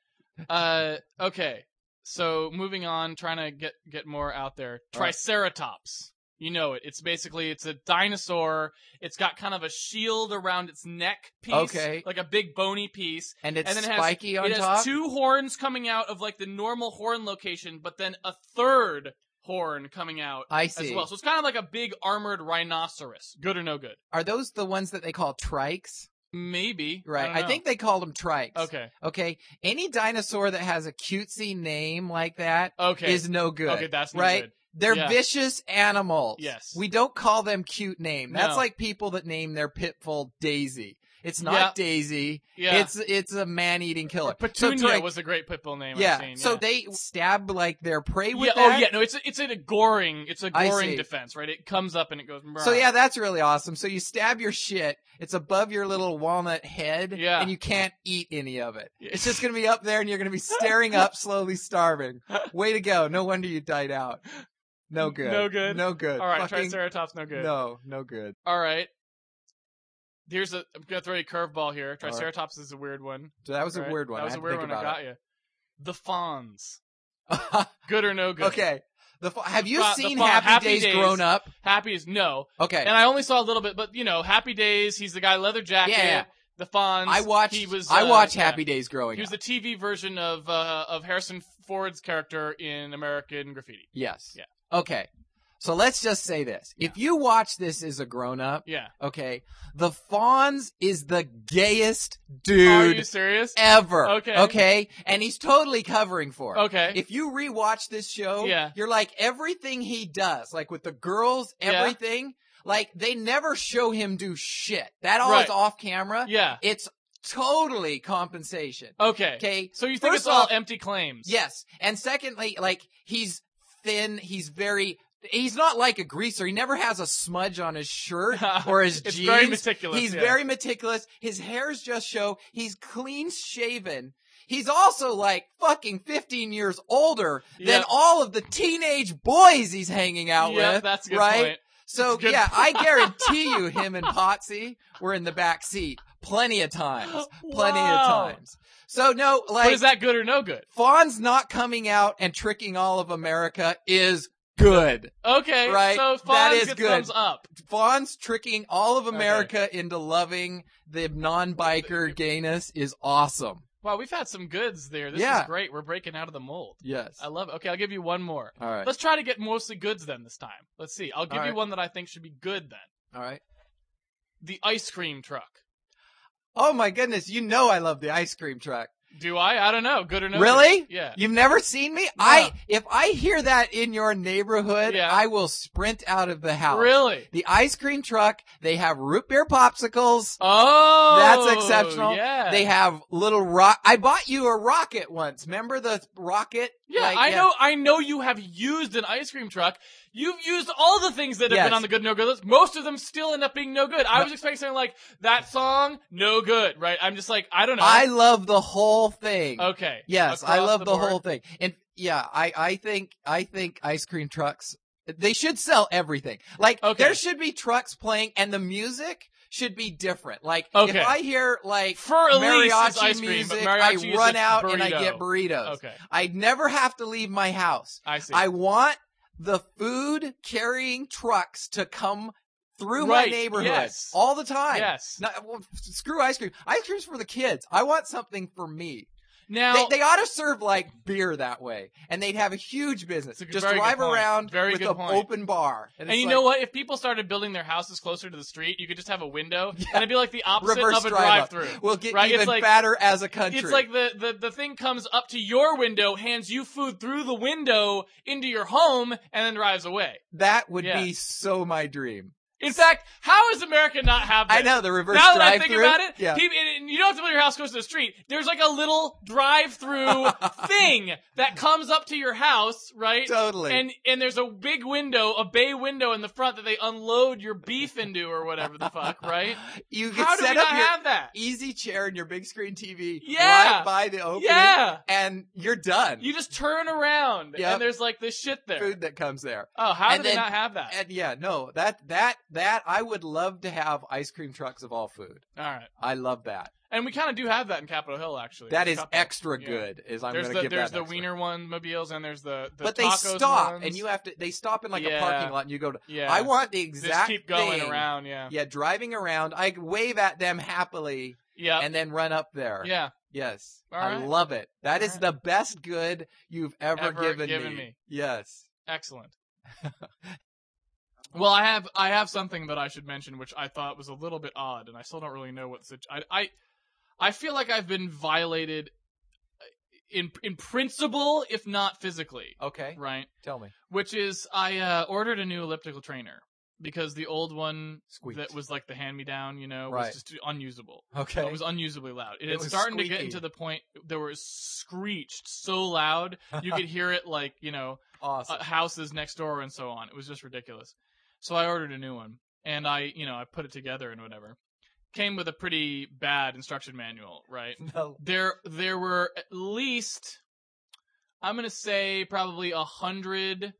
Speaker 2: Uh, okay. So moving on, trying to get get more out there.
Speaker 1: All right.
Speaker 2: Triceratops. You know it. It's basically it's a dinosaur. It's got kind of a shield around its neck piece,
Speaker 1: Okay.
Speaker 2: like a big bony piece.
Speaker 1: And it's
Speaker 2: And then it has-
Speaker 1: spiky on
Speaker 2: it has
Speaker 1: top.
Speaker 2: two horns coming out of like the normal horn location, but then a third horn coming out
Speaker 1: I see.
Speaker 2: as well. So it's kind of like a big armored rhinoceros. Good or no good?
Speaker 1: Are those the ones that they call trikes?
Speaker 2: Maybe.
Speaker 1: Right.
Speaker 2: don't
Speaker 1: I,
Speaker 2: know.
Speaker 1: think they called them trikes.
Speaker 2: Okay.
Speaker 1: Okay. Any dinosaur that has a cutesy name like that is
Speaker 2: Okay.
Speaker 1: no good.
Speaker 2: okay, that's no
Speaker 1: right?
Speaker 2: good.
Speaker 1: They're
Speaker 2: Yeah.
Speaker 1: vicious animals.
Speaker 2: Yes.
Speaker 1: We don't call them cute name. That's
Speaker 2: No.
Speaker 1: like people that name their pit bull Daisy. It's not
Speaker 2: Yeah.
Speaker 1: Daisy.
Speaker 2: Yeah.
Speaker 1: It's it's a man eating killer. So
Speaker 2: Petunia
Speaker 1: Drake-
Speaker 2: was a great pit bull name
Speaker 1: yeah.
Speaker 2: I've seen.
Speaker 1: So
Speaker 2: yeah.
Speaker 1: they stab like their prey with
Speaker 2: yeah,
Speaker 1: that.
Speaker 2: oh yeah, no, it's a, it's a goring, it's a
Speaker 1: I
Speaker 2: goring
Speaker 1: see.
Speaker 2: defense, right? It comes up and it goes.
Speaker 1: So
Speaker 2: "Brr."
Speaker 1: yeah, that's really awesome. So you stab your shit. It's above your little walnut head,
Speaker 2: Yeah.
Speaker 1: and you can't eat any of it. It's
Speaker 2: [LAUGHS]
Speaker 1: just gonna be up there, and you're gonna be staring up, slowly starving. Way to go! No wonder you died out. No good.
Speaker 2: No good?
Speaker 1: No good.
Speaker 2: All right,
Speaker 1: Fucking-
Speaker 2: Triceratops, no good.
Speaker 1: No, no good.
Speaker 2: All right. Here's a. I'm gonna throw you a curveball here.
Speaker 1: All right.
Speaker 2: Triceratops is a weird one.
Speaker 1: So that was
Speaker 2: right?
Speaker 1: a weird one.
Speaker 2: That
Speaker 1: I
Speaker 2: was
Speaker 1: had
Speaker 2: a
Speaker 1: to
Speaker 2: weird
Speaker 1: think
Speaker 2: one. I
Speaker 1: about
Speaker 2: got you. The Fawns.
Speaker 1: it.
Speaker 2: Good
Speaker 1: [LAUGHS]
Speaker 2: or no good?
Speaker 1: okay. The fa- have you
Speaker 2: fa- the
Speaker 1: seen
Speaker 2: fa-
Speaker 1: Happy,
Speaker 2: Happy
Speaker 1: Days,
Speaker 2: Days.
Speaker 1: grown up?
Speaker 2: Happy is no.
Speaker 1: Okay.
Speaker 2: And I only saw a little bit, but you know, Happy Days. He's the guy leather jacket.
Speaker 1: Yeah.
Speaker 2: The Fawns.
Speaker 1: I watched.
Speaker 2: He was.
Speaker 1: I
Speaker 2: uh,
Speaker 1: watched
Speaker 2: yeah.
Speaker 1: Happy Days growing
Speaker 2: He was
Speaker 1: up.
Speaker 2: the TV version of uh, of Harrison Ford's character in American Graffiti.
Speaker 1: yes.
Speaker 2: Yeah.
Speaker 1: Okay. So let's just say this: if you watch this as a grown up,
Speaker 2: Yeah.
Speaker 1: okay, the Fawns is the gayest
Speaker 2: Are you
Speaker 1: dude
Speaker 2: serious?
Speaker 1: ever.
Speaker 2: Oh, Okay.
Speaker 1: Okay. And he's totally covering for. it.
Speaker 2: Okay.
Speaker 1: If you rewatch this show,
Speaker 2: Yeah.
Speaker 1: you're like everything he does, like with the girls,
Speaker 2: Yeah.
Speaker 1: everything. Like they never show him do shit. That all
Speaker 2: Right.
Speaker 1: is off camera.
Speaker 2: yeah.
Speaker 1: It's totally compensation.
Speaker 2: Okay.
Speaker 1: Okay.
Speaker 2: So you think
Speaker 1: First
Speaker 2: it's all
Speaker 1: off-
Speaker 2: empty claims?
Speaker 1: Yes. And secondly, like he's thin, he's very he's not like a greaser. He never has a smudge on his shirt
Speaker 2: [LAUGHS]
Speaker 1: or his
Speaker 2: It's
Speaker 1: jeans.
Speaker 2: very meticulous.
Speaker 1: He's
Speaker 2: yeah.
Speaker 1: very meticulous. His hairs just show. He's clean shaven. He's also like fucking 15 years older than
Speaker 2: Yeah.
Speaker 1: all of the teenage boys he's hanging out
Speaker 2: yeah,
Speaker 1: with.
Speaker 2: That's a good
Speaker 1: right?
Speaker 2: point.
Speaker 1: So
Speaker 2: It's good.
Speaker 1: yeah, I guarantee
Speaker 2: [LAUGHS]
Speaker 1: you him and Potsy were in the back seat plenty of
Speaker 2: [LAUGHS]
Speaker 1: times. Plenty
Speaker 2: Wow.
Speaker 1: of times. So no,
Speaker 2: but
Speaker 1: like
Speaker 2: is that good or no good?
Speaker 1: Fawn's not coming out and tricking all of America is good.
Speaker 2: Okay,
Speaker 1: Right,
Speaker 2: So
Speaker 1: that
Speaker 2: Fonz
Speaker 1: is
Speaker 2: gets
Speaker 1: good.
Speaker 2: thumbs up.
Speaker 1: Fawn's tricking all of America into loving the non-biker gayness is awesome.
Speaker 2: Wow, we've had some goods there. This
Speaker 1: Yeah.
Speaker 2: is great. We're breaking out of the mold.
Speaker 1: Yes.
Speaker 2: I love it. Okay, I'll give you one more.
Speaker 1: All right.
Speaker 2: Let's try to get mostly goods then this time. Let's see. I'll give you
Speaker 1: Alright.
Speaker 2: one that I think should be good then.
Speaker 1: All right.
Speaker 2: The ice cream truck.
Speaker 1: Oh my goodness, you know I love the ice cream truck.
Speaker 2: Do I? I don't know. Good or no? good?
Speaker 1: Really?
Speaker 2: Yeah.
Speaker 1: You've never seen me? I if I hear that in your neighborhood,
Speaker 2: Yeah.
Speaker 1: I will sprint out of the house.
Speaker 2: Really?
Speaker 1: The ice cream truck, they have root beer popsicles.
Speaker 2: Oh,
Speaker 1: That's exceptional.
Speaker 2: Yeah.
Speaker 1: They have little rock. I bought you a rocket once. Remember the rocket?
Speaker 2: yeah,
Speaker 1: Like,
Speaker 2: I know. I know you have used an ice cream truck. You've used all the things that have
Speaker 1: Yes.
Speaker 2: been on the good no good list. Most of them still end up being no good. I
Speaker 1: No.
Speaker 2: was expecting something like that song, no good, right? I'm just like, I don't know.
Speaker 1: I love the whole thing.
Speaker 2: okay.
Speaker 1: Yes, I
Speaker 2: Across
Speaker 1: love the,
Speaker 2: board.
Speaker 1: whole thing. And yeah, I, I think I think ice cream trucks they should sell everything. Like
Speaker 2: Okay.
Speaker 1: there should be trucks playing and the music should be different. Like
Speaker 2: Okay.
Speaker 1: if I hear like
Speaker 2: For Elise, it's
Speaker 1: mariachi
Speaker 2: ice cream, but
Speaker 1: music,
Speaker 2: mariachi
Speaker 1: I
Speaker 2: is
Speaker 1: run
Speaker 2: a
Speaker 1: out and I
Speaker 2: burrito.
Speaker 1: get burritos.
Speaker 2: Okay.
Speaker 1: I'd never have to leave my house.
Speaker 2: I see.
Speaker 1: I want the food carrying trucks to come through my
Speaker 2: Right,
Speaker 1: neighborhood
Speaker 2: yes.
Speaker 1: all the time.
Speaker 2: yes.
Speaker 1: Not- well, screw ice cream. Ice cream's for the kids. I want something for me.
Speaker 2: now,
Speaker 1: They, they ought to serve like beer that way, and they'd have a huge business.
Speaker 2: It's a
Speaker 1: Just
Speaker 2: very good
Speaker 1: drive
Speaker 2: point.
Speaker 1: around
Speaker 2: Very
Speaker 1: with
Speaker 2: good
Speaker 1: an
Speaker 2: point.
Speaker 1: open bar,
Speaker 2: And you know what? If people started building their houses closer to the street, you could just have a
Speaker 1: [LAUGHS]
Speaker 2: window, and it'd be like the opposite
Speaker 1: Reverse
Speaker 2: of a
Speaker 1: drive-up.
Speaker 2: drive-through.
Speaker 1: We'll get
Speaker 2: Right, it's
Speaker 1: even
Speaker 2: like-
Speaker 1: fatter as a country.
Speaker 2: It's like the, the the thing comes up to your window, hands you food through the window into your home, and then drives away.
Speaker 1: that would
Speaker 2: Yeah.
Speaker 1: be so my dream.
Speaker 2: In fact, how is America not have this?
Speaker 1: I know the reverse
Speaker 2: Now that I
Speaker 1: drive
Speaker 2: think
Speaker 1: through.
Speaker 2: about it,
Speaker 1: yeah.
Speaker 2: people- and- and you don't have to build your house close to the street. There's like a little
Speaker 1: [LAUGHS]
Speaker 2: drive-through thing that comes up to your house, right?
Speaker 1: totally.
Speaker 2: And and there's a big window, a bay window in the front that they unload your beef into or whatever the fuck, right?
Speaker 1: you could
Speaker 2: How do we
Speaker 1: set
Speaker 2: not
Speaker 1: up your
Speaker 2: have that?
Speaker 1: easy chair and your big screen TV
Speaker 2: Yeah.
Speaker 1: right by the opening,
Speaker 2: Yeah,
Speaker 1: and you're done.
Speaker 2: you just turn around
Speaker 1: Yep.
Speaker 2: and there's like this shit there.
Speaker 1: Food that comes there.
Speaker 2: Oh, how
Speaker 1: And
Speaker 2: do they
Speaker 1: then-
Speaker 2: not have that?
Speaker 1: And yeah, no, that that that I would love to have ice cream trucks of all food.
Speaker 2: All right,
Speaker 1: I love that.
Speaker 2: and we kind of do have that in Capitol Hill, actually.
Speaker 1: That
Speaker 2: There's
Speaker 1: is
Speaker 2: a couple.
Speaker 1: extra
Speaker 2: Yeah.
Speaker 1: good. Is I'm
Speaker 2: there's
Speaker 1: going
Speaker 2: the
Speaker 1: to give
Speaker 2: there's
Speaker 1: that.
Speaker 2: the
Speaker 1: extra.
Speaker 2: wiener one mobiles, and there's the, the
Speaker 1: but they
Speaker 2: tacos
Speaker 1: stop,
Speaker 2: ones.
Speaker 1: and you have to. They stop in like a
Speaker 2: Yeah.
Speaker 1: parking lot, and you go to.
Speaker 2: yeah.
Speaker 1: I want the
Speaker 2: just
Speaker 1: exact.
Speaker 2: keep going
Speaker 1: thing.
Speaker 2: around. Yeah,
Speaker 1: Yeah, driving around. I wave at them happily,
Speaker 2: yeah,
Speaker 1: and then run up there.
Speaker 2: yeah.
Speaker 1: Yes,
Speaker 2: All
Speaker 1: I
Speaker 2: right.
Speaker 1: love it. That
Speaker 2: All
Speaker 1: is
Speaker 2: right.
Speaker 1: the best good you've ever,
Speaker 2: Ever
Speaker 1: given,
Speaker 2: given
Speaker 1: me.
Speaker 2: me.
Speaker 1: Yes.
Speaker 2: Excellent. well, I have I have something that I should mention, which I thought was a little bit odd, and I still don't really know what such. I I, I feel like I've been violated uh, in in principle, if not physically,
Speaker 1: Okay.
Speaker 2: right?
Speaker 1: Tell me.
Speaker 2: Which is I uh, ordered a new elliptical trainer because the old one
Speaker 1: Squeak.
Speaker 2: that was like the hand me down, you know,
Speaker 1: Right.
Speaker 2: was just unusable.
Speaker 1: okay.
Speaker 2: It was unusably loud. It,
Speaker 1: It
Speaker 2: had
Speaker 1: was
Speaker 2: starting to get
Speaker 1: squeaky.
Speaker 2: into the point there was screeched so loud you could hear it like you know
Speaker 1: [LAUGHS] awesome.
Speaker 2: uh, houses next door and so on. It was just ridiculous. So I ordered a new one and I, you know, I put it together and whatever. Came with a pretty bad instruction manual, right?
Speaker 1: no.
Speaker 2: There there were at least I'm going to say probably a 100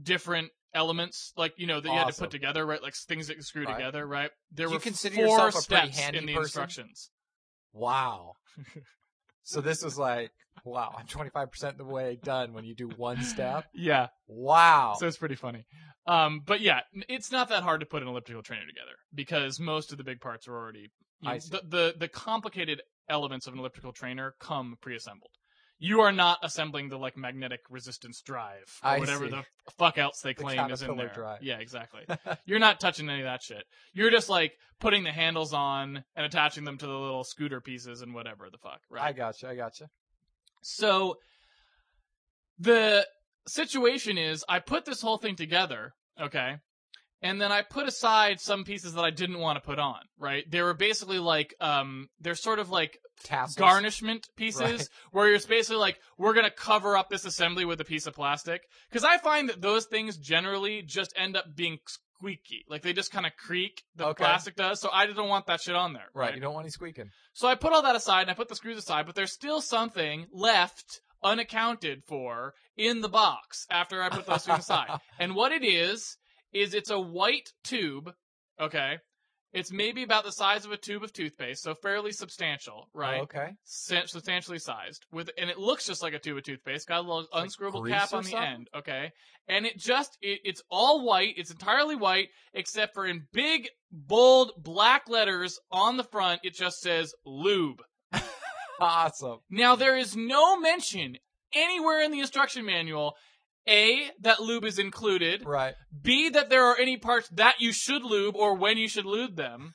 Speaker 2: different elements like you know that you had to
Speaker 1: Awesome.
Speaker 2: put together right like things that you screw
Speaker 1: Right.
Speaker 2: together right there
Speaker 1: Do you
Speaker 2: were
Speaker 1: consider
Speaker 2: four
Speaker 1: yourself a pretty
Speaker 2: steps
Speaker 1: handy
Speaker 2: in the
Speaker 1: person?
Speaker 2: instructions [LAUGHS]
Speaker 1: Wow. so this was like, wow, I'm 25% the way done when you do one
Speaker 2: [LAUGHS]
Speaker 1: step.
Speaker 2: yeah
Speaker 1: Wow.
Speaker 2: So it's pretty funny. Um, but yeah, n- it's not that hard to put an elliptical trainer together because most of the big parts are already. you
Speaker 1: I
Speaker 2: know,
Speaker 1: see.
Speaker 2: the, the the complicated elements of an elliptical trainer come pre-assembled. You are not assembling the like magnetic resistance drive or
Speaker 1: I
Speaker 2: whatever
Speaker 1: see.
Speaker 2: the fuck else
Speaker 1: [LAUGHS]
Speaker 2: they claim is in
Speaker 1: caterpillar
Speaker 2: there.
Speaker 1: drive.
Speaker 2: Yeah,
Speaker 1: [LAUGHS]
Speaker 2: exactly. You're not touching any of that shit. You're just like putting the handles on and attaching them to the little scooter pieces and whatever the fuck. Right.
Speaker 1: I gotcha. I gotcha.
Speaker 2: So the situation is I put this whole thing together, okay? And then I put aside some pieces that I didn't want to put on, right? They were basically like um they're sort of like
Speaker 1: tassels.
Speaker 2: garnishment pieces
Speaker 1: Right.
Speaker 2: [LAUGHS] where you're basically like, we're going to cover up this assembly with a piece of plastic. Because I find that those things generally just end up being squeaky. Like they just kind of creak, the
Speaker 1: Okay.
Speaker 2: plastic does. So I don't want that shit on there.
Speaker 1: Right. You don't want any squeaking.
Speaker 2: So I put all that aside and I put the screws aside, but there's still something left unaccounted for in the box after I put those screws aside. And what it is, is it's a white tube, okay? It's maybe about the size of a tube of toothpaste, so fairly substantial, right?
Speaker 1: Okay.
Speaker 2: Sub- Substantially sized, with and it looks just like a tube of toothpaste. Got a little
Speaker 1: like
Speaker 2: unscrewable
Speaker 1: grease
Speaker 2: cap
Speaker 1: or
Speaker 2: on the
Speaker 1: something?
Speaker 2: end, okay? And it just it, it's all white. It's entirely white, except for in big bold black letters on the front. It just says lube.
Speaker 1: Awesome.
Speaker 2: Now, there is no mention anywhere in the instruction manual A, that lube is included, [LAUGHS]
Speaker 1: Right.
Speaker 2: B, that there are any parts that you should lube or when you should
Speaker 1: [LAUGHS]
Speaker 2: lube them,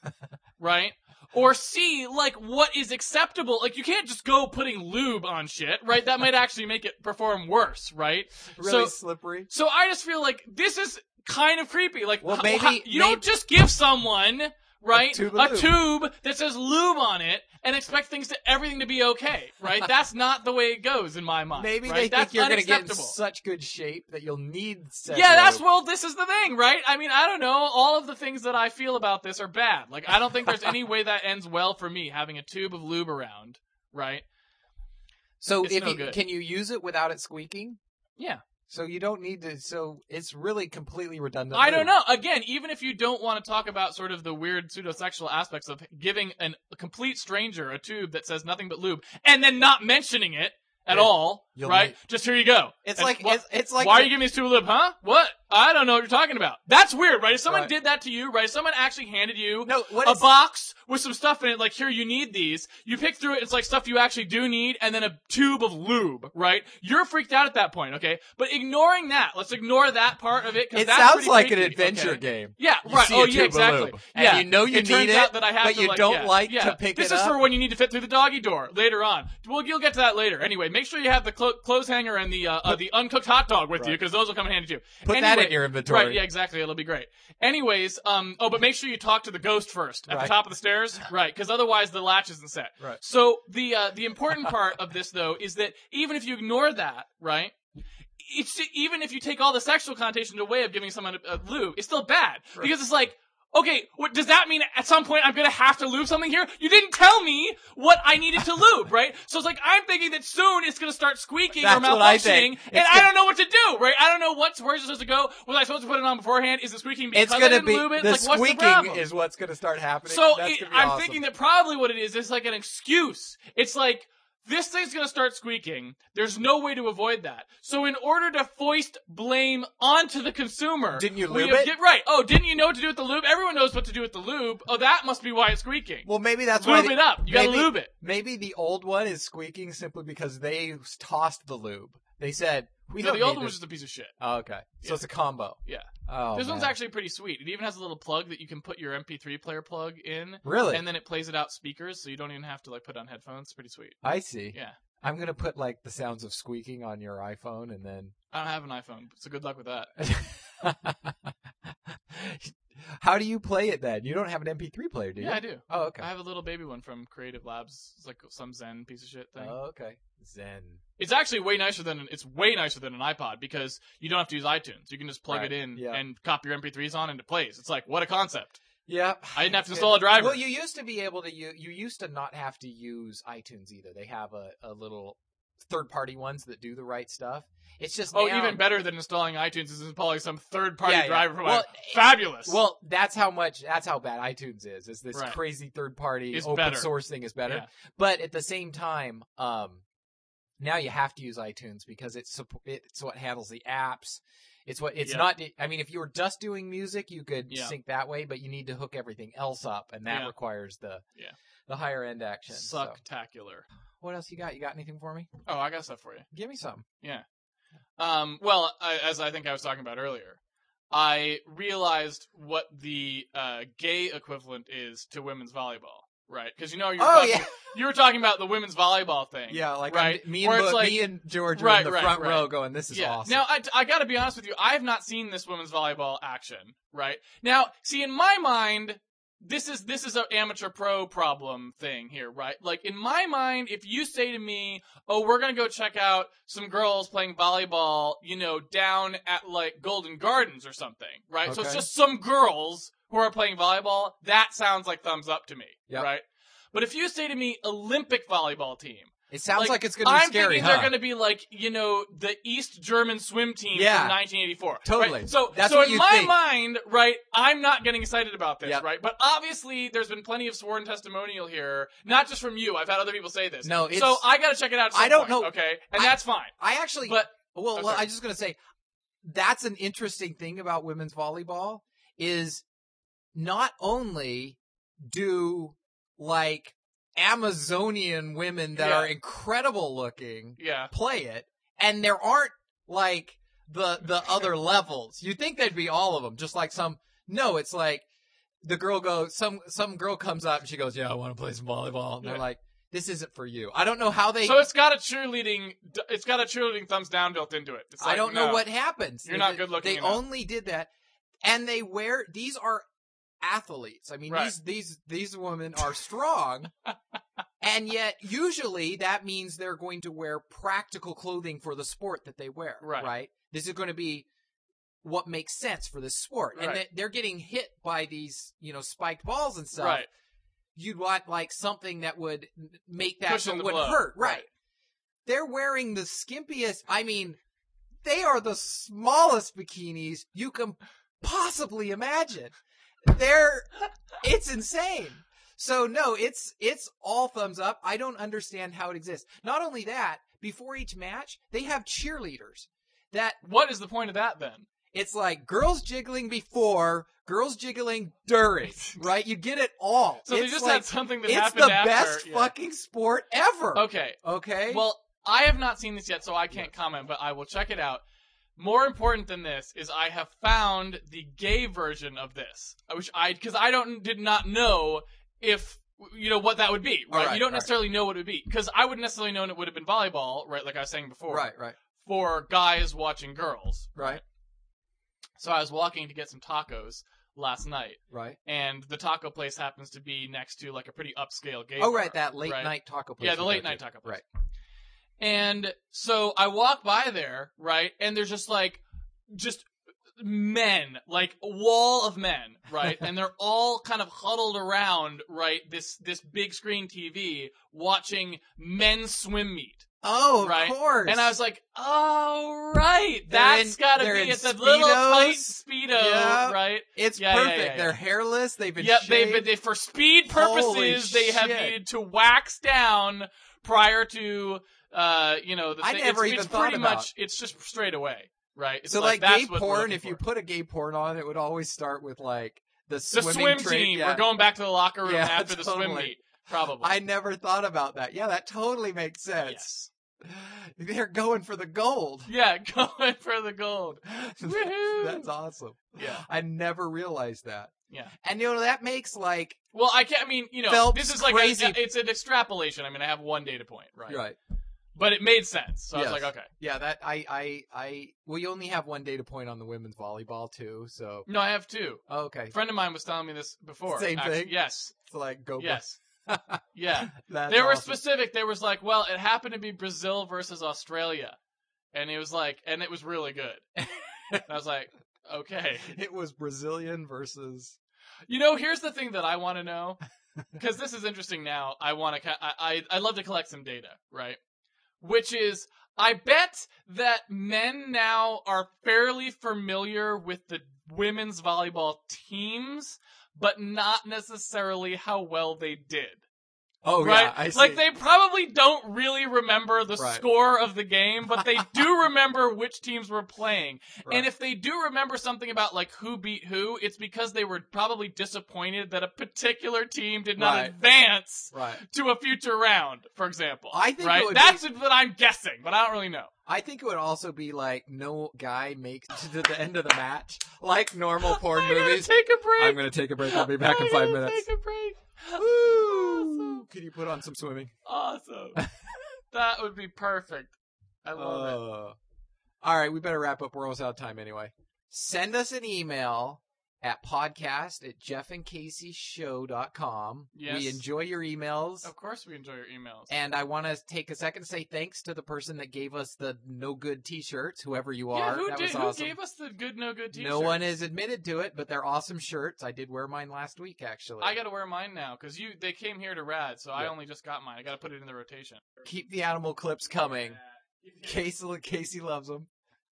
Speaker 2: right? Or C, like what is acceptable. Like, you can't just go putting lube on shit, right? That might actually make it perform worse, right?
Speaker 1: Really
Speaker 2: So-
Speaker 1: slippery.
Speaker 2: So I just feel like this is kind of creepy. Like,
Speaker 1: Well,
Speaker 2: h-
Speaker 1: maybe-
Speaker 2: h- you don't
Speaker 1: maybe-
Speaker 2: just give someone. Right,
Speaker 1: tube of lube.
Speaker 2: tube that says lube on it, and expect things to everything to be okay. Right,
Speaker 1: [LAUGHS]
Speaker 2: that's not the way it goes in my mind.
Speaker 1: Maybe
Speaker 2: right?
Speaker 1: they
Speaker 2: that's
Speaker 1: think you're going to get in
Speaker 2: unacceptable.
Speaker 1: such good shape that you'll need. said
Speaker 2: Yeah, that's
Speaker 1: robe.
Speaker 2: well. This is the thing, right? I mean, I don't know. All of the things that I feel about this are bad. Like, I don't think there's any way that ends well for me having a tube of lube around. Right?
Speaker 1: So
Speaker 2: it's
Speaker 1: if
Speaker 2: no
Speaker 1: you,
Speaker 2: good.
Speaker 1: can you use it without it squeaking?
Speaker 2: Yeah.
Speaker 1: So you don't need to. So it's really completely redundant.
Speaker 2: I don't
Speaker 1: lube.
Speaker 2: know. Again, even if you don't want to talk about sort of the weird pseudosexual aspects of giving an, a complete stranger a tube that says nothing but lube and then not mentioning it at
Speaker 1: Yeah.
Speaker 2: all, right?
Speaker 1: You'll need-
Speaker 2: Just here you go.
Speaker 1: It's
Speaker 2: And
Speaker 1: like
Speaker 2: wha-
Speaker 1: it's, it's like
Speaker 2: why are
Speaker 1: the-
Speaker 2: you giving me this tube of lube, huh? What? I don't know what you're talking about. That's weird, right? If someone
Speaker 1: Right.
Speaker 2: did that to you, right? If someone actually handed you
Speaker 1: no what
Speaker 2: a
Speaker 1: it's-
Speaker 2: box with some stuff in it, like here you need these. You pick through it, it's like stuff you actually do need, and then a tube of lube, right? You're freaked out at that point, okay? But ignoring that, let's ignore that part of it. 'cause
Speaker 1: it
Speaker 2: that's
Speaker 1: sounds
Speaker 2: pretty
Speaker 1: like an
Speaker 2: freaky,
Speaker 1: adventure
Speaker 2: okay?
Speaker 1: game.
Speaker 2: Yeah,
Speaker 1: You
Speaker 2: right.
Speaker 1: see a
Speaker 2: Oh, yeah,
Speaker 1: tube of
Speaker 2: exactly.
Speaker 1: lube, and
Speaker 2: Yeah,
Speaker 1: you know you
Speaker 2: it turns
Speaker 1: need it,
Speaker 2: out that I have
Speaker 1: but
Speaker 2: to,
Speaker 1: you
Speaker 2: like,
Speaker 1: don't
Speaker 2: yeah,
Speaker 1: like to
Speaker 2: yeah.
Speaker 1: pick
Speaker 2: This
Speaker 1: it
Speaker 2: is for
Speaker 1: up.
Speaker 2: when you need to fit through the doggy door later on. Well, you'll get to that later. Anyway, make sure you have the clo- clothes hanger and the uh, uh, the uncooked hot dog with you
Speaker 1: Right.
Speaker 2: because those will come in handy too.
Speaker 1: Put that
Speaker 2: Anyway-
Speaker 1: in your inventory.
Speaker 2: Right, yeah, exactly. It'll be great. Anyways, um, oh, but make sure you talk to the ghost first at the
Speaker 1: Right.
Speaker 2: top of
Speaker 1: [LAUGHS]
Speaker 2: the stairs, right? Because otherwise the latch isn't set.
Speaker 1: Right.
Speaker 2: So the uh, the important part of this though is that even if you ignore that, right? It's even if you take all the sexual connotations away of giving someone a, a lube, it's still bad
Speaker 1: Right.
Speaker 2: because it's like. Okay, what does that mean? At some point, I'm gonna have to lube something here. You didn't tell me what I needed to lube, right? So it's like I'm thinking that soon it's gonna start squeaking or
Speaker 1: That's what I
Speaker 2: malfunctioning,
Speaker 1: think.
Speaker 2: and
Speaker 1: It's
Speaker 2: I don't know what to do, right? I don't know what's where's it supposed to go. Was I supposed to put it on beforehand? Is it squeaking because
Speaker 1: It's
Speaker 2: I
Speaker 1: gonna
Speaker 2: didn't
Speaker 1: be
Speaker 2: lube it?
Speaker 1: the
Speaker 2: like, what's the
Speaker 1: squeaking
Speaker 2: problem?
Speaker 1: is what's gonna start happening.
Speaker 2: So
Speaker 1: That's
Speaker 2: it,
Speaker 1: gonna be
Speaker 2: I'm
Speaker 1: awesome.
Speaker 2: thinking that probably what it is is like an excuse. It's like this thing's gonna start squeaking. There's no way to avoid that. So in order to foist blame onto the consumer,
Speaker 1: Didn't you
Speaker 2: we
Speaker 1: lube
Speaker 2: have
Speaker 1: it?
Speaker 2: get- right? Oh, didn't you know what to do with the lube? Everyone knows what to do with the lube. Oh, that must be why it's squeaking.
Speaker 1: Well, maybe that's why
Speaker 2: lube
Speaker 1: the-
Speaker 2: it up. You gotta
Speaker 1: maybe-
Speaker 2: lube it.
Speaker 1: Maybe the old one is squeaking simply because they tossed the lube. They said we
Speaker 2: no,
Speaker 1: don't
Speaker 2: the old
Speaker 1: need
Speaker 2: one was
Speaker 1: this.
Speaker 2: just a piece of shit.
Speaker 1: Oh, okay, so
Speaker 2: Yeah.
Speaker 1: it's a combo.
Speaker 2: Yeah.
Speaker 1: Oh,
Speaker 2: this one's
Speaker 1: man.
Speaker 2: actually pretty sweet. It even has a little plug that you can put your MP3 player plug in.
Speaker 1: really.
Speaker 2: and then it plays it out speakers, so you don't even have to like put on headphones. It's pretty sweet.
Speaker 1: I see.
Speaker 2: Yeah.
Speaker 1: I'm gonna put like the sounds of squeaking on your iPhone, and then [LAUGHS]
Speaker 2: I don't have an iPhone, so good luck with that.
Speaker 1: how do you play it then? You don't have an MP3 player, do you?
Speaker 2: Yeah, I do.
Speaker 1: Oh, okay.
Speaker 2: I have a little baby one from Creative Labs. It's like some Zen piece of shit thing.
Speaker 1: Oh, okay. Zen.
Speaker 2: It's actually way nicer than an, it's way nicer than an iPod because you don't have to use iTunes. You can just plug
Speaker 1: Right.
Speaker 2: it in
Speaker 1: Yeah.
Speaker 2: and copy your MP3s on and it plays. It's like what a concept.
Speaker 1: Yeah.
Speaker 2: I didn't have to install a driver.
Speaker 1: Well, you used to be able to. You you used to not have to use iTunes either. They have a, a little third party ones that do the right stuff. It's just
Speaker 2: oh,
Speaker 1: now-
Speaker 2: even better than installing iTunes is installing some third party
Speaker 1: Yeah, yeah.
Speaker 2: driver. From
Speaker 1: Well,
Speaker 2: iTunes. fabulous.
Speaker 1: Well, that's how much. That's how bad iTunes is. Is this
Speaker 2: Right.
Speaker 1: crazy third party
Speaker 2: It's
Speaker 1: open
Speaker 2: better.
Speaker 1: source thing is better.
Speaker 2: Yeah.
Speaker 1: But at the same time, um, now you have to use iTunes because it's supp- it's what handles the apps. It's what it's
Speaker 2: Yeah.
Speaker 1: not. I mean, if you were just doing music, you could
Speaker 2: Yeah.
Speaker 1: sync that way, but you need to hook everything else up, and that
Speaker 2: Yeah.
Speaker 1: requires the
Speaker 2: Yeah.
Speaker 1: the higher end action. so.
Speaker 2: Sucktacular.
Speaker 1: What else you got? You got anything for me?
Speaker 2: Oh, I got stuff for you.
Speaker 1: Give me some.
Speaker 2: Um, well, I, as I think I was talking about earlier, I realized what the uh, gay equivalent is to women's volleyball, right? Because you know you were,
Speaker 1: Oh
Speaker 2: talking,
Speaker 1: yeah,
Speaker 2: you were talking about the women's volleyball thing.
Speaker 1: yeah. Like
Speaker 2: Right.
Speaker 1: I'm, me and
Speaker 2: Where it's
Speaker 1: Bo-
Speaker 2: like-
Speaker 1: me and George are
Speaker 2: Right,
Speaker 1: in the
Speaker 2: right,
Speaker 1: front
Speaker 2: right.
Speaker 1: row going, "This is
Speaker 2: Yeah.
Speaker 1: awesome."
Speaker 2: Now I, I got to be honest with you. I have not seen this women's volleyball action, right? Now, see, in my mind, this is this is an amateur pro problem thing here, right? Like in my mind, if you say to me, "Oh, we're gonna go check out some girls playing volleyball," you know, down at like Golden Gardens or something, right? So it's
Speaker 1: Okay.
Speaker 2: just some girls who are playing volleyball. That sounds like thumbs up to me,
Speaker 1: Yep.
Speaker 2: right? But if you say to me, "Olympic volleyball team,"
Speaker 1: It sounds like,
Speaker 2: Like,
Speaker 1: it's going to be
Speaker 2: I'm
Speaker 1: scary,
Speaker 2: thinking
Speaker 1: huh?
Speaker 2: they're going to be like, you know, the East German swim team
Speaker 1: Yeah.
Speaker 2: from 1984.
Speaker 1: Totally.
Speaker 2: Right? So,
Speaker 1: That's
Speaker 2: so
Speaker 1: what
Speaker 2: in
Speaker 1: you
Speaker 2: my
Speaker 1: think.
Speaker 2: mind, right, I'm not getting excited about this,
Speaker 1: Yep.
Speaker 2: right? But obviously, there's been plenty of sworn testimonial here, not just from you. I've had other people say this.
Speaker 1: No, it's-
Speaker 2: so I got to check it out. At some
Speaker 1: I don't
Speaker 2: point,
Speaker 1: know.
Speaker 2: Okay, and
Speaker 1: I-
Speaker 2: that's fine.
Speaker 1: I actually,
Speaker 2: But
Speaker 1: well,
Speaker 2: oh,
Speaker 1: well,
Speaker 2: sorry.
Speaker 1: I'm just going to say that's an interesting thing about women's volleyball is not only do like Amazonian women that
Speaker 2: Yeah.
Speaker 1: are incredible looking
Speaker 2: yeah,
Speaker 1: play it, and there aren't like the
Speaker 2: [LAUGHS]
Speaker 1: the other levels. You think they'd be all of them, just like some. No, it's like the girl goes. Some some girl comes up and she goes, "Yeah, I want to play some volleyball." And they're
Speaker 2: Yeah.
Speaker 1: like, "This isn't for you." I don't know how they.
Speaker 2: so it's got a cheerleading. It's got a cheerleading thumbs down built into it. It's
Speaker 1: I
Speaker 2: like,
Speaker 1: don't know
Speaker 2: no.
Speaker 1: what happens.
Speaker 2: You're
Speaker 1: They-
Speaker 2: not good looking
Speaker 1: They
Speaker 2: enough.
Speaker 1: only did that, and they wear these are athletes. I mean,
Speaker 2: Right.
Speaker 1: these these these women are
Speaker 2: [LAUGHS]
Speaker 1: strong, and yet usually that means they're going to wear practical clothing for the sport that they wear.
Speaker 2: Right.
Speaker 1: This is going to be what makes sense for this sport, and
Speaker 2: Right.
Speaker 1: that they're getting hit by these you know spiked balls and stuff.
Speaker 2: Right.
Speaker 1: You'd want like something that would n- make that
Speaker 2: Cushion
Speaker 1: so
Speaker 2: the
Speaker 1: it wouldn't
Speaker 2: blow.
Speaker 1: hurt.
Speaker 2: Right.
Speaker 1: right. They're wearing the skimpiest. I mean they are the smallest bikinis you can possibly imagine. They're it's insane. So no, it's it's all thumbs up. I don't understand how it exists. Not only that, before each match, they have cheerleaders. That
Speaker 2: What is the point of that then?
Speaker 1: it's like girls jiggling before, girls jiggling during, right? You get it all.
Speaker 2: So
Speaker 1: it's
Speaker 2: they just
Speaker 1: like,
Speaker 2: had something that
Speaker 1: it's
Speaker 2: happened
Speaker 1: the
Speaker 2: after.
Speaker 1: best
Speaker 2: yeah.
Speaker 1: fucking sport ever.
Speaker 2: Okay,
Speaker 1: Okay?
Speaker 2: Well, I have not seen this yet, so I can't comment, but I will check it out. More important than this is I have found the gay version of this, which I because I don't did not know if you know what that would be.
Speaker 1: All
Speaker 2: Right?
Speaker 1: right,
Speaker 2: you don't
Speaker 1: all right.
Speaker 2: necessarily know what it would be because I wouldn't necessarily know it would have been volleyball, right? Like I was saying before,
Speaker 1: right, right,
Speaker 2: for guys watching girls.
Speaker 1: right,
Speaker 2: So I was walking to get some tacos last night,
Speaker 1: right.
Speaker 2: and the taco place happens to be next to like a pretty upscale gay.
Speaker 1: Oh,
Speaker 2: bar,
Speaker 1: right, that late
Speaker 2: right?
Speaker 1: night taco place.
Speaker 2: Yeah, the
Speaker 1: we
Speaker 2: late
Speaker 1: go
Speaker 2: night
Speaker 1: to.
Speaker 2: taco place.
Speaker 1: Right.
Speaker 2: And so I walk by there, right? And there's just like, just men, like a wall of men,
Speaker 1: [LAUGHS]
Speaker 2: right? and they're all kind of huddled around, right? This, this big screen TV watching men swim meet.
Speaker 1: Oh, of
Speaker 2: Right.
Speaker 1: course.
Speaker 2: And I was like, oh, right.
Speaker 1: They're
Speaker 2: That's
Speaker 1: in-
Speaker 2: gotta
Speaker 1: they're
Speaker 2: be,
Speaker 1: in
Speaker 2: it's a little tight
Speaker 1: Speedos.
Speaker 2: Speedo,
Speaker 1: Yep.
Speaker 2: right?
Speaker 1: it's
Speaker 2: Yeah, yeah,
Speaker 1: perfect.
Speaker 2: yeah, yeah.
Speaker 1: They're hairless. They've been
Speaker 2: Yep,
Speaker 1: shaved.
Speaker 2: they've been, they, for speed
Speaker 1: Holy
Speaker 2: purposes, they have
Speaker 1: shit.
Speaker 2: needed to wax down prior to, uh, you know, the
Speaker 1: I
Speaker 2: thing.
Speaker 1: never
Speaker 2: it's,
Speaker 1: even
Speaker 2: it's
Speaker 1: thought
Speaker 2: pretty
Speaker 1: about-
Speaker 2: much, it's just straight away, right? It's
Speaker 1: so like,
Speaker 2: that's
Speaker 1: gay
Speaker 2: what we're
Speaker 1: porn.
Speaker 2: looking
Speaker 1: If you
Speaker 2: for.
Speaker 1: put a gay porn on, it would always start with like the
Speaker 2: the
Speaker 1: swimming
Speaker 2: swim
Speaker 1: tra-
Speaker 2: team,
Speaker 1: yeah.
Speaker 2: we're going back to the locker room
Speaker 1: Yeah, [LAUGHS]
Speaker 2: after the swim
Speaker 1: totally.
Speaker 2: meet, probably.
Speaker 1: I never thought about that. Yeah, that totally makes sense. [GASPS]
Speaker 2: yes.
Speaker 1: They're going for the gold. [LAUGHS]
Speaker 2: Yeah, [LAUGHS] going for the gold. Woohoo!
Speaker 1: That's awesome.
Speaker 2: Yeah.
Speaker 1: I never realized that.
Speaker 2: Yeah.
Speaker 1: And you know that makes like
Speaker 2: Well, I can't. I mean, you know,
Speaker 1: Phelps
Speaker 2: this is like
Speaker 1: crazy-
Speaker 2: A, it's an extrapolation. I mean, I have one data point, right?
Speaker 1: right.
Speaker 2: But it made sense, so I
Speaker 1: Yes.
Speaker 2: was like, okay.
Speaker 1: Yeah, that I I I well you only have one data point on the women's volleyball too, so
Speaker 2: No, I have two.
Speaker 1: okay.
Speaker 2: A friend of mine was telling me this before.
Speaker 1: Same
Speaker 2: actually.
Speaker 1: thing?
Speaker 2: Yes.
Speaker 1: So like go
Speaker 2: Yes. yeah.
Speaker 1: [LAUGHS] That's
Speaker 2: There were
Speaker 1: awesome.
Speaker 2: specific. There was like, well, it happened to be Brazil versus Australia. And it was like, and it was really good. [LAUGHS] And I was like, okay.
Speaker 1: It was Brazilian versus
Speaker 2: You know, here's the thing that I want
Speaker 1: [LAUGHS]
Speaker 2: to know. Because this is interesting now. I want to, I, I, I love to collect some data, right? Which is, I bet that men now are fairly familiar with the women's volleyball teams, but not necessarily how well they did.
Speaker 1: Oh
Speaker 2: right?
Speaker 1: yeah, I see.
Speaker 2: Like they probably don't really remember the
Speaker 1: Right.
Speaker 2: score of the game, but
Speaker 1: [LAUGHS]
Speaker 2: they do remember which teams were playing.
Speaker 1: Right.
Speaker 2: And if they do remember something about like who beat who, it's because they were probably disappointed that a particular team did not
Speaker 1: Right.
Speaker 2: advance
Speaker 1: Right.
Speaker 2: to a future round, for example.
Speaker 1: I think it
Speaker 2: right?
Speaker 1: would be-
Speaker 2: That's what I'm guessing, but I don't really know.
Speaker 1: I think it would also be like no guy makes it to the end of the match [LAUGHS] like
Speaker 2: [LAUGHS]
Speaker 1: normal porn
Speaker 2: I gotta
Speaker 1: movies.
Speaker 2: Take a break.
Speaker 1: I'm going to take a break. I'll be back
Speaker 2: I
Speaker 1: in 5
Speaker 2: gotta
Speaker 1: minutes.
Speaker 2: Take a
Speaker 1: [LAUGHS]
Speaker 2: break.
Speaker 1: Ooh, Can you put on some swimming?
Speaker 2: Awesome. that would be perfect. I love it.
Speaker 1: Uh, All right, we better wrap up. We're almost out of time anyway. Send us an email at podcast at jeffandcaseyshow.com.
Speaker 2: Yes.
Speaker 1: We enjoy your emails.
Speaker 2: Of course, we enjoy your emails.
Speaker 1: And I want to take a second to say thanks to the person that gave us the no good t-shirts, whoever you are.
Speaker 2: yeah, who
Speaker 1: that
Speaker 2: did?
Speaker 1: was
Speaker 2: Who
Speaker 1: awesome.
Speaker 2: gave us the good no good t-shirt?
Speaker 1: no one has admitted to it, but they're awesome shirts. I did wear mine last week, actually.
Speaker 2: I got to wear mine now because you they came here to rad, so I
Speaker 1: Yeah.
Speaker 2: only just got mine. I got to put it in the rotation.
Speaker 1: keep the animal clips coming. Casey, Casey loves them.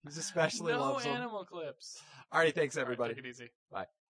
Speaker 1: He's especially
Speaker 2: no
Speaker 1: loves them.
Speaker 2: animal clips.
Speaker 1: All right, thanks
Speaker 2: All right,
Speaker 1: everybody.
Speaker 2: take it easy.